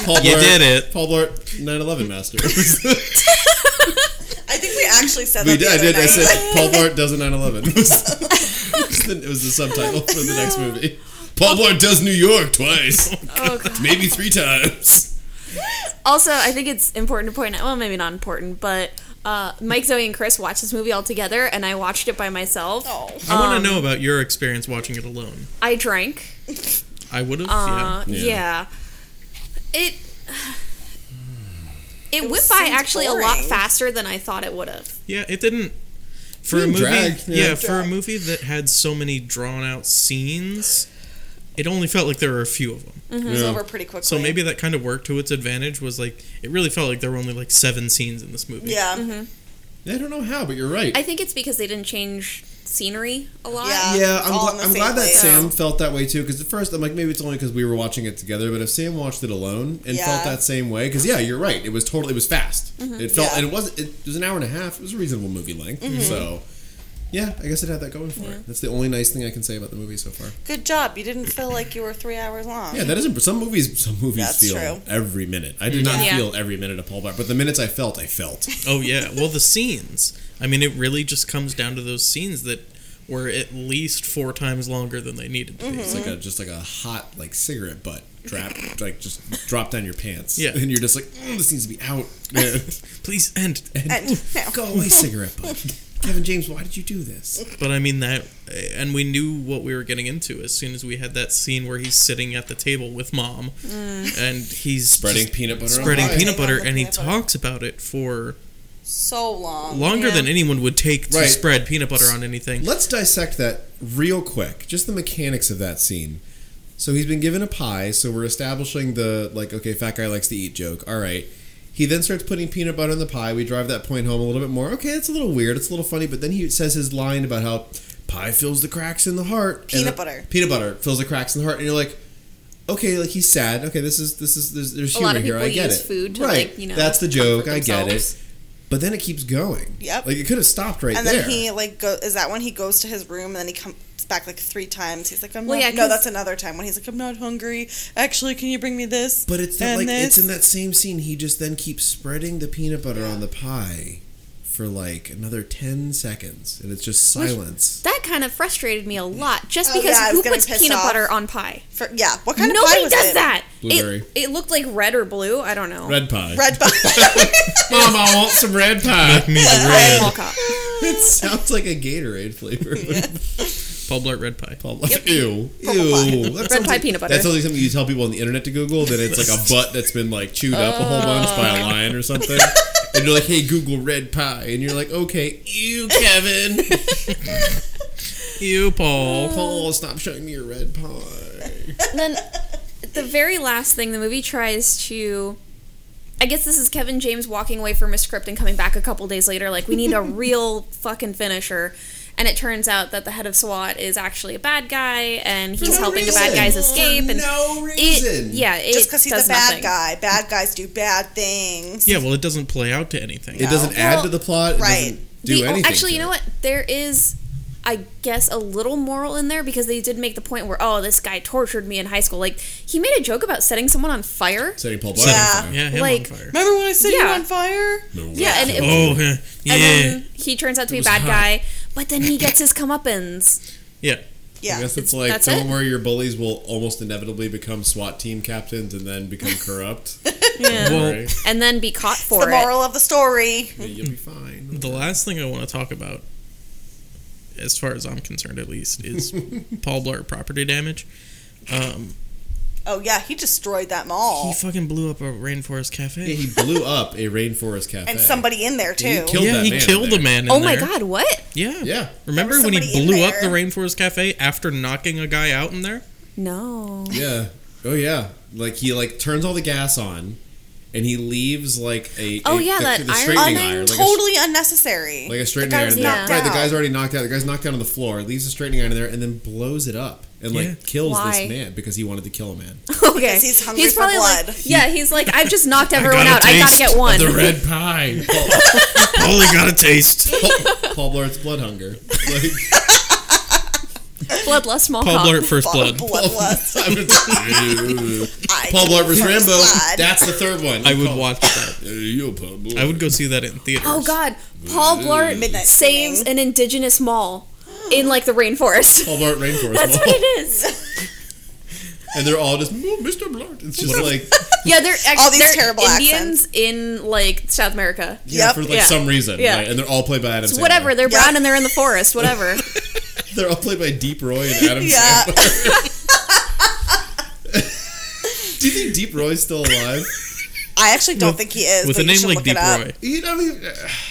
Speaker 5: Paul Blart.
Speaker 2: You did it.
Speaker 5: Paul Blart. 9/11 master.
Speaker 3: I think we actually said
Speaker 5: we
Speaker 3: that.
Speaker 5: did.
Speaker 3: the
Speaker 5: I
Speaker 3: other
Speaker 5: did. I
Speaker 3: night.
Speaker 5: said Paul Blart does a 9/11. It was the- it was the subtitle for the next movie. Paul Blart does New York twice,
Speaker 4: Oh, God.
Speaker 5: maybe three times.
Speaker 4: Also, I think it's important to point out. Well, maybe not important, but uh, Mike, Zoe, and Chris watched this movie all together, and I watched it by myself.
Speaker 3: Oh.
Speaker 2: I want to know about your experience watching it alone.
Speaker 4: I drank.
Speaker 2: I would have.
Speaker 4: Uh,
Speaker 5: Yeah.
Speaker 4: yeah. It. It, went
Speaker 3: was-
Speaker 4: by
Speaker 3: seems
Speaker 4: actually a lot
Speaker 3: boring.
Speaker 4: faster than I thought it would have.
Speaker 2: yeah, yeah. It didn't. For a
Speaker 5: Didn't
Speaker 2: movie,
Speaker 5: drag,
Speaker 2: yeah,
Speaker 5: yeah.
Speaker 2: for a movie that had so many drawn out scenes, it only felt like there were a few of them.
Speaker 3: It was over pretty quickly.
Speaker 2: So maybe that kind of worked to its advantage. Was like it really felt like there were only like seven scenes in this movie.
Speaker 3: Yeah.
Speaker 5: I don't know how, but you're right.
Speaker 4: I think it's because they didn't change scenery a lot.
Speaker 3: Yeah.
Speaker 5: yeah,
Speaker 3: It's
Speaker 5: I'm,
Speaker 3: all
Speaker 5: gl-
Speaker 3: in the
Speaker 5: I'm
Speaker 3: same
Speaker 5: glad that
Speaker 3: place.
Speaker 5: Sam felt that way too. Because at first I'm like, maybe it's only because we were watching it together. But if Sam watched it alone and felt
Speaker 3: Yeah. Mm-hmm.
Speaker 5: that same way, because yeah, you're right. It was totally. It was fast. It felt.
Speaker 3: Yeah. Mm-hmm.
Speaker 5: And it was. It was an hour and a half. It was a reasonable movie length. So. Yeah, I guess it had that going for it. That's the only nice thing I can say about the movie so far.
Speaker 3: Good job. You didn't feel like you were three hours long.
Speaker 5: Yeah, that isn't some movies. Some movies
Speaker 3: That's
Speaker 5: feel
Speaker 3: true.
Speaker 5: every minute. I did not
Speaker 4: Yeah.
Speaker 5: feel every minute of Paul Blart, but the minutes I felt, I felt.
Speaker 2: Oh yeah. Well, the scenes. I mean, it really just comes down to those scenes that were at least four times longer than they needed to be.
Speaker 5: It's
Speaker 3: Mm-hmm.
Speaker 5: like a just like a hot like cigarette butt drop like just drop down your pants.
Speaker 2: Yeah.
Speaker 5: and you're just like, "Mm, this needs to be out. Yeah.
Speaker 2: Please end.
Speaker 3: And now,
Speaker 5: Go away, cigarette butt. Kevin James, why did you do this?
Speaker 2: But I mean that, and we knew what we were getting into as soon as we had that scene where he's sitting at the table with mom, and he's
Speaker 5: Spreading
Speaker 2: just
Speaker 5: peanut butter.
Speaker 2: spreading
Speaker 5: on pie.
Speaker 2: peanut
Speaker 3: Hang on
Speaker 2: butter,
Speaker 3: the
Speaker 2: and he
Speaker 3: peanut butter.
Speaker 2: talks about it for
Speaker 3: so long.
Speaker 2: longer than anyone would take to
Speaker 5: Right.
Speaker 2: spread peanut butter on anything.
Speaker 5: Let's dissect that real quick. Just the mechanics of that scene. So he's been given a pie. So we're establishing the like, okay, fat guy likes to eat joke. All right. He then starts putting peanut butter in the pie. We drive that point home a little bit more. Okay, it's a little weird. It's a little funny. But then he says his line about how pie fills the cracks in the heart. and
Speaker 3: Peanut
Speaker 5: the-
Speaker 3: butter.
Speaker 5: Peanut butter fills the cracks in the heart. And you're like, okay, like he's sad. Okay, this is this is there's, there's
Speaker 4: A
Speaker 5: humor
Speaker 4: lot of
Speaker 5: here. I
Speaker 4: people
Speaker 5: get
Speaker 4: use
Speaker 5: it.
Speaker 4: food to,
Speaker 5: right.
Speaker 4: like, you know,
Speaker 5: That's the joke.
Speaker 4: comfort
Speaker 5: I get
Speaker 4: themselves.
Speaker 5: it. But then it keeps going.
Speaker 3: Yep.
Speaker 5: Like it could have stopped right
Speaker 3: and
Speaker 5: there.
Speaker 3: then he like go. Is that when he goes to his room and then he comes back like three times? He's like, I'm
Speaker 4: Well,
Speaker 3: not.
Speaker 4: yeah,
Speaker 3: no,
Speaker 4: 'cause-
Speaker 3: that's another time when he's like, I'm not hungry. Actually, can you bring me this?
Speaker 5: But it's that,
Speaker 3: and
Speaker 5: like
Speaker 3: this?
Speaker 5: it's in that same scene. He just then keeps spreading the peanut butter on the pie for like another ten seconds, and it's just silence.
Speaker 4: That kind of frustrated me a lot, just
Speaker 3: Oh,
Speaker 4: because
Speaker 3: yeah, I was
Speaker 4: who
Speaker 3: getting
Speaker 4: puts
Speaker 3: pissed
Speaker 4: peanut
Speaker 3: off.
Speaker 4: butter on pie?
Speaker 3: For, yeah. What kind of pie
Speaker 4: Nobody
Speaker 3: was
Speaker 4: does
Speaker 3: it?
Speaker 4: that.
Speaker 5: Blueberry.
Speaker 4: It, it looked like red or blue. I don't know.
Speaker 5: Red pie.
Speaker 3: Red bun.
Speaker 5: Mom, I want some red pie.
Speaker 4: Red mall cop.
Speaker 5: it sounds like a Gatorade flavor.
Speaker 2: Paul Blart Red Pie.
Speaker 5: Paul Blart- Ew.
Speaker 3: Purple pie.
Speaker 5: Ew. That sounds
Speaker 4: pie
Speaker 5: like-
Speaker 4: peanut butter.
Speaker 5: That sounds like something you tell people on the internet to Google. That it's like a butt that's been like chewed up a whole bunch by a lion or something. And you're like, hey, Google red pie. And you're like, okay, ew, Kevin.
Speaker 2: You, Paul.
Speaker 5: Paul, stop showing me your red pie.
Speaker 4: then the very last thing the movie tries to I guess this is Kevin James walking away from a script and coming back a couple days later like we need a real fucking finisher and it turns out that the head of SWAT is actually a bad guy and he's
Speaker 5: no
Speaker 4: helping the
Speaker 5: reason.
Speaker 4: bad guys escape
Speaker 5: For
Speaker 4: and
Speaker 5: no
Speaker 4: it-
Speaker 5: reason.
Speaker 4: yeah, it
Speaker 3: Just because he's
Speaker 4: does
Speaker 3: a bad
Speaker 4: nothing.
Speaker 3: guy. Bad guys do bad things.
Speaker 2: Yeah, well, it doesn't play out to anything.
Speaker 5: It doesn't add to the plot. It
Speaker 3: Right.
Speaker 5: doesn't do
Speaker 4: The- oh,
Speaker 5: anything.
Speaker 4: Actually,
Speaker 5: to
Speaker 4: you
Speaker 5: it.
Speaker 4: know what? There is. I guess, a little moral in there because they did make the point where, oh, this guy tortured me in high school. Like, he made a joke about setting someone on fire.
Speaker 5: Setting Paul Blart on
Speaker 4: Yeah.
Speaker 5: fire.
Speaker 2: Yeah, him
Speaker 4: like,
Speaker 2: on fire.
Speaker 3: Remember when I set you
Speaker 4: Yeah.
Speaker 3: on fire?
Speaker 4: Yeah, and it,
Speaker 2: oh, yeah. yeah.
Speaker 4: and then he turns out to be a
Speaker 2: was
Speaker 4: bad
Speaker 2: hot.
Speaker 4: guy, but then he gets his comeuppance.
Speaker 2: yeah.
Speaker 5: I
Speaker 3: Yeah.
Speaker 5: guess it's like
Speaker 4: that's
Speaker 5: somewhere
Speaker 4: it.
Speaker 5: where your bullies will almost inevitably become SWAT team captains and then become corrupt.
Speaker 2: Well,
Speaker 4: and then be caught
Speaker 3: The
Speaker 4: for it.
Speaker 3: moral of the story.
Speaker 5: You'll be fine.
Speaker 2: the last thing I want to talk about, as far as I'm concerned at least, is Paul Blart property damage. Um,
Speaker 3: Oh yeah, he destroyed that mall
Speaker 2: he fucking blew up a rainforest cafe.
Speaker 5: He blew up a rainforest cafe.
Speaker 3: and somebody in there too.
Speaker 5: He killed
Speaker 2: yeah,
Speaker 5: that
Speaker 2: he
Speaker 5: man in
Speaker 2: killed
Speaker 5: there.
Speaker 2: a man. In
Speaker 4: Oh my
Speaker 2: there.
Speaker 4: god, what?
Speaker 2: Yeah,
Speaker 5: Yeah.
Speaker 2: Remember
Speaker 3: There was
Speaker 2: when he
Speaker 3: somebody in
Speaker 2: blew up the
Speaker 3: there.
Speaker 2: rainforest cafe after knocking a guy out in there?
Speaker 4: No.
Speaker 5: Yeah. Oh yeah. Like he like turns all the gas on, and he leaves like a
Speaker 4: Oh,
Speaker 5: a-
Speaker 4: yeah,
Speaker 5: the,
Speaker 4: that
Speaker 5: the
Speaker 4: iron- Un-
Speaker 5: straightening iron, like a,
Speaker 3: totally unnecessary.
Speaker 5: like a
Speaker 3: The
Speaker 5: straightening
Speaker 3: guy
Speaker 5: iron.
Speaker 3: was
Speaker 5: in there.
Speaker 3: knocked
Speaker 5: Right, the
Speaker 3: out.
Speaker 5: guy's already knocked out. The guy's knocked down on the floor. Leaves the straightening iron in there, and then blows it up and like
Speaker 2: Yeah.
Speaker 5: kills
Speaker 4: Why?
Speaker 5: this man because he wanted to kill a man.
Speaker 4: Okay.
Speaker 3: Because he's hungry for
Speaker 4: probably
Speaker 3: blood.
Speaker 4: Like, yeah, he's like, I've just knocked everyone out. I gotta get one.
Speaker 5: The red pine. Paul,
Speaker 2: Holy got a taste.
Speaker 5: Paul, Paul Blart's blood hunger. Like,
Speaker 4: Bloodlust Mall
Speaker 2: Paul
Speaker 4: Cop.
Speaker 2: Blart first
Speaker 3: Bottom
Speaker 2: blood.
Speaker 3: bloodlust.
Speaker 5: I would-
Speaker 3: I-
Speaker 5: Paul Blart versus
Speaker 3: First
Speaker 5: Rambo.
Speaker 3: blood.
Speaker 5: That's the third one.
Speaker 2: I would watch that.
Speaker 5: You Paul Blart.
Speaker 2: I would go see that in theaters.
Speaker 4: Oh god, Paul Blart
Speaker 3: Mm. Midnight
Speaker 4: saves
Speaker 3: singing.
Speaker 4: an indigenous mall in like the rainforest.
Speaker 5: Paul Blart rainforest.
Speaker 4: That's what
Speaker 5: Mall.
Speaker 4: it is.
Speaker 5: And they're all just "Oh, Mr. Blart. It's just like
Speaker 4: Yeah, they're actually
Speaker 3: All these
Speaker 4: they're
Speaker 3: terrible
Speaker 4: Indians in like South America.
Speaker 5: yeah,
Speaker 3: Yep.
Speaker 5: for like
Speaker 4: Yeah.
Speaker 5: some reason,
Speaker 4: Yeah.
Speaker 5: right? And they're all played by Adam. Sandler.
Speaker 4: Whatever, they're
Speaker 3: Yeah.
Speaker 4: brown and they're in the forest. Whatever.
Speaker 5: They're all played by Deep Roy and Adam
Speaker 3: Yeah.
Speaker 5: Sandler. Do you think Deep Roy's still alive?
Speaker 3: I actually don't think he is.
Speaker 2: With
Speaker 3: but
Speaker 2: a
Speaker 3: you
Speaker 2: name
Speaker 3: should
Speaker 2: like
Speaker 3: look it
Speaker 2: Deep
Speaker 3: up.
Speaker 2: Roy,
Speaker 5: You know, I mean, uh,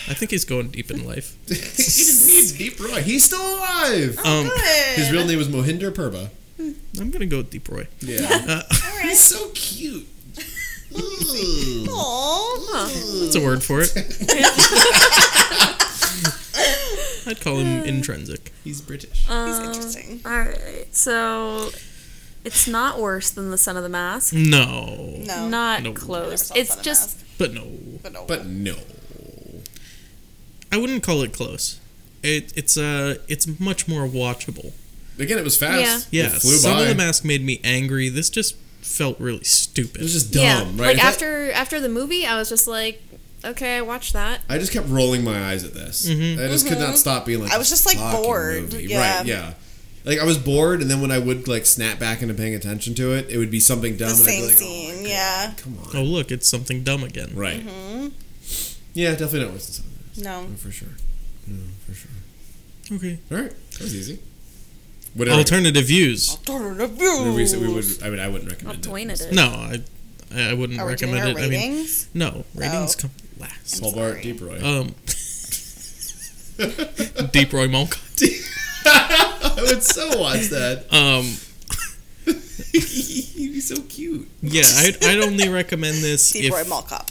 Speaker 2: I think he's going deep in life.
Speaker 5: he didn't need Deep Roy. He's still alive.
Speaker 2: Um,
Speaker 5: His real name was Mohinder Purba.
Speaker 2: I'm gonna go with Deep Roy.
Speaker 5: Yeah,
Speaker 3: All
Speaker 5: he's
Speaker 3: right.
Speaker 5: so cute. Ooh.
Speaker 3: Aw.
Speaker 2: That's a word for it. I'd call him intrinsic.
Speaker 5: He's British.
Speaker 3: He's interesting.
Speaker 4: All right, so it's not worse than the Son of the Mask.
Speaker 2: No,
Speaker 3: No.
Speaker 4: Not
Speaker 2: Nope.
Speaker 4: close.
Speaker 3: Saw
Speaker 4: It's
Speaker 3: Son of
Speaker 4: just
Speaker 3: Mask,
Speaker 2: but no,
Speaker 3: but no.
Speaker 5: but no,
Speaker 2: I wouldn't call it close. It, it's uh, it's much more watchable.
Speaker 5: again, it was fast.
Speaker 4: Yeah.
Speaker 5: It
Speaker 2: Yeah,
Speaker 5: flew
Speaker 2: some
Speaker 5: by.
Speaker 2: of the mask made me angry. This just felt really stupid.
Speaker 5: it was just dumb,
Speaker 4: yeah.
Speaker 5: right?
Speaker 4: Like
Speaker 5: If I-
Speaker 4: after after the movie, I was just like, okay, I watched that.
Speaker 5: I just kept rolling my eyes at this. I just could not stop being like,
Speaker 3: Mm-hmm. I was just, like,
Speaker 5: "Fucking
Speaker 3: bored."
Speaker 5: movie."
Speaker 3: Yeah.
Speaker 5: Right. Yeah. Like I was bored, and then when I would like snap back into paying attention to it, it would be something dumb. and
Speaker 3: the
Speaker 5: I'd
Speaker 3: same
Speaker 5: be like,
Speaker 3: scene.
Speaker 5: "Oh my God,
Speaker 3: yeah.
Speaker 5: Come on.
Speaker 2: oh look, it's something dumb again.
Speaker 5: Right.
Speaker 3: Mm-hmm.
Speaker 5: Yeah, definitely not worse than something.
Speaker 3: No.
Speaker 5: For sure. No, for sure.
Speaker 2: Okay.
Speaker 5: All right. That was easy. Whatever.
Speaker 2: Alternative views.
Speaker 5: movies that we would. I mean, I wouldn't recommend it.
Speaker 4: Alternatives.
Speaker 2: No, I I wouldn't
Speaker 3: Are we doing
Speaker 2: recommend it.
Speaker 3: our
Speaker 2: I mean,
Speaker 3: ratings?
Speaker 2: no ratings
Speaker 3: Oh.
Speaker 2: come last.
Speaker 5: Paul Bart, Deep Roy.
Speaker 2: Um, Deep Roy Monk.
Speaker 5: I would so watch that.
Speaker 2: Um,
Speaker 5: He'd be so cute.
Speaker 2: yeah, I'd, I'd only recommend this
Speaker 3: Deep
Speaker 2: if
Speaker 3: Roy Mall Cop.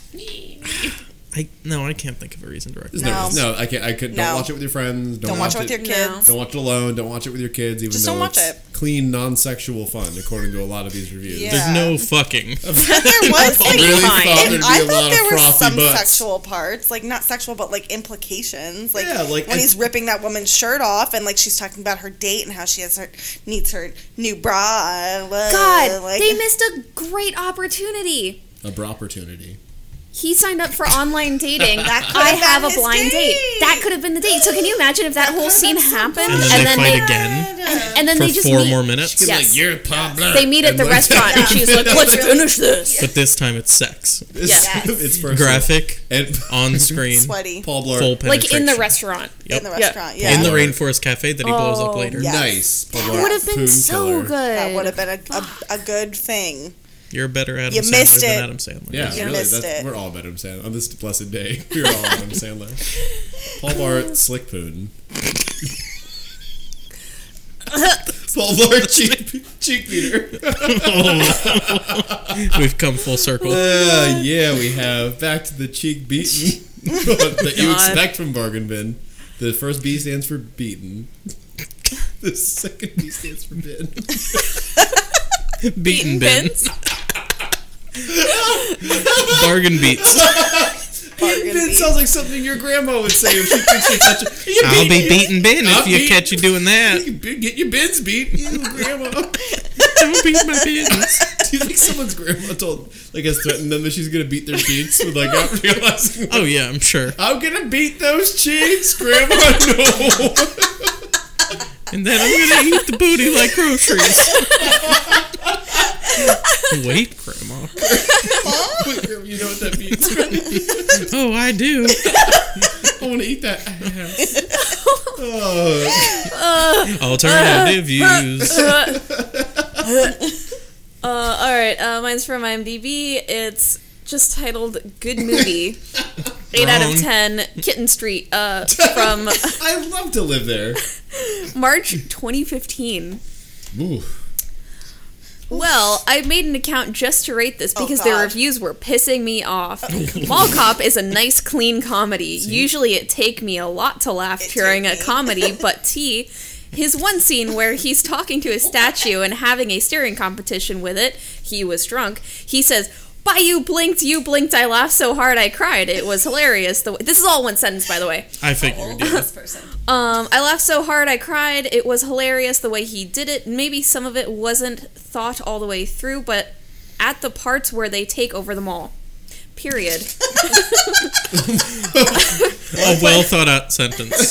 Speaker 2: I no, I can't think of a reason to recommend.
Speaker 5: There's
Speaker 3: No.
Speaker 5: no, reason- no, I can't. I could. Don't
Speaker 3: No.
Speaker 5: watch it with your friends. Don't,
Speaker 3: Don't watch it with your
Speaker 4: No.
Speaker 3: kids.
Speaker 5: Don't watch it alone. Don't watch it with your kids. Even
Speaker 3: Just
Speaker 5: though
Speaker 3: don't watch
Speaker 5: it's
Speaker 3: it.
Speaker 5: clean, non-sexual fun, according to a lot of these reviews.
Speaker 3: Yeah.
Speaker 2: There's no fucking.
Speaker 3: there was
Speaker 5: I
Speaker 3: like,
Speaker 4: Fine.
Speaker 5: really thought there'd be
Speaker 3: I
Speaker 5: a lot
Speaker 3: thought there
Speaker 5: of
Speaker 3: were
Speaker 5: frothy
Speaker 3: some
Speaker 5: butts.
Speaker 3: sexual parts, like not sexual, but like implications. Like,
Speaker 5: Yeah, like,
Speaker 3: when
Speaker 5: I-
Speaker 3: he's ripping that woman's shirt off, and like she's talking about her date and how she has her needs her new bra. and, uh,
Speaker 4: God,
Speaker 3: like,
Speaker 4: they missed a great opportunity.
Speaker 5: A bra opportunity.
Speaker 4: He signed up for online dating.
Speaker 3: That could've
Speaker 4: I have
Speaker 3: been
Speaker 4: a
Speaker 3: his
Speaker 4: blind date.
Speaker 3: date.
Speaker 4: That could have been the date. So can you imagine if that whole scene happened
Speaker 2: And then they fight again
Speaker 4: and, and then they
Speaker 2: for
Speaker 4: just
Speaker 2: four
Speaker 4: meet,
Speaker 2: more minutes,
Speaker 4: Yes.
Speaker 5: you're Pablo.
Speaker 4: They meet at
Speaker 5: And,
Speaker 4: the
Speaker 5: like,
Speaker 4: restaurant and she's like, "Let's finish this."
Speaker 2: but this time it's sex,
Speaker 5: It's,
Speaker 4: Yes.
Speaker 5: it's personal.
Speaker 2: graphic,
Speaker 5: and
Speaker 2: on screen,
Speaker 3: sweaty
Speaker 5: Paul Blart.
Speaker 2: full
Speaker 4: Like in the
Speaker 2: penetration.
Speaker 4: restaurant.
Speaker 2: Yep.
Speaker 3: in the Oh. restaurant. Yeah,
Speaker 2: in the
Speaker 5: Blart.
Speaker 2: rainforest cafe that he blows up
Speaker 4: Oh,
Speaker 2: later.
Speaker 3: yeah.
Speaker 5: Nice. Paul Blart.
Speaker 4: Would have been
Speaker 5: Poon
Speaker 4: so
Speaker 5: killer.
Speaker 3: that would
Speaker 4: good.
Speaker 3: have been a, a, a good thing.
Speaker 2: You're better Adam
Speaker 3: You
Speaker 2: Sandler
Speaker 3: missed
Speaker 2: than
Speaker 3: it.
Speaker 2: Adam Sandler.
Speaker 5: Yeah,
Speaker 3: You
Speaker 5: really.
Speaker 3: missed
Speaker 5: That's,
Speaker 3: it.
Speaker 5: we're all Adam Sandler on this blessed day. We're all Adam Sandler. Paul Bart, Slick Poon. Paul Bart, cheek, cheek Peter.
Speaker 2: We've come full circle.
Speaker 5: Uh, yeah, we have back to the cheek beaten that you expect from bargain bin. The first B stands for beaten. The second B stands for bin.
Speaker 2: Beaten bins. Bargain beats.
Speaker 3: bargain
Speaker 5: Bin
Speaker 3: beat.
Speaker 5: sounds like something your grandma would say if she thinks you touch it.
Speaker 2: I'll be beating Ben if you catch you doing that.
Speaker 5: Get your bins beat. Ew, grandma.
Speaker 2: Don't beat my bins.
Speaker 5: Do you think someone's grandma told, like, has threatened them that she's gonna beat their cheeks with like not realizing?
Speaker 2: Oh yeah, I'm sure.
Speaker 5: I'm gonna beat those cheeks, grandma. No.
Speaker 2: And then I'm gonna eat the booty like groceries. Wait, Grandma.
Speaker 5: Wait, grandma, you know what that means? right?
Speaker 2: Oh, I do.
Speaker 5: I want to eat that. oh,
Speaker 2: Alternative views.
Speaker 4: Uh, all right, uh, mine's from IMDb. It's just titled "Good Movie." Eight out
Speaker 2: Wrong.
Speaker 4: of ten. Kitten Street uh, from
Speaker 5: I love to live there.
Speaker 4: March 2015.
Speaker 5: Ooh.
Speaker 4: Well, I made an account just to rate this
Speaker 3: Oh,
Speaker 4: because their
Speaker 3: God.
Speaker 4: reviews were pissing me off. Mall Cop is a nice, clean comedy. Usually, it take me a lot to laugh
Speaker 3: It
Speaker 4: during a
Speaker 3: take me.
Speaker 4: comedy, but T. His one scene where he's talking to a statue and having a staring competition with it, he was drunk. He says, "Why you blinked, you blinked. I laughed so hard I cried. It was hilarious." The w- this is all one sentence, by the way.
Speaker 2: I figured. Yeah.
Speaker 3: this person.
Speaker 4: Um, I laughed so hard I cried. It was hilarious the way he did it. Maybe some of it wasn't thought all the way through, but at the parts where they take over the mall. Period.
Speaker 2: A well thought out sentence.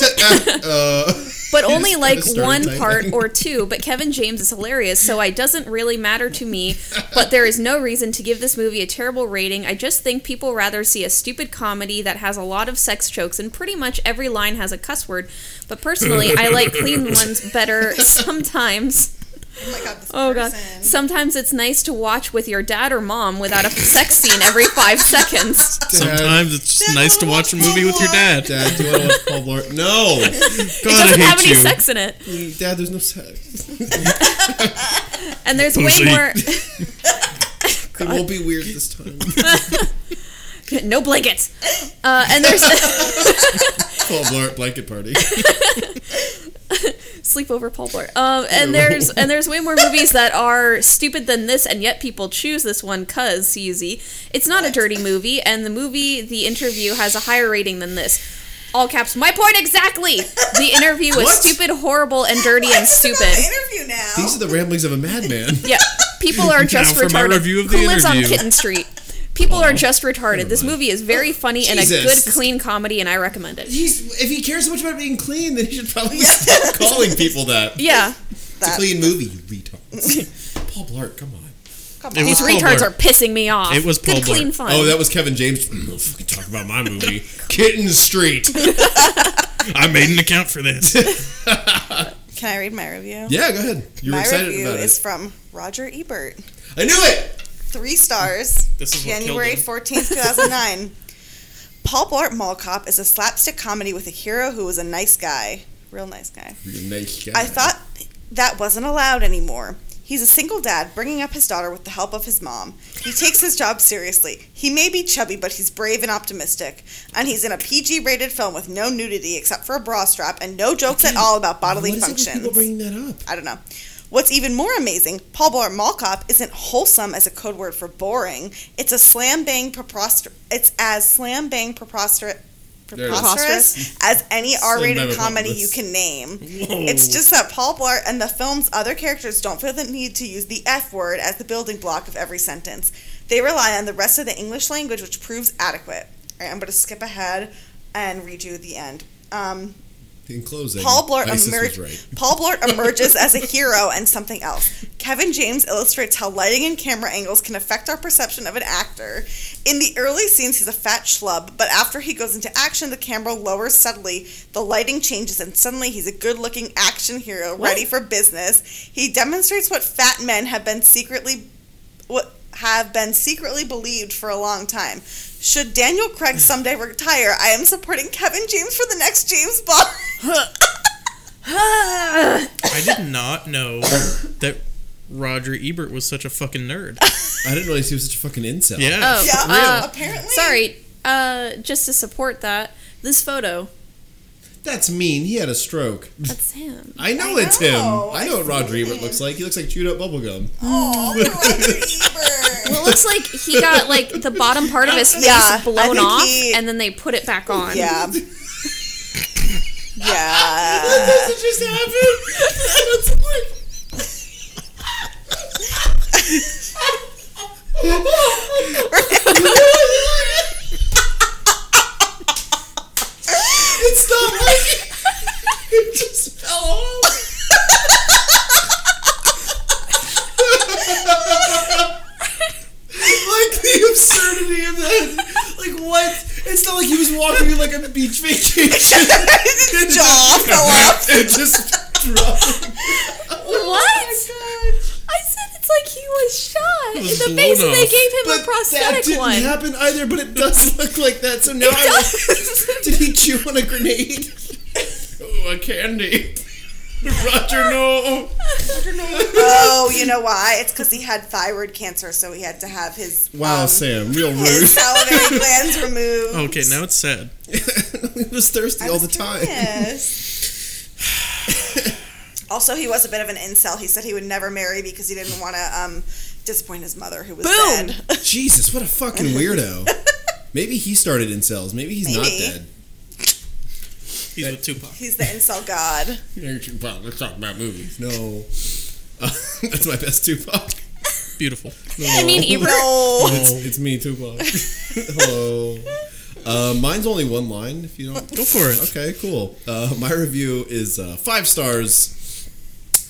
Speaker 4: But only
Speaker 5: just
Speaker 4: like
Speaker 5: kinda started
Speaker 4: one
Speaker 5: typing.
Speaker 4: part or two. But Kevin James is hilarious, so it doesn't really matter to me. But there is no reason to give this movie a terrible rating. I just think people rather see a stupid comedy that has a lot of sex jokes and pretty much every line has a cuss word. But personally, I like clean ones better sometimes.
Speaker 3: Oh my god, this
Speaker 4: Oh god.
Speaker 3: person.
Speaker 4: Sometimes it's nice to watch with your dad or mom without a sex scene every five seconds.
Speaker 2: Sometimes it's just nice to watch a movie with your dad. God,
Speaker 5: Dad, do you want to watch Paul Blart? No,
Speaker 4: It doesn't
Speaker 2: I hate
Speaker 4: have any
Speaker 2: you.
Speaker 4: sex in it.
Speaker 5: Dad, there's no sex.
Speaker 4: And there's way
Speaker 2: Pussy.
Speaker 4: more
Speaker 5: It won't be weird this time.
Speaker 4: no blankets. Uh, and there's
Speaker 5: Paul Blart blanket party.
Speaker 4: sleepover Paul Blart. Um, and there's and there's way more movies that are stupid than this, and yet people choose this one cuz CZ. It's not a dirty movie, and the movie The Interview has a higher rating than this. All caps. My point exactly. The interview was
Speaker 5: What?
Speaker 4: stupid, horrible, and dirty
Speaker 3: I
Speaker 4: and
Speaker 3: just about
Speaker 4: stupid.
Speaker 3: to interview now.
Speaker 5: These are the ramblings of a madman.
Speaker 4: Yeah, people are just
Speaker 2: for
Speaker 4: retarded.
Speaker 2: my review of the
Speaker 4: Who lives on
Speaker 2: interview. Oh,
Speaker 4: Kitten Street? People are just retarded. This movie is very funny and a
Speaker 5: Jesus.
Speaker 4: good, clean comedy, and I recommend it.
Speaker 5: He's if he cares so much about being clean, then he should probably stop calling people that.
Speaker 4: Yeah,
Speaker 5: It's a clean movie, you retards. Paul Blart, come on.
Speaker 2: It was
Speaker 4: these
Speaker 2: Paul
Speaker 4: retards
Speaker 2: Blart.
Speaker 4: are pissing me off.
Speaker 2: It was Paul
Speaker 4: good, clean
Speaker 2: Blart.
Speaker 4: fun.
Speaker 5: Oh, that was Kevin James. Mm, Don't fucking talk about my movie, Kitten Street.
Speaker 2: I made an account for this.
Speaker 3: Can I read my review?
Speaker 5: Yeah, go ahead. You were
Speaker 3: my
Speaker 5: excited
Speaker 3: review
Speaker 5: about
Speaker 3: is
Speaker 5: it.
Speaker 3: from Roger Ebert.
Speaker 5: I knew it.
Speaker 3: Three stars.
Speaker 2: Mm. This is what killed
Speaker 3: January
Speaker 2: him.
Speaker 3: 14th, 2009. Paul Blart Mall Cop is a slapstick comedy with a hero who is a nice guy. Real nice guy.
Speaker 5: You're a nice guy.
Speaker 3: I thought that wasn't allowed anymore. He's a single dad bringing up his daughter with the help of his mom. He takes his job seriously. He may be chubby, but he's brave and optimistic. And he's in a PG rated film with no nudity except for a bra strap and no jokes at all about bodily
Speaker 5: What is it with
Speaker 3: functions.
Speaker 5: people bringing that up?
Speaker 3: I don't know. What's even more amazing, Paul Blart Mall Cop isn't wholesome as a code word for boring. It's a slam bang preposter. It's as slam bang preposterous.
Speaker 5: it is.
Speaker 3: Preposterous as any
Speaker 5: bang
Speaker 3: R-rated
Speaker 5: preposterous.
Speaker 3: comedy you can name. It's just that Paul Blart and the film's other characters don't feel the need to use the F word as the building block of every sentence. They rely on the rest of the English language, which proves adequate. All right, I'm going to skip ahead and read you the end. Um,
Speaker 5: In closing,
Speaker 3: Paul Blart
Speaker 5: ISIS
Speaker 3: emerges.
Speaker 5: was right.
Speaker 3: Paul Blart emerges as a hero and something else. Kevin James illustrates how lighting and camera angles can affect our perception of an actor. In the early scenes, he's a fat schlub, but after he goes into action, the camera lowers subtly, the lighting changes, and suddenly he's a good-looking action hero ready for business. He demonstrates what fat men have been secretly, what have been secretly believed for a long time. Should Daniel Craig someday retire, I am supporting Kevin James for the next James Bond.
Speaker 2: I did not know that Roger Ebert was such a fucking nerd.
Speaker 5: I didn't realize he was such a fucking incel.
Speaker 2: Yeah.
Speaker 3: Yeah,
Speaker 4: Really?
Speaker 3: uh, apparently.
Speaker 4: Oh, Sorry, uh, just to support that, this photo.
Speaker 5: That's mean. He had a stroke.
Speaker 4: That's him.
Speaker 5: I know
Speaker 3: I
Speaker 5: it's
Speaker 3: know.
Speaker 5: him. I know what Roger Ebert looks like. He looks like chewed up bubblegum.
Speaker 3: Oh, Roger Ebert.
Speaker 4: Well, looks like he got like the bottom part of his face
Speaker 3: Yeah, I
Speaker 4: blown
Speaker 3: think
Speaker 4: off,
Speaker 3: he-
Speaker 4: and then they put it back on.
Speaker 3: Yeah.
Speaker 1: That
Speaker 3: yeah.
Speaker 1: doesn't just happen.
Speaker 7: It's not like it just fell off.
Speaker 1: like the absurdity of that. Like what? It's not like he was walking in like a beach vacation.
Speaker 3: His jaw fell off.
Speaker 7: It just dropped.
Speaker 2: Oh
Speaker 4: What? I said it's like he was shot
Speaker 2: was
Speaker 4: in the face,
Speaker 2: blown
Speaker 4: and they
Speaker 2: off.
Speaker 4: gave him a
Speaker 5: that
Speaker 4: prosthetic
Speaker 5: didn't
Speaker 4: one.
Speaker 5: happen either, but it does look like that. So now, I, did he chew on a grenade?
Speaker 2: Oh, a candy. Roger, no.
Speaker 3: Oh, you know why? It's because he had thyroid cancer, so he had to have his
Speaker 5: Wow,
Speaker 3: um,
Speaker 5: Sam, real rude.
Speaker 3: his salivary glands removed.
Speaker 2: Okay, now it's sad.
Speaker 5: he was thirsty all the time.
Speaker 3: Yes. also, he was a bit of an incel. He said he would never marry because he didn't want to um, disappoint his mother, who was
Speaker 4: Boom!
Speaker 3: dead.
Speaker 5: Jesus, what a fucking weirdo. Maybe he started in cells. Maybe he's not
Speaker 3: Maybe.
Speaker 5: dead.
Speaker 2: He's with Tupac.
Speaker 3: He's the incel god.
Speaker 7: Well, let's talk about movies.
Speaker 5: No. Uh, that's my best Tupac.
Speaker 2: Beautiful.
Speaker 4: I mean, Ebert.
Speaker 3: No.
Speaker 5: It's, it's me, Tupac. Hello. Uh, mine's only one line. If you don't
Speaker 2: Go for it.
Speaker 5: Okay, cool. Uh, my review is uh, five stars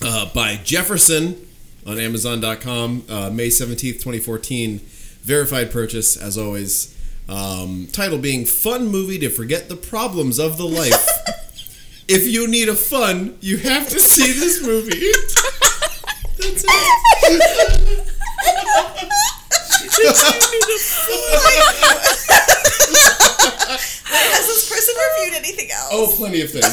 Speaker 5: uh, by Jefferson on Amazon.com, uh, May 17th, 2014. Verified purchase, as always. Um, title being Fun Movie to Forget the Problems of the Life. if you need a fun, you have to see this movie. That's it.
Speaker 3: Has this person reviewed anything else?
Speaker 5: Oh, plenty of things.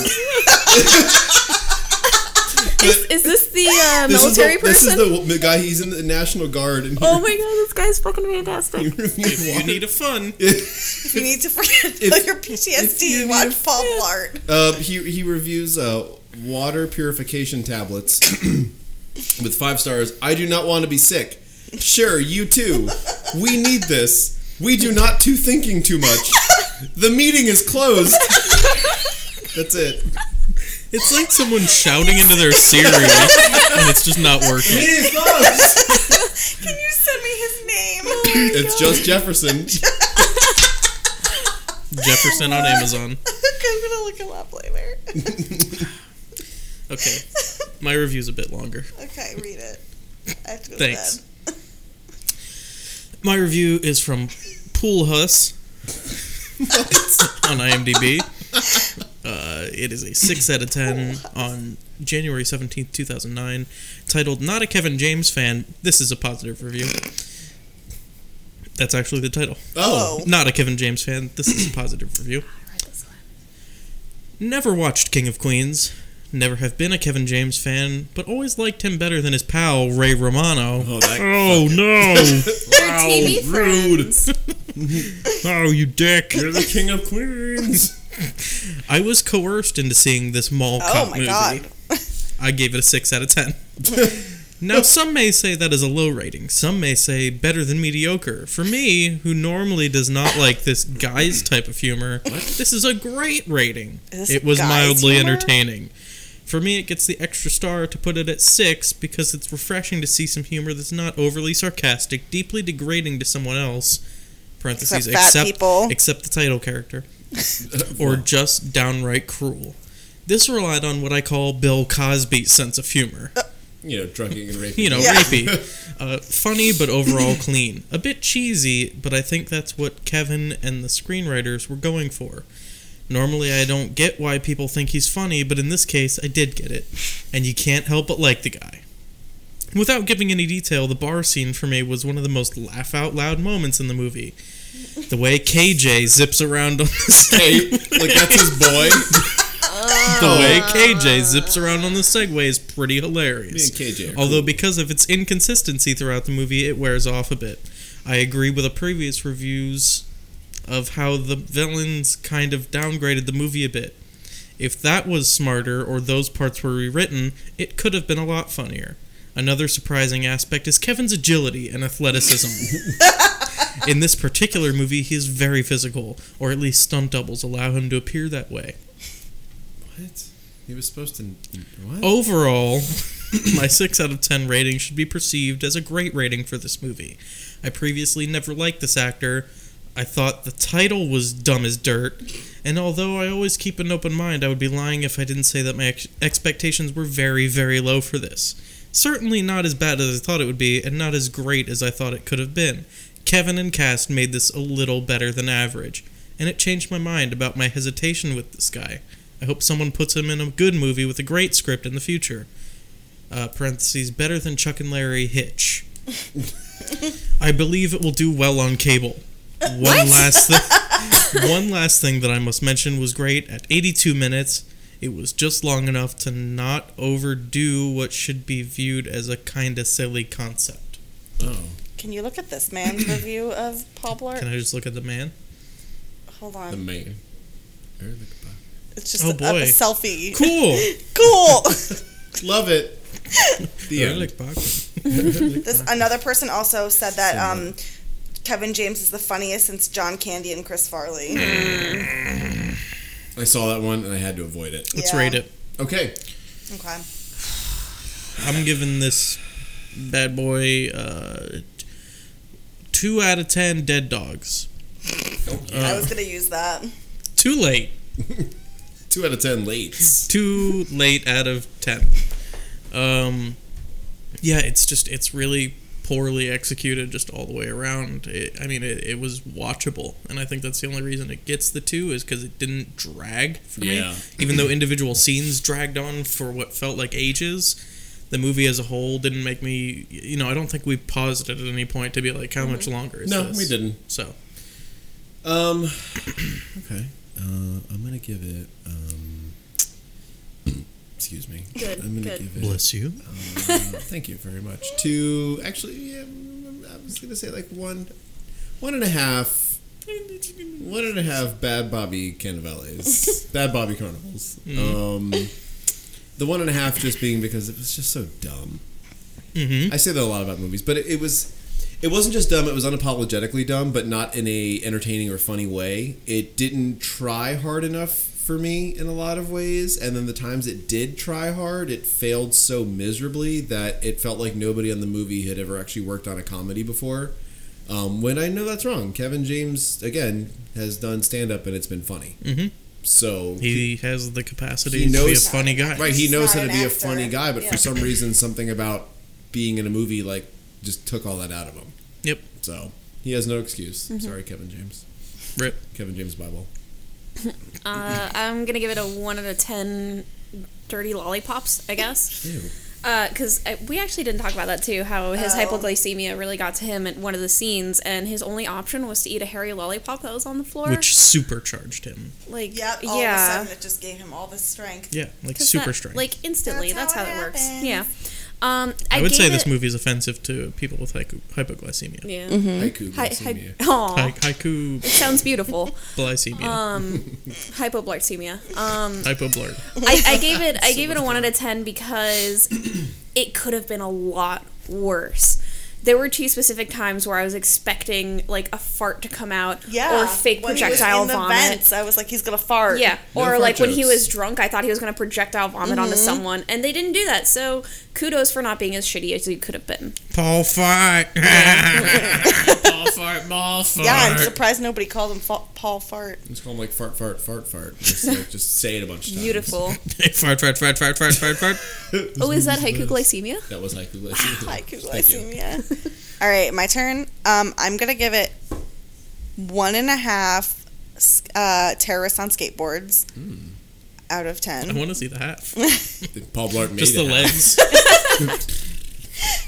Speaker 4: Is, is this the uh,
Speaker 5: This is,
Speaker 4: military
Speaker 5: the, this
Speaker 4: person?
Speaker 5: is the, the guy, he's in the National Guard. And he
Speaker 4: oh my god, this guy's fucking fantastic.
Speaker 2: If you need a fun,
Speaker 3: if you need to forget about your PTSD,
Speaker 5: you need
Speaker 3: watch
Speaker 5: to-
Speaker 3: Paul Blart.
Speaker 5: Uh, he he reviews uh, water purification tablets with five stars. I do not want to be sick. Sure, you too. We need this. We do not too thinking too much. The meeting is closed. That's it.
Speaker 2: it's like someone shouting into their Siri, and it's just not working.
Speaker 5: Meeting is closed.
Speaker 3: Can you send me his name?
Speaker 5: It's just Jefferson.
Speaker 2: Jefferson on Amazon.
Speaker 3: I'm gonna look him up later.
Speaker 2: Okay, my review's a bit longer.
Speaker 3: Okay, read it. I have to go
Speaker 2: Thanks.
Speaker 3: to bed.
Speaker 2: My review is from Pool Huss on IMDb. Uh, it is a 6 out of 10 on January 17th, 2009. Titled Not a Kevin James Fan, This is a Positive Review. That's actually the title.
Speaker 5: Oh,
Speaker 3: Oh.
Speaker 2: Not a Kevin James fan, this is a positive review. Never watched King of Queens. Never have been a Kevin James fan, but always liked him better than his pal Ray Romano.
Speaker 5: oh, that,
Speaker 2: Oh no!
Speaker 4: They're TV friends.
Speaker 2: Oh, you dick!
Speaker 5: you're the king of Queens.
Speaker 2: I was coerced into seeing this mall
Speaker 3: Oh
Speaker 2: cop
Speaker 3: my
Speaker 2: movie.
Speaker 3: god.
Speaker 2: I gave it a six out of ten. now, some may say that is a low rating. Some may say better than mediocre. For me, who normally does not like this guy's type of humor, this is a great rating.
Speaker 3: Is this
Speaker 2: it
Speaker 3: a
Speaker 2: was
Speaker 3: guy's
Speaker 2: mildly
Speaker 3: humor?
Speaker 2: entertaining. For me, it gets the extra star to put it at six because it's refreshing to see some humor that's not overly sarcastic, deeply degrading to someone else. Parentheses,
Speaker 3: Except fat
Speaker 2: except
Speaker 3: people.
Speaker 2: except the title character,
Speaker 5: Oh.
Speaker 2: or just downright cruel. This relied on what I call Bill Cosby's sense of humor.
Speaker 5: Uh, you know, drugging and raping.
Speaker 2: You know,
Speaker 3: Yeah.
Speaker 2: rapey. Uh, funny, but overall clean. A bit cheesy, but I think that's what Kevin and the screenwriters were going for. Normally, I don't get why people think he's funny, but in this case, I did get it. And you can't help but like the guy. Without giving any detail, the bar scene for me was one of the most laugh out loud moments in the movie. The way KJ zips around on the
Speaker 5: Hey,
Speaker 2: stage.
Speaker 5: like that's his boy.
Speaker 2: The way KJ zips around on the Segway is pretty hilarious.
Speaker 5: Me and KJ are
Speaker 2: Although, because of its inconsistency throughout the movie, it wears off a bit. I agree with the previous reviews of how the villains kind of downgraded the movie a bit. If that was smarter or those parts were rewritten, it could have been a lot funnier. Another surprising aspect is Kevin's agility and athleticism. In this particular movie, he is very physical, or at least stunt doubles allow him to appear that way.
Speaker 5: What? He was supposed to. What?
Speaker 2: Overall, my 6 out of 10 rating should be perceived as a great rating for this movie. I previously never liked this actor. I thought the title was dumb as dirt, and although I always keep an open mind, I would be lying if I didn't say that my ex- expectations were very, very low for this. Certainly not as bad as I thought it would be, and not as great as I thought it could have been. Kevin and Cast made this a little better than average, and it changed my mind about my hesitation with this guy. I hope someone puts him in a good movie with a great script in the future. Uh, parentheses, better than Chuck and Larry Hitch. I believe it will do well on cable. One last thing. one last thing that I must mention was great at 82 minutes. It was just long enough to not overdo what should be viewed as a kind of silly concept.
Speaker 5: Oh.
Speaker 3: Can you look at this man's review of Paul Blart?
Speaker 2: Can I just look at the man?
Speaker 3: Hold on.
Speaker 5: man.
Speaker 3: It's just
Speaker 2: Oh,
Speaker 3: a,
Speaker 2: boy.
Speaker 3: a selfie.
Speaker 2: Cool.
Speaker 3: cool.
Speaker 5: Love it. The end.
Speaker 2: Erlich Bachman.
Speaker 3: this another person also said that um, Kevin James is the funniest since John Candy and Chris Farley.
Speaker 2: Mm.
Speaker 5: I saw that one and I had to avoid it.
Speaker 2: Let's
Speaker 3: Yeah.
Speaker 2: rate it.
Speaker 5: Okay.
Speaker 3: Okay.
Speaker 2: I'm giving this bad boy uh, t- two out of ten dead dogs. Uh.
Speaker 3: I was gonna use that.
Speaker 2: Too late.
Speaker 5: Two out of ten late.
Speaker 2: too late out of 10 um yeah it's just it's really poorly executed just all the way around it, i mean it, it was watchable and i think that's the only reason it gets the two is because it didn't drag for
Speaker 5: Yeah.
Speaker 2: me even though individual scenes dragged on for what felt like ages the movie as a whole didn't make me you know i don't think we paused it at any point to be like how much longer is
Speaker 5: No,
Speaker 2: this?
Speaker 5: we didn't.
Speaker 2: so
Speaker 5: Um. Okay. Uh, I'm gonna give it. Um, excuse me.
Speaker 4: Good,
Speaker 5: I'm gonna
Speaker 4: good.
Speaker 5: give it.
Speaker 2: you
Speaker 5: Uh, thank you very much. Two. Actually, yeah, mm, I was gonna say like one, one and a half. One and a half bad Bobby Cannavales. bad Bobby Carnivals. Um, the one and a half just being because it was just so dumb.
Speaker 2: mm-hmm.
Speaker 5: I say that a lot about movies, but it, it was it wasn't just dumb. It was unapologetically dumb, but not in a entertaining or funny way. It didn't try hard enough for me in a lot of ways, and then the times it did try hard, it failed so miserably that it felt like nobody on the movie had ever actually worked on a comedy before. Um, when I know that's wrong, Kevin James again has done stand up and it's been funny.
Speaker 2: Mhm.
Speaker 5: So
Speaker 2: he has the capacity
Speaker 5: He
Speaker 2: to be a
Speaker 5: knows-
Speaker 2: funny guy
Speaker 5: Right, he
Speaker 3: He's
Speaker 5: knows
Speaker 3: not
Speaker 5: how to
Speaker 3: an
Speaker 5: be a
Speaker 3: actor.
Speaker 5: funny guy, but
Speaker 3: Yeah.
Speaker 5: for some reason, something about being in a movie like just took all that out of him.
Speaker 2: Yep.
Speaker 5: So he has no excuse. Sorry, Kevin James.
Speaker 2: Rip.
Speaker 5: Kevin James Bible.
Speaker 4: Uh, I'm gonna give it a one out of ten. Dirty lollipops, I guess.
Speaker 5: Ew.
Speaker 4: Because I we actually didn't talk about that too. How his hypoglycemia really got to him at one of the scenes, and his only option was to eat a hairy lollipop that was on the floor.
Speaker 2: which supercharged him
Speaker 4: like,
Speaker 3: Yep. All
Speaker 4: yeah,
Speaker 3: of a sudden, it just gave him all this strength.
Speaker 2: yeah like
Speaker 4: 'Cause
Speaker 2: super
Speaker 4: that-
Speaker 2: strength
Speaker 4: Like instantly. That's,
Speaker 3: That's
Speaker 4: how,
Speaker 3: how
Speaker 4: that
Speaker 3: it
Speaker 4: works.
Speaker 3: happens.
Speaker 4: Yeah. Um, I,
Speaker 2: I would
Speaker 4: gave
Speaker 2: say this
Speaker 4: it-
Speaker 2: movie is offensive to people with hypo- hypoglycemia.
Speaker 4: Yeah.
Speaker 3: Hmm?
Speaker 5: Haiku.
Speaker 4: Hi,
Speaker 5: glycemia.
Speaker 4: hi, aw,
Speaker 2: Hy- hypoglycemia.
Speaker 4: sounds beautiful.
Speaker 2: Um,
Speaker 4: Hypoglycemia. Um,
Speaker 2: Hypoblurred.
Speaker 4: I, I gave it I gave it a one out of ten because it could have been a lot worse. There were two specific times where I was expecting like a fart to come out
Speaker 3: Yeah.
Speaker 4: or fake
Speaker 3: When he was
Speaker 4: projectile
Speaker 3: in the
Speaker 4: vomit.
Speaker 3: vents, I was like, he's gonna fart.
Speaker 4: Yeah,
Speaker 5: No
Speaker 4: or
Speaker 5: fart
Speaker 4: like when he
Speaker 5: jokes.
Speaker 4: was drunk, I thought he was going to projectile vomit onto
Speaker 3: Mm-hmm.
Speaker 4: someone, and they didn't do that. So kudos for not being as shitty as you could have been.
Speaker 2: Paul fart. Paul fart. Paul fart.
Speaker 3: Yeah, I'm surprised nobody called him fa- Paul Fart.
Speaker 5: Just call him like fart, fart, fart, fart. Just, like, just say it a bunch of times.
Speaker 4: Beautiful.
Speaker 2: fart. Fart. Fart. Fart. Fart. Fart. Fart.
Speaker 4: oh, is that haiku glycemia?
Speaker 5: That was haiku glycemia.
Speaker 3: Haiku
Speaker 5: Thank you.
Speaker 3: glycemia. All right, my turn. Um, I'm gonna give it one and a half s- uh, terrorists on skateboards out of ten.
Speaker 2: Hmm. I want to see the half.
Speaker 5: Paul Blart made
Speaker 2: Just the
Speaker 5: it.
Speaker 2: legs.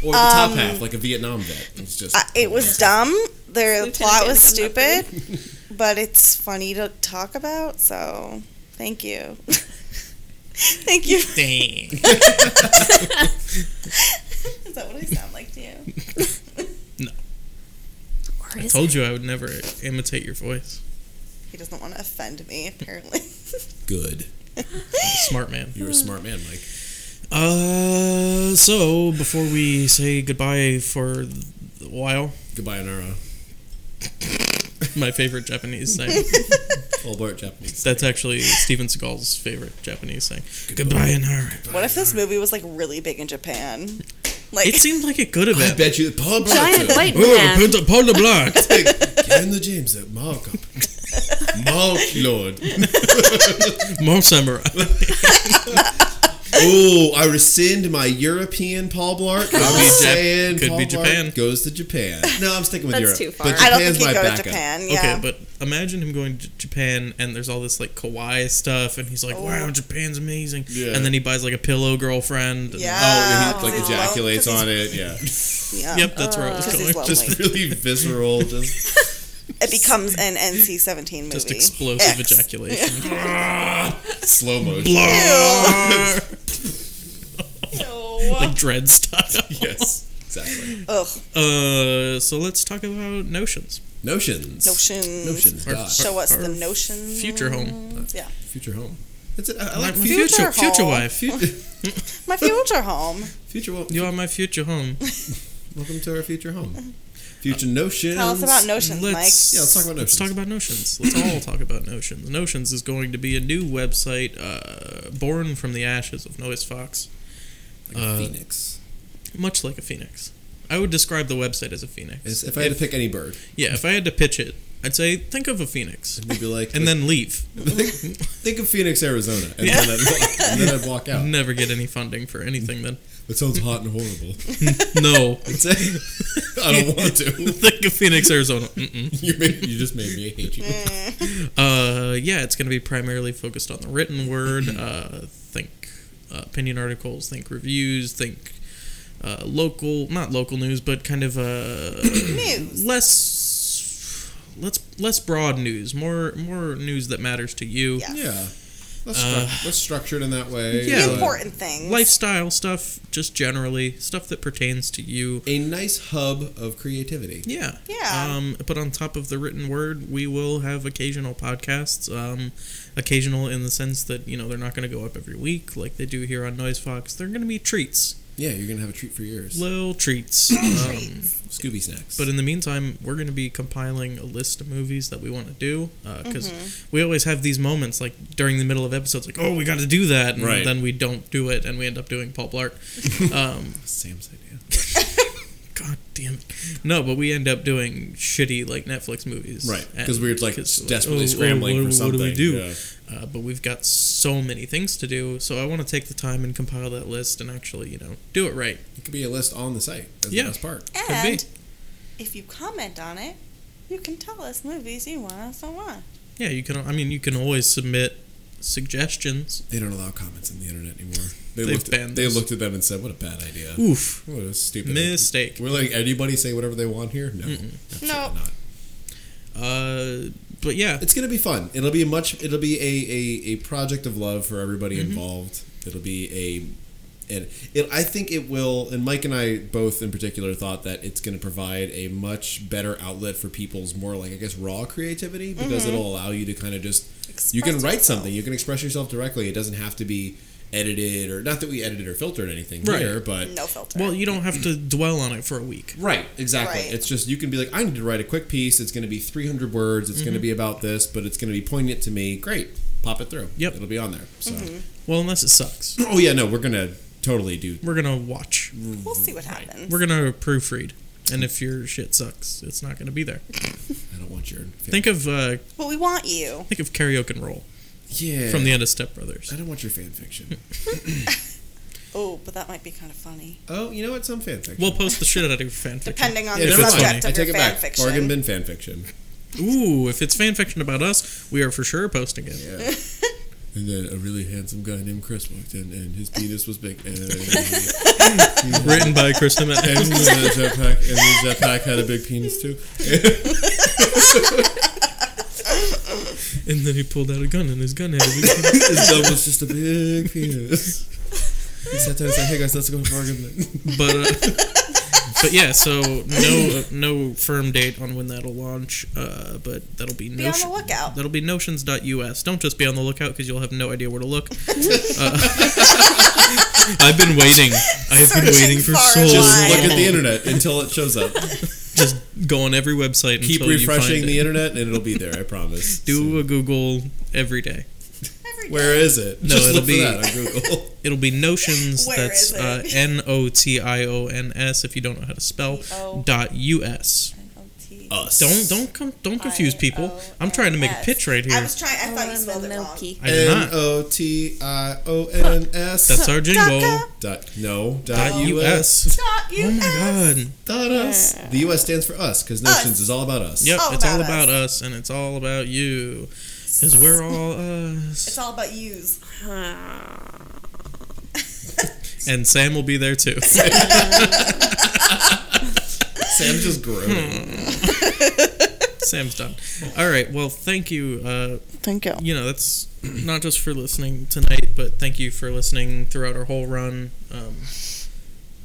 Speaker 5: Or the top half, like a Vietnam vet. It's just.
Speaker 3: Um, I, it was dumb. Their
Speaker 4: Lieutenant
Speaker 3: plot was
Speaker 4: Dan
Speaker 3: stupid, but it's funny to talk about. So, thank you. thank you.
Speaker 2: Dang.
Speaker 3: Is that what I sound like to you?
Speaker 4: Or
Speaker 2: I
Speaker 4: is
Speaker 2: told you I would never imitate your voice.
Speaker 3: He doesn't want to offend me, apparently.
Speaker 5: good.
Speaker 2: Smart man.
Speaker 5: You were a smart man, Mike.
Speaker 2: Uh, so before we say goodbye for a while,
Speaker 5: goodbye Nara.
Speaker 2: My favorite Japanese saying.
Speaker 5: Albert Japanese.
Speaker 2: That's actually Steven Seagal's favorite Japanese saying. Goodbye Nara.
Speaker 3: What if this movie was like really big in Japan? Like
Speaker 2: It seemed like it could have been.
Speaker 5: I bet you Paul Blart.
Speaker 3: Giant
Speaker 5: said,
Speaker 3: white
Speaker 5: oh,
Speaker 3: man."
Speaker 5: Paul- Paul LeBlanc. Give him the James that mark up. Mark Lord.
Speaker 2: More samurai.
Speaker 5: oh, I rescind my European Paul Blart. Could
Speaker 2: be Jap-
Speaker 5: Could
Speaker 2: could be Japan.
Speaker 5: Goes to Japan. No, I'm sticking with
Speaker 4: That's
Speaker 5: Europe.
Speaker 4: too far.
Speaker 5: But
Speaker 4: I
Speaker 3: don't
Speaker 5: Japan's
Speaker 3: think
Speaker 5: my
Speaker 3: he'd go to
Speaker 5: backup.
Speaker 3: Japan. yeah.
Speaker 2: Okay, but imagine him going to Japan and there's all this like kawaii stuff and he's
Speaker 3: Oh.
Speaker 2: like, wow, Japan's amazing.
Speaker 5: Yeah.
Speaker 2: And then he buys like a pillow girlfriend. and-
Speaker 3: Yeah.
Speaker 5: Oh, and he like
Speaker 3: Because he's
Speaker 5: ejaculates
Speaker 3: lonely-
Speaker 5: on it. Yeah,
Speaker 3: yeah.
Speaker 2: Yep, that's where I was
Speaker 3: Because
Speaker 2: going.
Speaker 3: he's lonely.
Speaker 5: just really visceral. Just
Speaker 3: it becomes an NC-17 movie.
Speaker 2: Just explosive
Speaker 3: X.
Speaker 2: ejaculation.
Speaker 5: slow motion.
Speaker 2: like dread style.
Speaker 5: Yes, exactly.
Speaker 3: Ugh,
Speaker 2: Uh, so let's talk about notions.
Speaker 5: Notions.
Speaker 3: notions.
Speaker 5: Notions.
Speaker 2: Our-
Speaker 5: dot.
Speaker 3: Show us
Speaker 2: Our
Speaker 3: the notions.
Speaker 2: Future home.
Speaker 3: Yeah,
Speaker 5: Future home. That's it. I, I like
Speaker 2: My
Speaker 5: future.
Speaker 2: future,
Speaker 3: Mm. Future
Speaker 2: future
Speaker 3: home.
Speaker 2: wife.
Speaker 5: Future,
Speaker 3: my future home.
Speaker 5: future home.
Speaker 2: You are my future home.
Speaker 5: Welcome to our future home. Future notions.
Speaker 3: Tell us about notions, Mike.
Speaker 2: Let's,
Speaker 5: Yeah, let's talk about
Speaker 2: Let's
Speaker 5: Notions.
Speaker 2: talk about notions. Let's all talk about notions. Notions is going to be a new website uh, born from the ashes of Noise Fox,
Speaker 5: Like a
Speaker 2: uh,
Speaker 5: Phoenix.
Speaker 2: much like a phoenix. I would describe the website as a phoenix.
Speaker 5: As if I had to pick any bird,
Speaker 2: yeah, if I had to pitch it, I'd say think of a phoenix
Speaker 5: we'd be like,
Speaker 2: and then leave.
Speaker 5: think, think of Phoenix, Arizona, and, then, I'd walk, and then I'd walk out.
Speaker 2: Never get any funding for anything then.
Speaker 5: That sounds hot and horrible.
Speaker 2: No.
Speaker 5: That's it. I don't want to.
Speaker 2: think of Phoenix, Arizona. Mm-mm.
Speaker 5: You, made, you just made me hate you.
Speaker 2: Uh, yeah, it's going to be primarily focused on the written word. Uh, think uh, opinion articles, think reviews, think uh, local, not local news, but kind of uh,
Speaker 3: News.
Speaker 2: less less less broad news, more more news that matters to you.
Speaker 3: Yeah.
Speaker 5: Yeah. Less, struc- less structured in that way.
Speaker 2: Uh, Yeah.
Speaker 3: The
Speaker 5: but
Speaker 3: important things.
Speaker 2: Lifestyle stuff, just generally stuff that pertains to you.
Speaker 5: A nice hub of creativity.
Speaker 2: Yeah.
Speaker 3: Yeah.
Speaker 2: Um, but on top of the written word, we will have occasional podcasts. Um, occasional in the sense that, you know, they're not going to go up every week like they do here on Noise Fox. They're going to be treats,
Speaker 5: Yeah, you're going to have a treat for yours.
Speaker 2: little treats. um,
Speaker 5: Scooby snacks.
Speaker 2: but in the meantime, we're going to be compiling a list of movies that we want to do because we always have these moments like during the middle of episodes, like, oh, we got to do that. And
Speaker 5: Right.
Speaker 2: then we don't do it and we end up doing Paul Blart. Um,
Speaker 5: Sam's idea.
Speaker 2: God damn it. No, but we end up doing shitty like Netflix movies.
Speaker 5: Right,
Speaker 2: And-
Speaker 5: 'cause we're, like,
Speaker 2: we're
Speaker 5: desperately scrambling
Speaker 2: what,
Speaker 5: for
Speaker 2: "Oh, What do we
Speaker 5: something,
Speaker 2: do?
Speaker 5: yeah.
Speaker 2: Uh, but we've got so many things to do, so I want to take the time and compile that list and actually, you know, do it right.
Speaker 5: It could be a list on the site. That's
Speaker 2: Yeah.
Speaker 5: the best part.
Speaker 3: and
Speaker 2: Could
Speaker 3: if you comment on it, you can tell us movies you want us to watch.
Speaker 2: be. Yeah, you can. I mean, you can always submit suggestions.
Speaker 5: They don't allow comments on the internet anymore. They
Speaker 2: They've
Speaker 5: looked
Speaker 2: banned
Speaker 5: at, They
Speaker 2: those.
Speaker 5: looked at them and said, "What a bad idea.
Speaker 2: Oof.
Speaker 5: What a stupid
Speaker 2: Mistake.
Speaker 5: We're like anybody say whatever they want here. No, absolutely
Speaker 3: No.
Speaker 5: not.
Speaker 2: Uh, but yeah,
Speaker 5: It's gonna be fun. It'll be much. It'll be a a, a project of love for everybody involved. It'll be a, and it, I think it will. And Mike and I both, in particular, thought that it's gonna provide a much better outlet for people's more like I guess raw creativity because it'll allow you to kind of just you can
Speaker 3: Mm-hmm. Express
Speaker 5: write
Speaker 3: yourself.
Speaker 5: something. You can express yourself directly. It doesn't have to be edited or not that we edited or filtered anything
Speaker 2: Right.
Speaker 5: here, but
Speaker 3: No filter.
Speaker 2: well, you don't have to dwell on it for a week.
Speaker 5: Right, exactly.
Speaker 3: Right.
Speaker 5: It's just you can be like, I need to write a quick piece. It's going to be 300 words. It's
Speaker 2: Mm-hmm.
Speaker 5: going to be about this, but it's going to be poignant to me. Great, pop it through.
Speaker 2: Yep.
Speaker 5: it'll be on there. So,
Speaker 3: Mm-hmm.
Speaker 2: Well, unless it sucks,
Speaker 5: oh yeah, no, we're going to totally do.
Speaker 2: we're gonna watch.
Speaker 3: we'll see what happens.
Speaker 2: We're gonna proofread, and if your shit sucks, it's not gonna be there.
Speaker 5: I don't want your
Speaker 2: Think of uh,
Speaker 3: But we want you.
Speaker 2: think of karaoke and roll.
Speaker 5: yeah
Speaker 2: from the Hmm. end of Step Brothers.
Speaker 5: I don't want your fan fiction.
Speaker 3: Oh, but that might be kind of funny.
Speaker 5: oh, you know what? Some fan fiction.
Speaker 2: We'll post the shit out of your fanfiction.
Speaker 3: Depending on
Speaker 5: Yeah,
Speaker 3: the
Speaker 5: if it's
Speaker 3: subject
Speaker 5: funny. I
Speaker 3: of your
Speaker 5: take it
Speaker 3: fan
Speaker 5: back.
Speaker 3: fiction.
Speaker 5: Bargain bin fan fiction.
Speaker 2: Ooh, if it's fanfiction about us, we are for sure posting it.
Speaker 5: Yeah. And then a really handsome guy named Chris walked in, and his penis was big. And, and
Speaker 2: Written by Kristen Matt.
Speaker 5: the jetpack, and the jetpack had a big penis too.
Speaker 2: and then he pulled out a gun, and his gun had a big
Speaker 5: His dub was just a big penis. He sat down and said, "Hey guys, let's go to bargain bin."
Speaker 2: But uh, but yeah, so no no firm date on when that'll launch, uh, but that'll be,
Speaker 3: Be on the lookout.
Speaker 2: That'll be notions.us. Don't just be on the lookout because you'll have no idea where to look. Uh, I've been waiting. I've been
Speaker 5: Searching
Speaker 2: waiting for
Speaker 5: far
Speaker 2: so
Speaker 5: and
Speaker 2: long.
Speaker 5: Just look at the internet until it shows up.
Speaker 2: Just go on every website.
Speaker 5: Keep
Speaker 2: until you find
Speaker 5: refreshing the
Speaker 2: it.
Speaker 5: internet and it'll be there. I promise.
Speaker 2: Do a Google every day.
Speaker 5: Where is it?
Speaker 2: No,
Speaker 5: Just
Speaker 2: it'll
Speaker 5: look
Speaker 2: be
Speaker 5: for that on Google.
Speaker 2: It'll be Notions.
Speaker 5: Where
Speaker 2: that's
Speaker 5: is
Speaker 2: uh,
Speaker 5: it?
Speaker 2: N O T I O N S. If you don't know how to spell, dot us.
Speaker 3: Oh,
Speaker 5: Us.
Speaker 2: Don't don't come don't confuse people. I'm trying to make a pitch right here.
Speaker 3: I was trying. I thought you spelled it wrong.
Speaker 2: I did
Speaker 5: N
Speaker 2: not.
Speaker 5: O T I O N S.
Speaker 2: That's our jingle.
Speaker 5: Dot no.
Speaker 2: Dot
Speaker 5: Dot
Speaker 2: US.
Speaker 5: US.
Speaker 2: Oh my god.
Speaker 5: Dot us. The US stands for us because Notions is all about us.
Speaker 2: Yep, it's all about us. and it's all about you. Because we're all us.
Speaker 3: It's all about yous.
Speaker 2: And Sam will be there too.
Speaker 5: Sam's just groaning.
Speaker 2: Sam's done. All right. Well, thank you. Uh,
Speaker 3: thank you.
Speaker 2: You know, that's not just for listening tonight, but thank you for listening throughout our whole run. Um,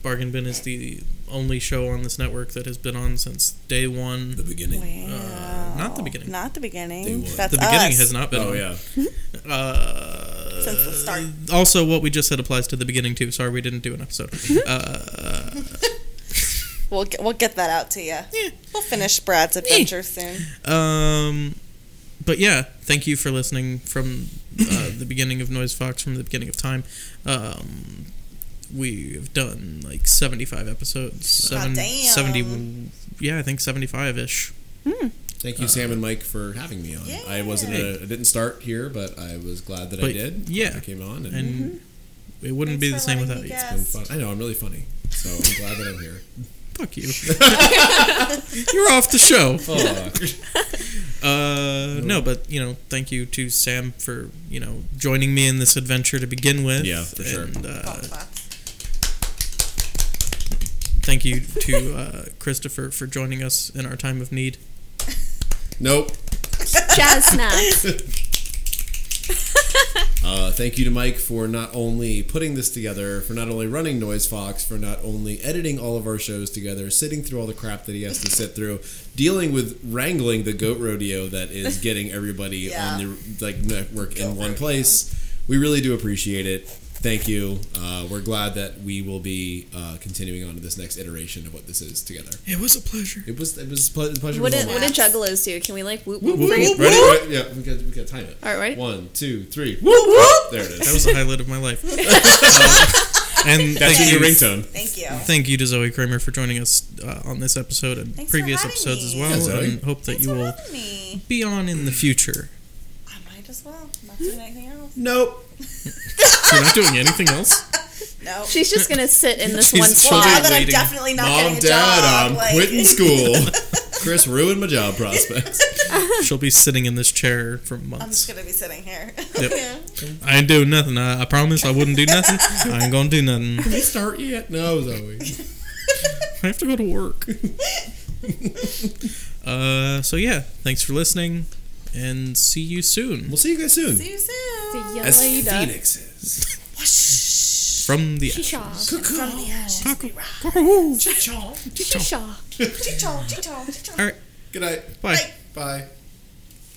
Speaker 2: Bargain Bin is the only show on this network that has been on since day one. The
Speaker 5: beginning.
Speaker 2: Uh, not the beginning.
Speaker 3: Oh, Not the beginning. That's
Speaker 2: the beginning
Speaker 3: us.
Speaker 2: has not been
Speaker 5: Oh,
Speaker 2: on.
Speaker 5: yeah.
Speaker 2: Uh,
Speaker 3: Since the start.
Speaker 2: Also, what we just said applies to the beginning too. Sorry, we didn't do an episode. uh,
Speaker 3: We'll get, we'll get that out to you. Yeah. We'll finish Brad's adventure soon.
Speaker 2: Um, but yeah, thank you for listening from uh, the beginning of Noise Fox, from the beginning of time. Um, we have done like 75 episodes. Seven,
Speaker 3: damn.
Speaker 2: 70, yeah, I think 75 ish.
Speaker 5: Thank
Speaker 2: Uh,
Speaker 5: you, Sam and Mike, for having me on. I wasn't. A, I didn't start here, but I was glad that I
Speaker 2: But,
Speaker 5: did. Glad
Speaker 2: yeah.
Speaker 5: I came on, and,
Speaker 2: And it wouldn't be the same without you.
Speaker 5: it's been fun. I know I'm really funny, so I'm glad that I'm here.
Speaker 2: Fuck you. You're off the show.
Speaker 5: Fuck.
Speaker 2: uh, no, but you know, thank you to Sam for you know joining me in this adventure to begin with.
Speaker 5: Yeah, for sure.
Speaker 2: And, uh, thank you to uh, Christopher for joining us in our time of need.
Speaker 5: Nope.
Speaker 4: Jazz snacks.
Speaker 5: Uh, thank you to Mike for not only putting this together, for not only running Noise Fox, for not only editing all of our shows together, sitting through all the crap that he has to sit through, dealing with wrangling the goat rodeo that is getting everybody
Speaker 3: Yeah.
Speaker 5: on the like network in one place. We really do appreciate it. Thank you. Uh, we're glad that we will be uh, continuing on to this next iteration of what this is together.
Speaker 2: It was a pleasure.
Speaker 5: It was. It was a ple- pleasure.
Speaker 4: What
Speaker 5: was
Speaker 4: did
Speaker 5: all
Speaker 4: what
Speaker 5: mine.
Speaker 4: did juggalos do? Can we like whoop
Speaker 5: Woo,
Speaker 4: whoop
Speaker 5: woo, woo,
Speaker 4: right?
Speaker 5: Ready? Right? Yeah, we got. We got to time it.
Speaker 4: All right, ready?
Speaker 5: One, two, three. There it is.
Speaker 2: That was the highlight of my life. Uh, and
Speaker 5: That's
Speaker 2: thank
Speaker 5: your
Speaker 2: you,
Speaker 5: ringtone.
Speaker 3: Thank you.
Speaker 2: Thank you to Zoe Kramer for joining us uh, on this episode and
Speaker 3: Thanks for
Speaker 2: previous
Speaker 3: having
Speaker 2: episodes
Speaker 3: me.
Speaker 2: as well.
Speaker 5: Yeah, Zoe.
Speaker 2: and hope that you will
Speaker 3: me.
Speaker 2: be on in the future.
Speaker 3: I might as well. I'm not doing anything else.
Speaker 5: Nope.
Speaker 2: You're not doing anything else.
Speaker 3: No.
Speaker 4: She's just gonna sit in this
Speaker 2: She's
Speaker 4: one
Speaker 2: just
Speaker 4: spot.
Speaker 2: waiting.
Speaker 3: Now that I'm definitely not
Speaker 5: Mom,
Speaker 3: getting a
Speaker 5: Dad,
Speaker 3: job.
Speaker 5: I'm
Speaker 3: like,
Speaker 5: quitting school. Chris ruined my job prospects.
Speaker 2: She'll be sitting in this chair for months.
Speaker 3: I'm just gonna be sitting here.
Speaker 2: Yep. I ain't doing nothing. I, I promise I wouldn't do nothing. I ain't gonna do nothing.
Speaker 5: Did we start yet? No, Zoe.
Speaker 2: I have to go to work. uh, so yeah, thanks for listening, and see you soon.
Speaker 5: We'll see you guys soon.
Speaker 3: See you soon.
Speaker 4: See ya
Speaker 5: As
Speaker 4: later.
Speaker 5: phoenixes.
Speaker 2: From the
Speaker 4: Shisha.
Speaker 3: From the ashes.
Speaker 4: Shisha.
Speaker 3: Chee-chong, chee-chong, chee-chong.
Speaker 2: All right,
Speaker 5: Good night.
Speaker 2: bye.
Speaker 5: Bye.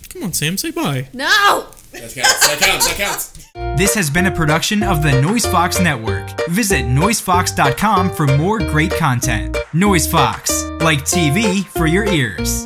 Speaker 2: Come on, Sam, say bye.
Speaker 4: No.
Speaker 5: That counts. That counts. That counts.
Speaker 1: This has been a production of the NoiseFox Network. Visit noisefox.com for more great content. NoiseFox, like TV for your ears.